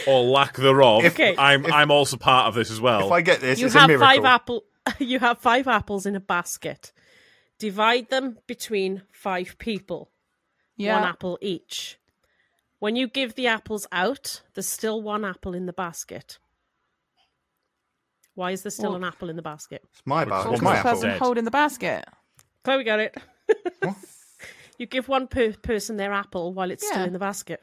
Speaker 1: or lack thereof.
Speaker 2: If- Okay.
Speaker 1: I'm I'm also part of this as well.
Speaker 5: If I get this,
Speaker 2: you
Speaker 5: it's
Speaker 2: have
Speaker 5: a miracle.
Speaker 2: five apple. You have five apples in a basket. Divide them between five people.
Speaker 4: Yeah.
Speaker 2: One apple each. When you give the apples out, there's still one apple in the basket. Why is there still
Speaker 4: Well-
Speaker 2: an apple in the basket?
Speaker 5: It's my
Speaker 1: Which
Speaker 5: basket.
Speaker 1: one
Speaker 5: It's my
Speaker 1: was
Speaker 5: apple.
Speaker 4: person
Speaker 1: Dead.
Speaker 4: holding the basket.
Speaker 2: Chloe got it. you give one per- person their apple while it's still
Speaker 4: Yeah.
Speaker 2: in the basket.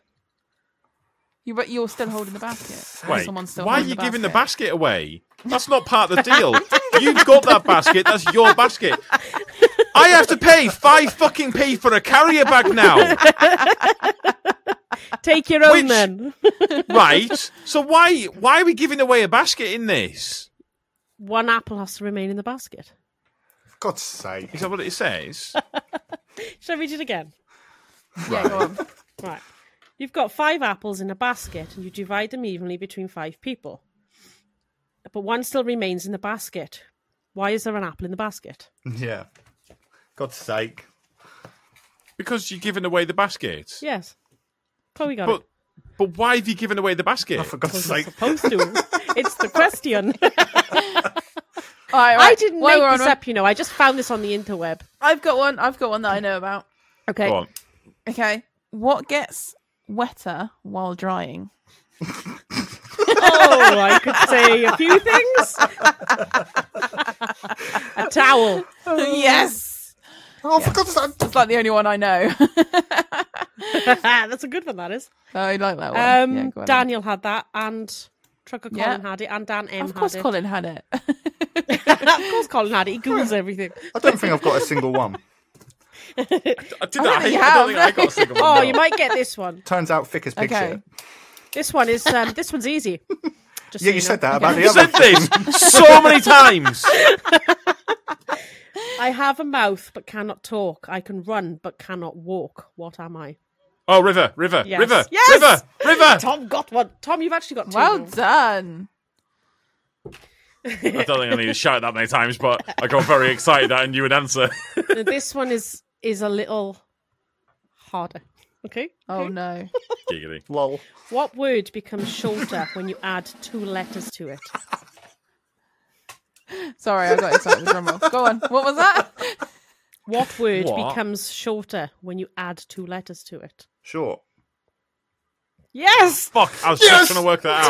Speaker 4: You, but you're still holding the basket.
Speaker 1: Wait,
Speaker 4: Someone's still
Speaker 1: why are
Speaker 4: holding
Speaker 1: you giving the basket away? That's not part of the deal. You've got that basket. That's your basket. I have to pay five fucking p for a carrier bag now,
Speaker 2: Take your own
Speaker 1: Which-
Speaker 2: then.
Speaker 1: right? So why why are we giving away a basket in this?
Speaker 2: one apple has to remain in the basket.
Speaker 5: For God's sake.
Speaker 1: Is that what it says?
Speaker 2: Shall I read it again?
Speaker 4: Yeah, go on.
Speaker 2: Right. You've got five apples in a basket and you divide them evenly between five people. But one still remains in the basket. Why is there an apple in the basket?
Speaker 5: Yeah. God's sake.
Speaker 1: Because you're giving away the basket.
Speaker 2: Yes. Chloe got
Speaker 1: But
Speaker 2: it.
Speaker 1: but why have you given away the basket?
Speaker 5: For God's
Speaker 2: You're
Speaker 5: sake.
Speaker 2: supposed to. it's the question.
Speaker 4: All right,
Speaker 2: I
Speaker 4: right.
Speaker 2: didn't
Speaker 4: While we're
Speaker 2: make
Speaker 4: on
Speaker 2: this
Speaker 4: one-
Speaker 2: up, you know. I just found this on the interweb.
Speaker 4: I've got one. I've got one that I know about.
Speaker 2: Okay.
Speaker 1: Go on.
Speaker 4: Okay, what gets wetter while drying?
Speaker 2: Oh, I could say a few things. a towel.
Speaker 4: yes,
Speaker 5: Oh, for God's sake.
Speaker 4: it's like the only one I know.
Speaker 2: Ah, That's a good one, that is.
Speaker 4: I like that one.
Speaker 2: Um,
Speaker 4: Yeah, go on.
Speaker 2: Daniel had that, and Trucker
Speaker 4: Yeah.
Speaker 2: Colin had it, and Dan M
Speaker 4: Of course,
Speaker 2: had it.
Speaker 4: Colin had it.
Speaker 2: of course, Colin had it. He googles everything.
Speaker 4: Oh,
Speaker 5: I don't think I've got a single one.
Speaker 1: I, did that. I,
Speaker 4: think you
Speaker 1: I don't think
Speaker 4: have.
Speaker 1: I got a single one.
Speaker 2: Oh,
Speaker 1: no.
Speaker 2: you might get this one.
Speaker 5: Turns out thick as pig
Speaker 4: Okay.
Speaker 5: shit.
Speaker 2: This one is. Um, this one's easy. Just so
Speaker 5: Yeah, you
Speaker 2: know.
Speaker 5: said that about the
Speaker 1: You
Speaker 5: other.
Speaker 1: said this so many times.
Speaker 2: I have a mouth but cannot talk. I can run but cannot walk. What am I?
Speaker 1: Oh, River, River,
Speaker 2: Yes.
Speaker 1: River,
Speaker 2: Yes!
Speaker 1: River, River.
Speaker 2: Tom got one. Tom, you've actually got two.
Speaker 4: Ah. well
Speaker 2: now.
Speaker 4: done.
Speaker 1: I don't think I need to shout that many times, but I got very excited that I knew an answer.
Speaker 2: Now, this one is is a little harder. Okay.
Speaker 4: Oh no.
Speaker 1: Giggly.
Speaker 5: Lol.
Speaker 2: What word becomes shorter when you add two letters to it?
Speaker 4: Sorry, I got excited with drum roll. Go on. What was that?
Speaker 2: What word
Speaker 1: What?
Speaker 2: becomes shorter when you add two letters to it?
Speaker 5: Sure.
Speaker 2: Yes.
Speaker 1: Fuck, I was
Speaker 5: Yes!
Speaker 1: just trying to work that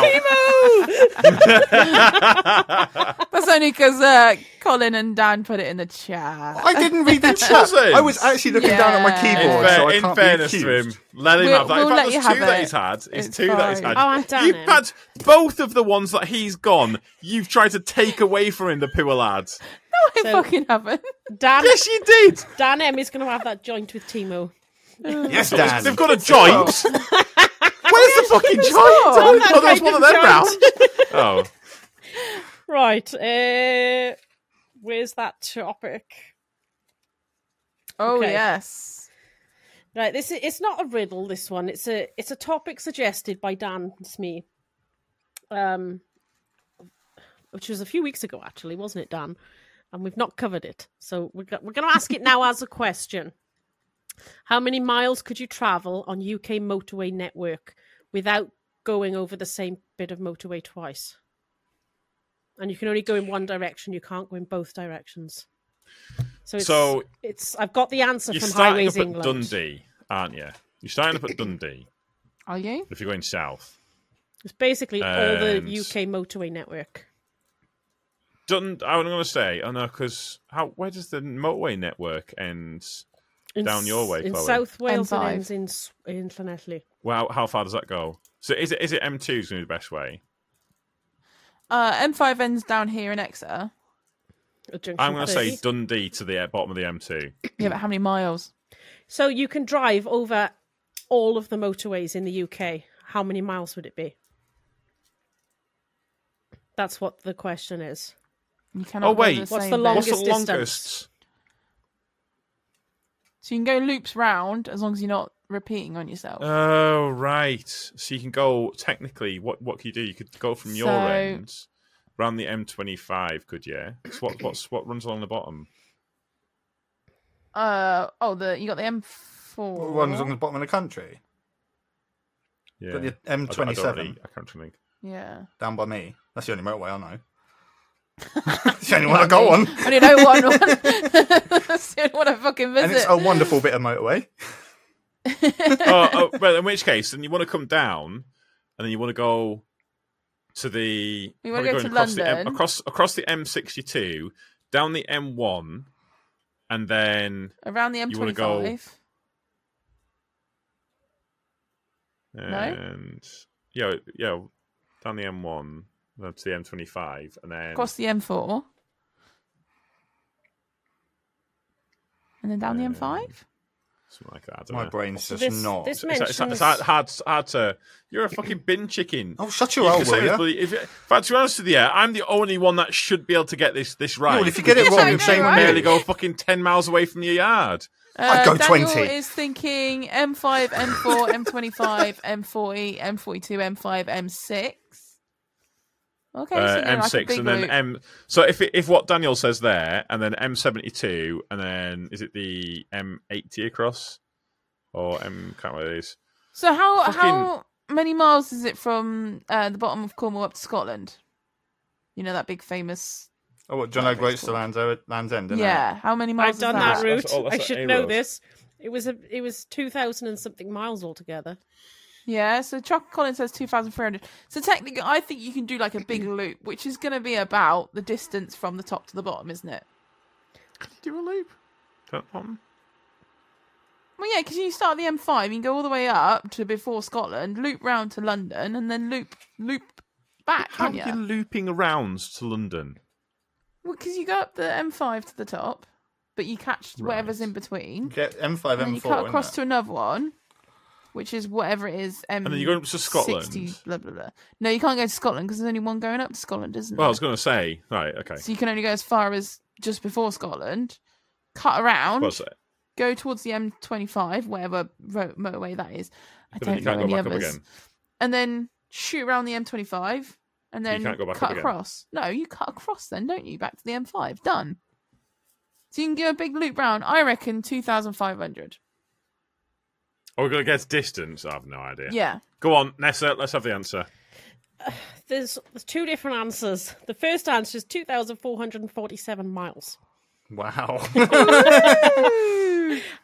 Speaker 1: out.
Speaker 4: That's only because uh, Colin and Dan put it in the chat.
Speaker 5: I didn't read the chat.
Speaker 1: wasn't.
Speaker 5: I was actually looking down at my
Speaker 4: Yeah.
Speaker 1: In,
Speaker 5: keyboard,
Speaker 1: fair-
Speaker 5: so I
Speaker 1: in
Speaker 5: can't
Speaker 1: fairness
Speaker 5: be
Speaker 1: to
Speaker 5: accused.
Speaker 1: him, let him
Speaker 4: We'll-
Speaker 1: have that.
Speaker 4: we'll
Speaker 1: in
Speaker 4: let
Speaker 1: fact,
Speaker 4: you
Speaker 1: there's
Speaker 4: have
Speaker 1: two that
Speaker 4: it.
Speaker 1: he's had. It's,
Speaker 4: It's
Speaker 1: two that he's
Speaker 4: fine.
Speaker 1: had.
Speaker 2: Oh, I'm done
Speaker 1: You've
Speaker 2: then.
Speaker 1: had both of the ones that he's gone. You've tried to take away from him the poor lad.
Speaker 4: I fucking haven't.
Speaker 2: Dan
Speaker 1: Yes, you did.
Speaker 2: Dan M is going to have that joint with Timo.
Speaker 5: Yes, Dan.
Speaker 1: They've got a joint. Where's the fucking joint?
Speaker 4: Oh,
Speaker 1: Oh, there's one of them
Speaker 2: joint.
Speaker 1: round. Oh,
Speaker 2: Right. Uh, where's that topic?
Speaker 4: Oh
Speaker 2: Okay.
Speaker 4: yes.
Speaker 2: Right. This is, it's not a riddle. This one. It's a it's a topic suggested by Dan Smee, um, which was a few weeks ago actually, wasn't it, Dan? And we've not covered it, so we're go- we're going to ask it now as a question. How many miles could you travel on UK motorway network without going over the same bit of motorway twice? And you can only go in one direction. You can't go in both directions. So it's,
Speaker 1: So-
Speaker 2: it's I've got the answer
Speaker 1: you're
Speaker 2: from
Speaker 1: starting
Speaker 2: Highways
Speaker 1: up at
Speaker 2: England.
Speaker 1: Dundee, aren't you? You're starting up at Dundee
Speaker 4: Are you?
Speaker 1: if you're going south.
Speaker 2: It's basically all the
Speaker 1: And-
Speaker 2: UK motorway network.
Speaker 1: Dun- I'm going to say, oh no, because how? Where does the motorway network end?
Speaker 2: In
Speaker 1: Down your
Speaker 2: s-
Speaker 1: way,
Speaker 2: in
Speaker 1: Chloe.
Speaker 2: South Wales, it
Speaker 4: M5.
Speaker 2: ends in S- in Llanelli.
Speaker 1: Wow, how far does that go? So is it is it M2 is going to be the best way?
Speaker 4: Uh, M5 ends down here in Exeter.
Speaker 2: or Junction
Speaker 1: I'm going to say
Speaker 2: 30.
Speaker 1: Dundee to the uh, bottom of the M2.
Speaker 4: Yeah, but how many miles?
Speaker 2: so. You can drive over all of the motorways in the UK. How many miles would it be? That's what the question is.
Speaker 4: You cannot.
Speaker 1: Oh
Speaker 4: go
Speaker 1: wait,
Speaker 4: the
Speaker 2: What's
Speaker 4: same
Speaker 2: the
Speaker 4: bit.
Speaker 1: What's the
Speaker 2: longest distance?
Speaker 1: longest?
Speaker 4: So you can go loops round as long as you're not repeating on yourself.
Speaker 1: Oh right, so you can go technically. What what can you do? You could go from your
Speaker 4: So-
Speaker 1: end round the M25, could you? 'Cause what what's what runs along the bottom?
Speaker 4: Uh oh, the you got the M
Speaker 5: Well, the one's on the bottom of the country.
Speaker 1: Yeah.
Speaker 5: Got the
Speaker 1: I don't- I don't
Speaker 5: M27.
Speaker 1: really- I can't think.
Speaker 4: Yeah.
Speaker 5: Down by me. That's the only motorway I know. it's the only one I go on.
Speaker 4: I only know one. one. That's the only one I fucking visit.
Speaker 5: And it's a wonderful bit of motorway.
Speaker 1: oh, oh, well, in which case, then you want to come down, and then you want to go to the.
Speaker 4: We wanna
Speaker 1: probably going
Speaker 4: go to
Speaker 1: across The M,
Speaker 4: London.
Speaker 1: across across the M62, down the M1, and then
Speaker 4: Around the M25.
Speaker 1: You wanna go- and yeah, yeah, down the M1, then to the M25, and then
Speaker 4: Across the M4. And then down
Speaker 1: Uh,
Speaker 4: the M5?
Speaker 1: something like that. I don't
Speaker 5: My
Speaker 1: know.
Speaker 5: brain's
Speaker 4: So
Speaker 5: just
Speaker 4: this-
Speaker 5: not.
Speaker 1: It's,
Speaker 4: this
Speaker 1: it's, it's,
Speaker 4: mentions-
Speaker 1: it's hard, hard, hard to. You're a fucking bin chicken.
Speaker 5: Oh, shut your
Speaker 1: You
Speaker 5: hole,
Speaker 1: can say
Speaker 5: will
Speaker 1: this,
Speaker 5: ya?
Speaker 1: but If, if, in fact, to be honest with you, I'm the only one that should be able to get this this right.
Speaker 5: well, if you get it
Speaker 1: Because
Speaker 5: wrong,
Speaker 1: you
Speaker 5: shame on
Speaker 1: barely
Speaker 5: you.
Speaker 1: go fucking ten miles away from your yard.
Speaker 5: I'd go
Speaker 4: Uh, Daniel
Speaker 5: 20.
Speaker 4: is thinking M5, M4, M25, M40, M42, M5, M6. Okay, so
Speaker 1: Uh,
Speaker 4: you're like a
Speaker 1: M6
Speaker 4: big
Speaker 1: and then
Speaker 4: group.
Speaker 1: M. So if it, if what Daniel says there, and then M72, and then is it the M80 across or M? Can't remember what it is.
Speaker 4: So how
Speaker 1: Fucking-
Speaker 4: how many miles is it from uh, the bottom of Cornwall up to Scotland? You know that big famous.
Speaker 5: Oh, what, John O'Groats to Land's, End- Land's End, isn't
Speaker 4: yeah, how many miles?
Speaker 2: I've done
Speaker 4: is
Speaker 2: that,
Speaker 4: that?
Speaker 2: route.
Speaker 1: That's all- that's
Speaker 2: I
Speaker 1: that
Speaker 2: should
Speaker 1: A
Speaker 2: know
Speaker 1: road.
Speaker 2: this. It was a, it was two thousand and something miles altogether.
Speaker 4: Yeah, so Chuck Collins says 2,300. So technically, I think you can do like a big loop, which is going to be about the distance from the top to the bottom, isn't it?
Speaker 1: Do a loop. Don't um,
Speaker 4: Well, yeah, because you start at the M5, you can go all the way up to before Scotland, loop round to London, and then loop loop back,
Speaker 1: How
Speaker 4: can't
Speaker 1: are you
Speaker 4: you?
Speaker 1: looping around to London?
Speaker 4: Well, because you go up the M5 to the top, but you catch whatever's in between.
Speaker 5: it? Get M5,
Speaker 4: and then you
Speaker 5: M4.
Speaker 4: cut
Speaker 5: isn't
Speaker 4: across
Speaker 5: it?
Speaker 4: to another one, which is whatever it is. M-
Speaker 1: then you go up to Scotland.
Speaker 4: 60, blah, blah, blah. No, you can't go to Scotland because there's only one going up to Scotland, isn't
Speaker 1: Well, I
Speaker 4: there?
Speaker 1: was going to say, right, okay.
Speaker 4: So you can only go as far as just before Scotland, cut around,
Speaker 1: Well, so-
Speaker 4: go towards the M25, whatever ro- motorway that is. I
Speaker 1: but then you
Speaker 4: don't
Speaker 1: can't go
Speaker 4: know any
Speaker 1: back up
Speaker 4: others.
Speaker 1: again.
Speaker 4: And then shoot around the M25, and
Speaker 1: You
Speaker 4: then
Speaker 1: can't go back up
Speaker 4: cut
Speaker 1: again.
Speaker 4: across. No, you cut across then, don't you? Back to the M5. Done. So you can do a big loop round. I reckon two thousand five hundred.
Speaker 1: Are we going to Oh, guess distance? I have no idea.
Speaker 4: Yeah.
Speaker 1: Go on, Nessa, let's have the answer.
Speaker 2: There's, there's two different answers. The first answer is two thousand four hundred and forty-seven miles,
Speaker 5: Wow.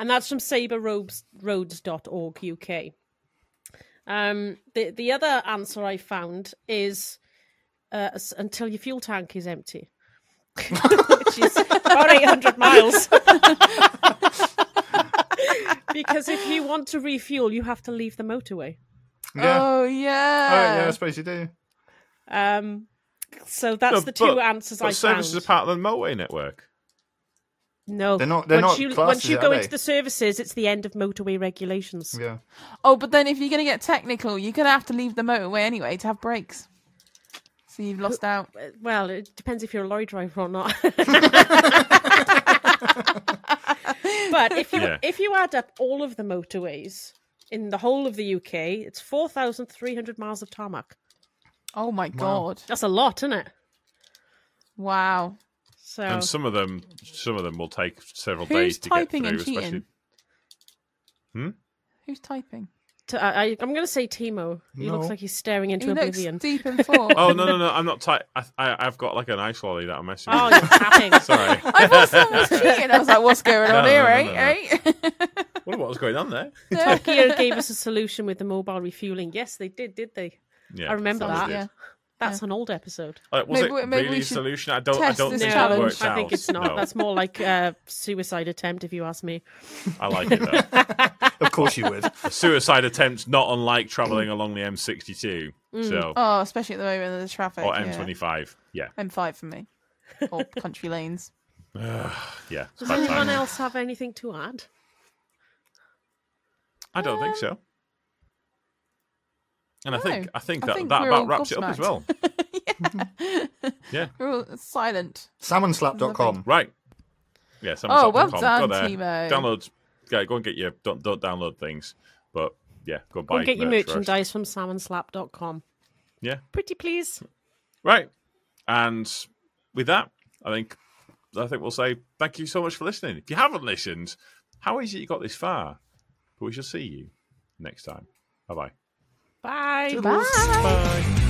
Speaker 2: and that's from SaberRoads.org UK. Um, the the other answer I found is uh, s- until your fuel tank is empty, which is about eight hundred miles. because if you want to refuel, you have to leave the motorway.
Speaker 5: yeah.
Speaker 4: Oh
Speaker 5: Oh, yeah,
Speaker 4: yeah.
Speaker 5: I suppose you do.
Speaker 2: Um, so that's
Speaker 1: No,
Speaker 2: the two
Speaker 1: but-
Speaker 2: answers
Speaker 1: but
Speaker 2: I
Speaker 1: services
Speaker 2: found.
Speaker 1: are part of the motorway network.
Speaker 2: no,
Speaker 5: They're not- they're
Speaker 2: once
Speaker 5: not
Speaker 2: you,
Speaker 5: classes,
Speaker 2: once you
Speaker 5: are
Speaker 2: go
Speaker 5: they?
Speaker 2: into the services, it's the end of motorway regulations.
Speaker 5: Yeah.
Speaker 4: Oh, but then if you're going to get technical, you're going to have to leave the motorway anyway to have brakes. So you've lost out.
Speaker 2: Uh, Well, it depends if you're a lorry driver or not. but if you
Speaker 1: Yeah.
Speaker 2: if you add up all of the motorways in the whole of the UK, it's four thousand three hundred miles of tarmac.
Speaker 4: Oh my god!
Speaker 2: That's a lot, isn't it?
Speaker 4: Wow.
Speaker 2: So
Speaker 1: And some of them some of them will take several
Speaker 4: Oh. Who's
Speaker 1: days to
Speaker 4: typing
Speaker 1: get
Speaker 4: and
Speaker 1: through, especially
Speaker 4: cheating? Who's typing?
Speaker 2: t- I, I- I'm going to say Timo. He looks
Speaker 5: No.
Speaker 2: like he's staring into
Speaker 4: He looks
Speaker 2: oblivion.
Speaker 4: deep in thought.
Speaker 1: Oh no no no! I'm not. Ty- I, I I've got like an ice lolly that I'm messing.
Speaker 2: oh,
Speaker 1: with.
Speaker 2: you're tapping.
Speaker 1: sorry.
Speaker 4: I thought someone was cheating. I was like, "What's going on
Speaker 1: No,
Speaker 4: here, eh?
Speaker 1: no,
Speaker 4: right?
Speaker 1: no,
Speaker 4: Right?
Speaker 1: Wonder what was going on there.
Speaker 2: Gear gave us a solution with the mobile refueling. Yes, they did, did they?
Speaker 1: Yeah,
Speaker 2: I remember
Speaker 1: they
Speaker 2: that.
Speaker 1: did.
Speaker 4: Yeah.
Speaker 2: That's an old episode.
Speaker 1: Uh, was
Speaker 4: Maybe we-
Speaker 1: it
Speaker 4: maybe we
Speaker 1: really a
Speaker 4: should
Speaker 1: solution? I don't. I
Speaker 4: test
Speaker 1: don't
Speaker 4: this
Speaker 1: think
Speaker 4: challenge.
Speaker 1: it worked
Speaker 2: I think
Speaker 1: out.
Speaker 2: it's not.
Speaker 1: No,
Speaker 2: That's more like a suicide attempt, if you ask me.
Speaker 1: I like it. Though.
Speaker 5: Of course you would.
Speaker 1: A suicide attempts not unlike traveling along the M62. So
Speaker 4: Oh, especially at the moment of the traffic.
Speaker 1: or
Speaker 4: yeah.
Speaker 1: M25. Yeah,
Speaker 4: M5 for me, or country lanes.
Speaker 1: yeah. it's
Speaker 2: Does
Speaker 1: about time.
Speaker 2: anyone else have anything to add?
Speaker 1: I don't think so. And I think
Speaker 4: No,
Speaker 1: I think
Speaker 4: I
Speaker 1: that,
Speaker 4: think
Speaker 1: that
Speaker 4: we're all
Speaker 1: about wraps it up as well.
Speaker 4: gobsmacked.
Speaker 1: yeah.
Speaker 4: We're all silent.
Speaker 5: Salmonslap.com.
Speaker 1: Right. Yeah.
Speaker 4: Oh, well
Speaker 1: Samsung.com.
Speaker 4: done, Timo.
Speaker 1: Download. Yeah, go and get your. Don't, don't download things. But yeah, go and buy.
Speaker 2: Go and get your
Speaker 1: merch for us.
Speaker 2: merchandise from salmonslap.com.
Speaker 1: Yeah.
Speaker 2: Pretty please.
Speaker 1: Right. And with that, I think I think we'll say thank you so much for listening. If you haven't listened, how is it you got this far? But we shall see you next time. Bye bye.
Speaker 2: Bye.
Speaker 1: Bye.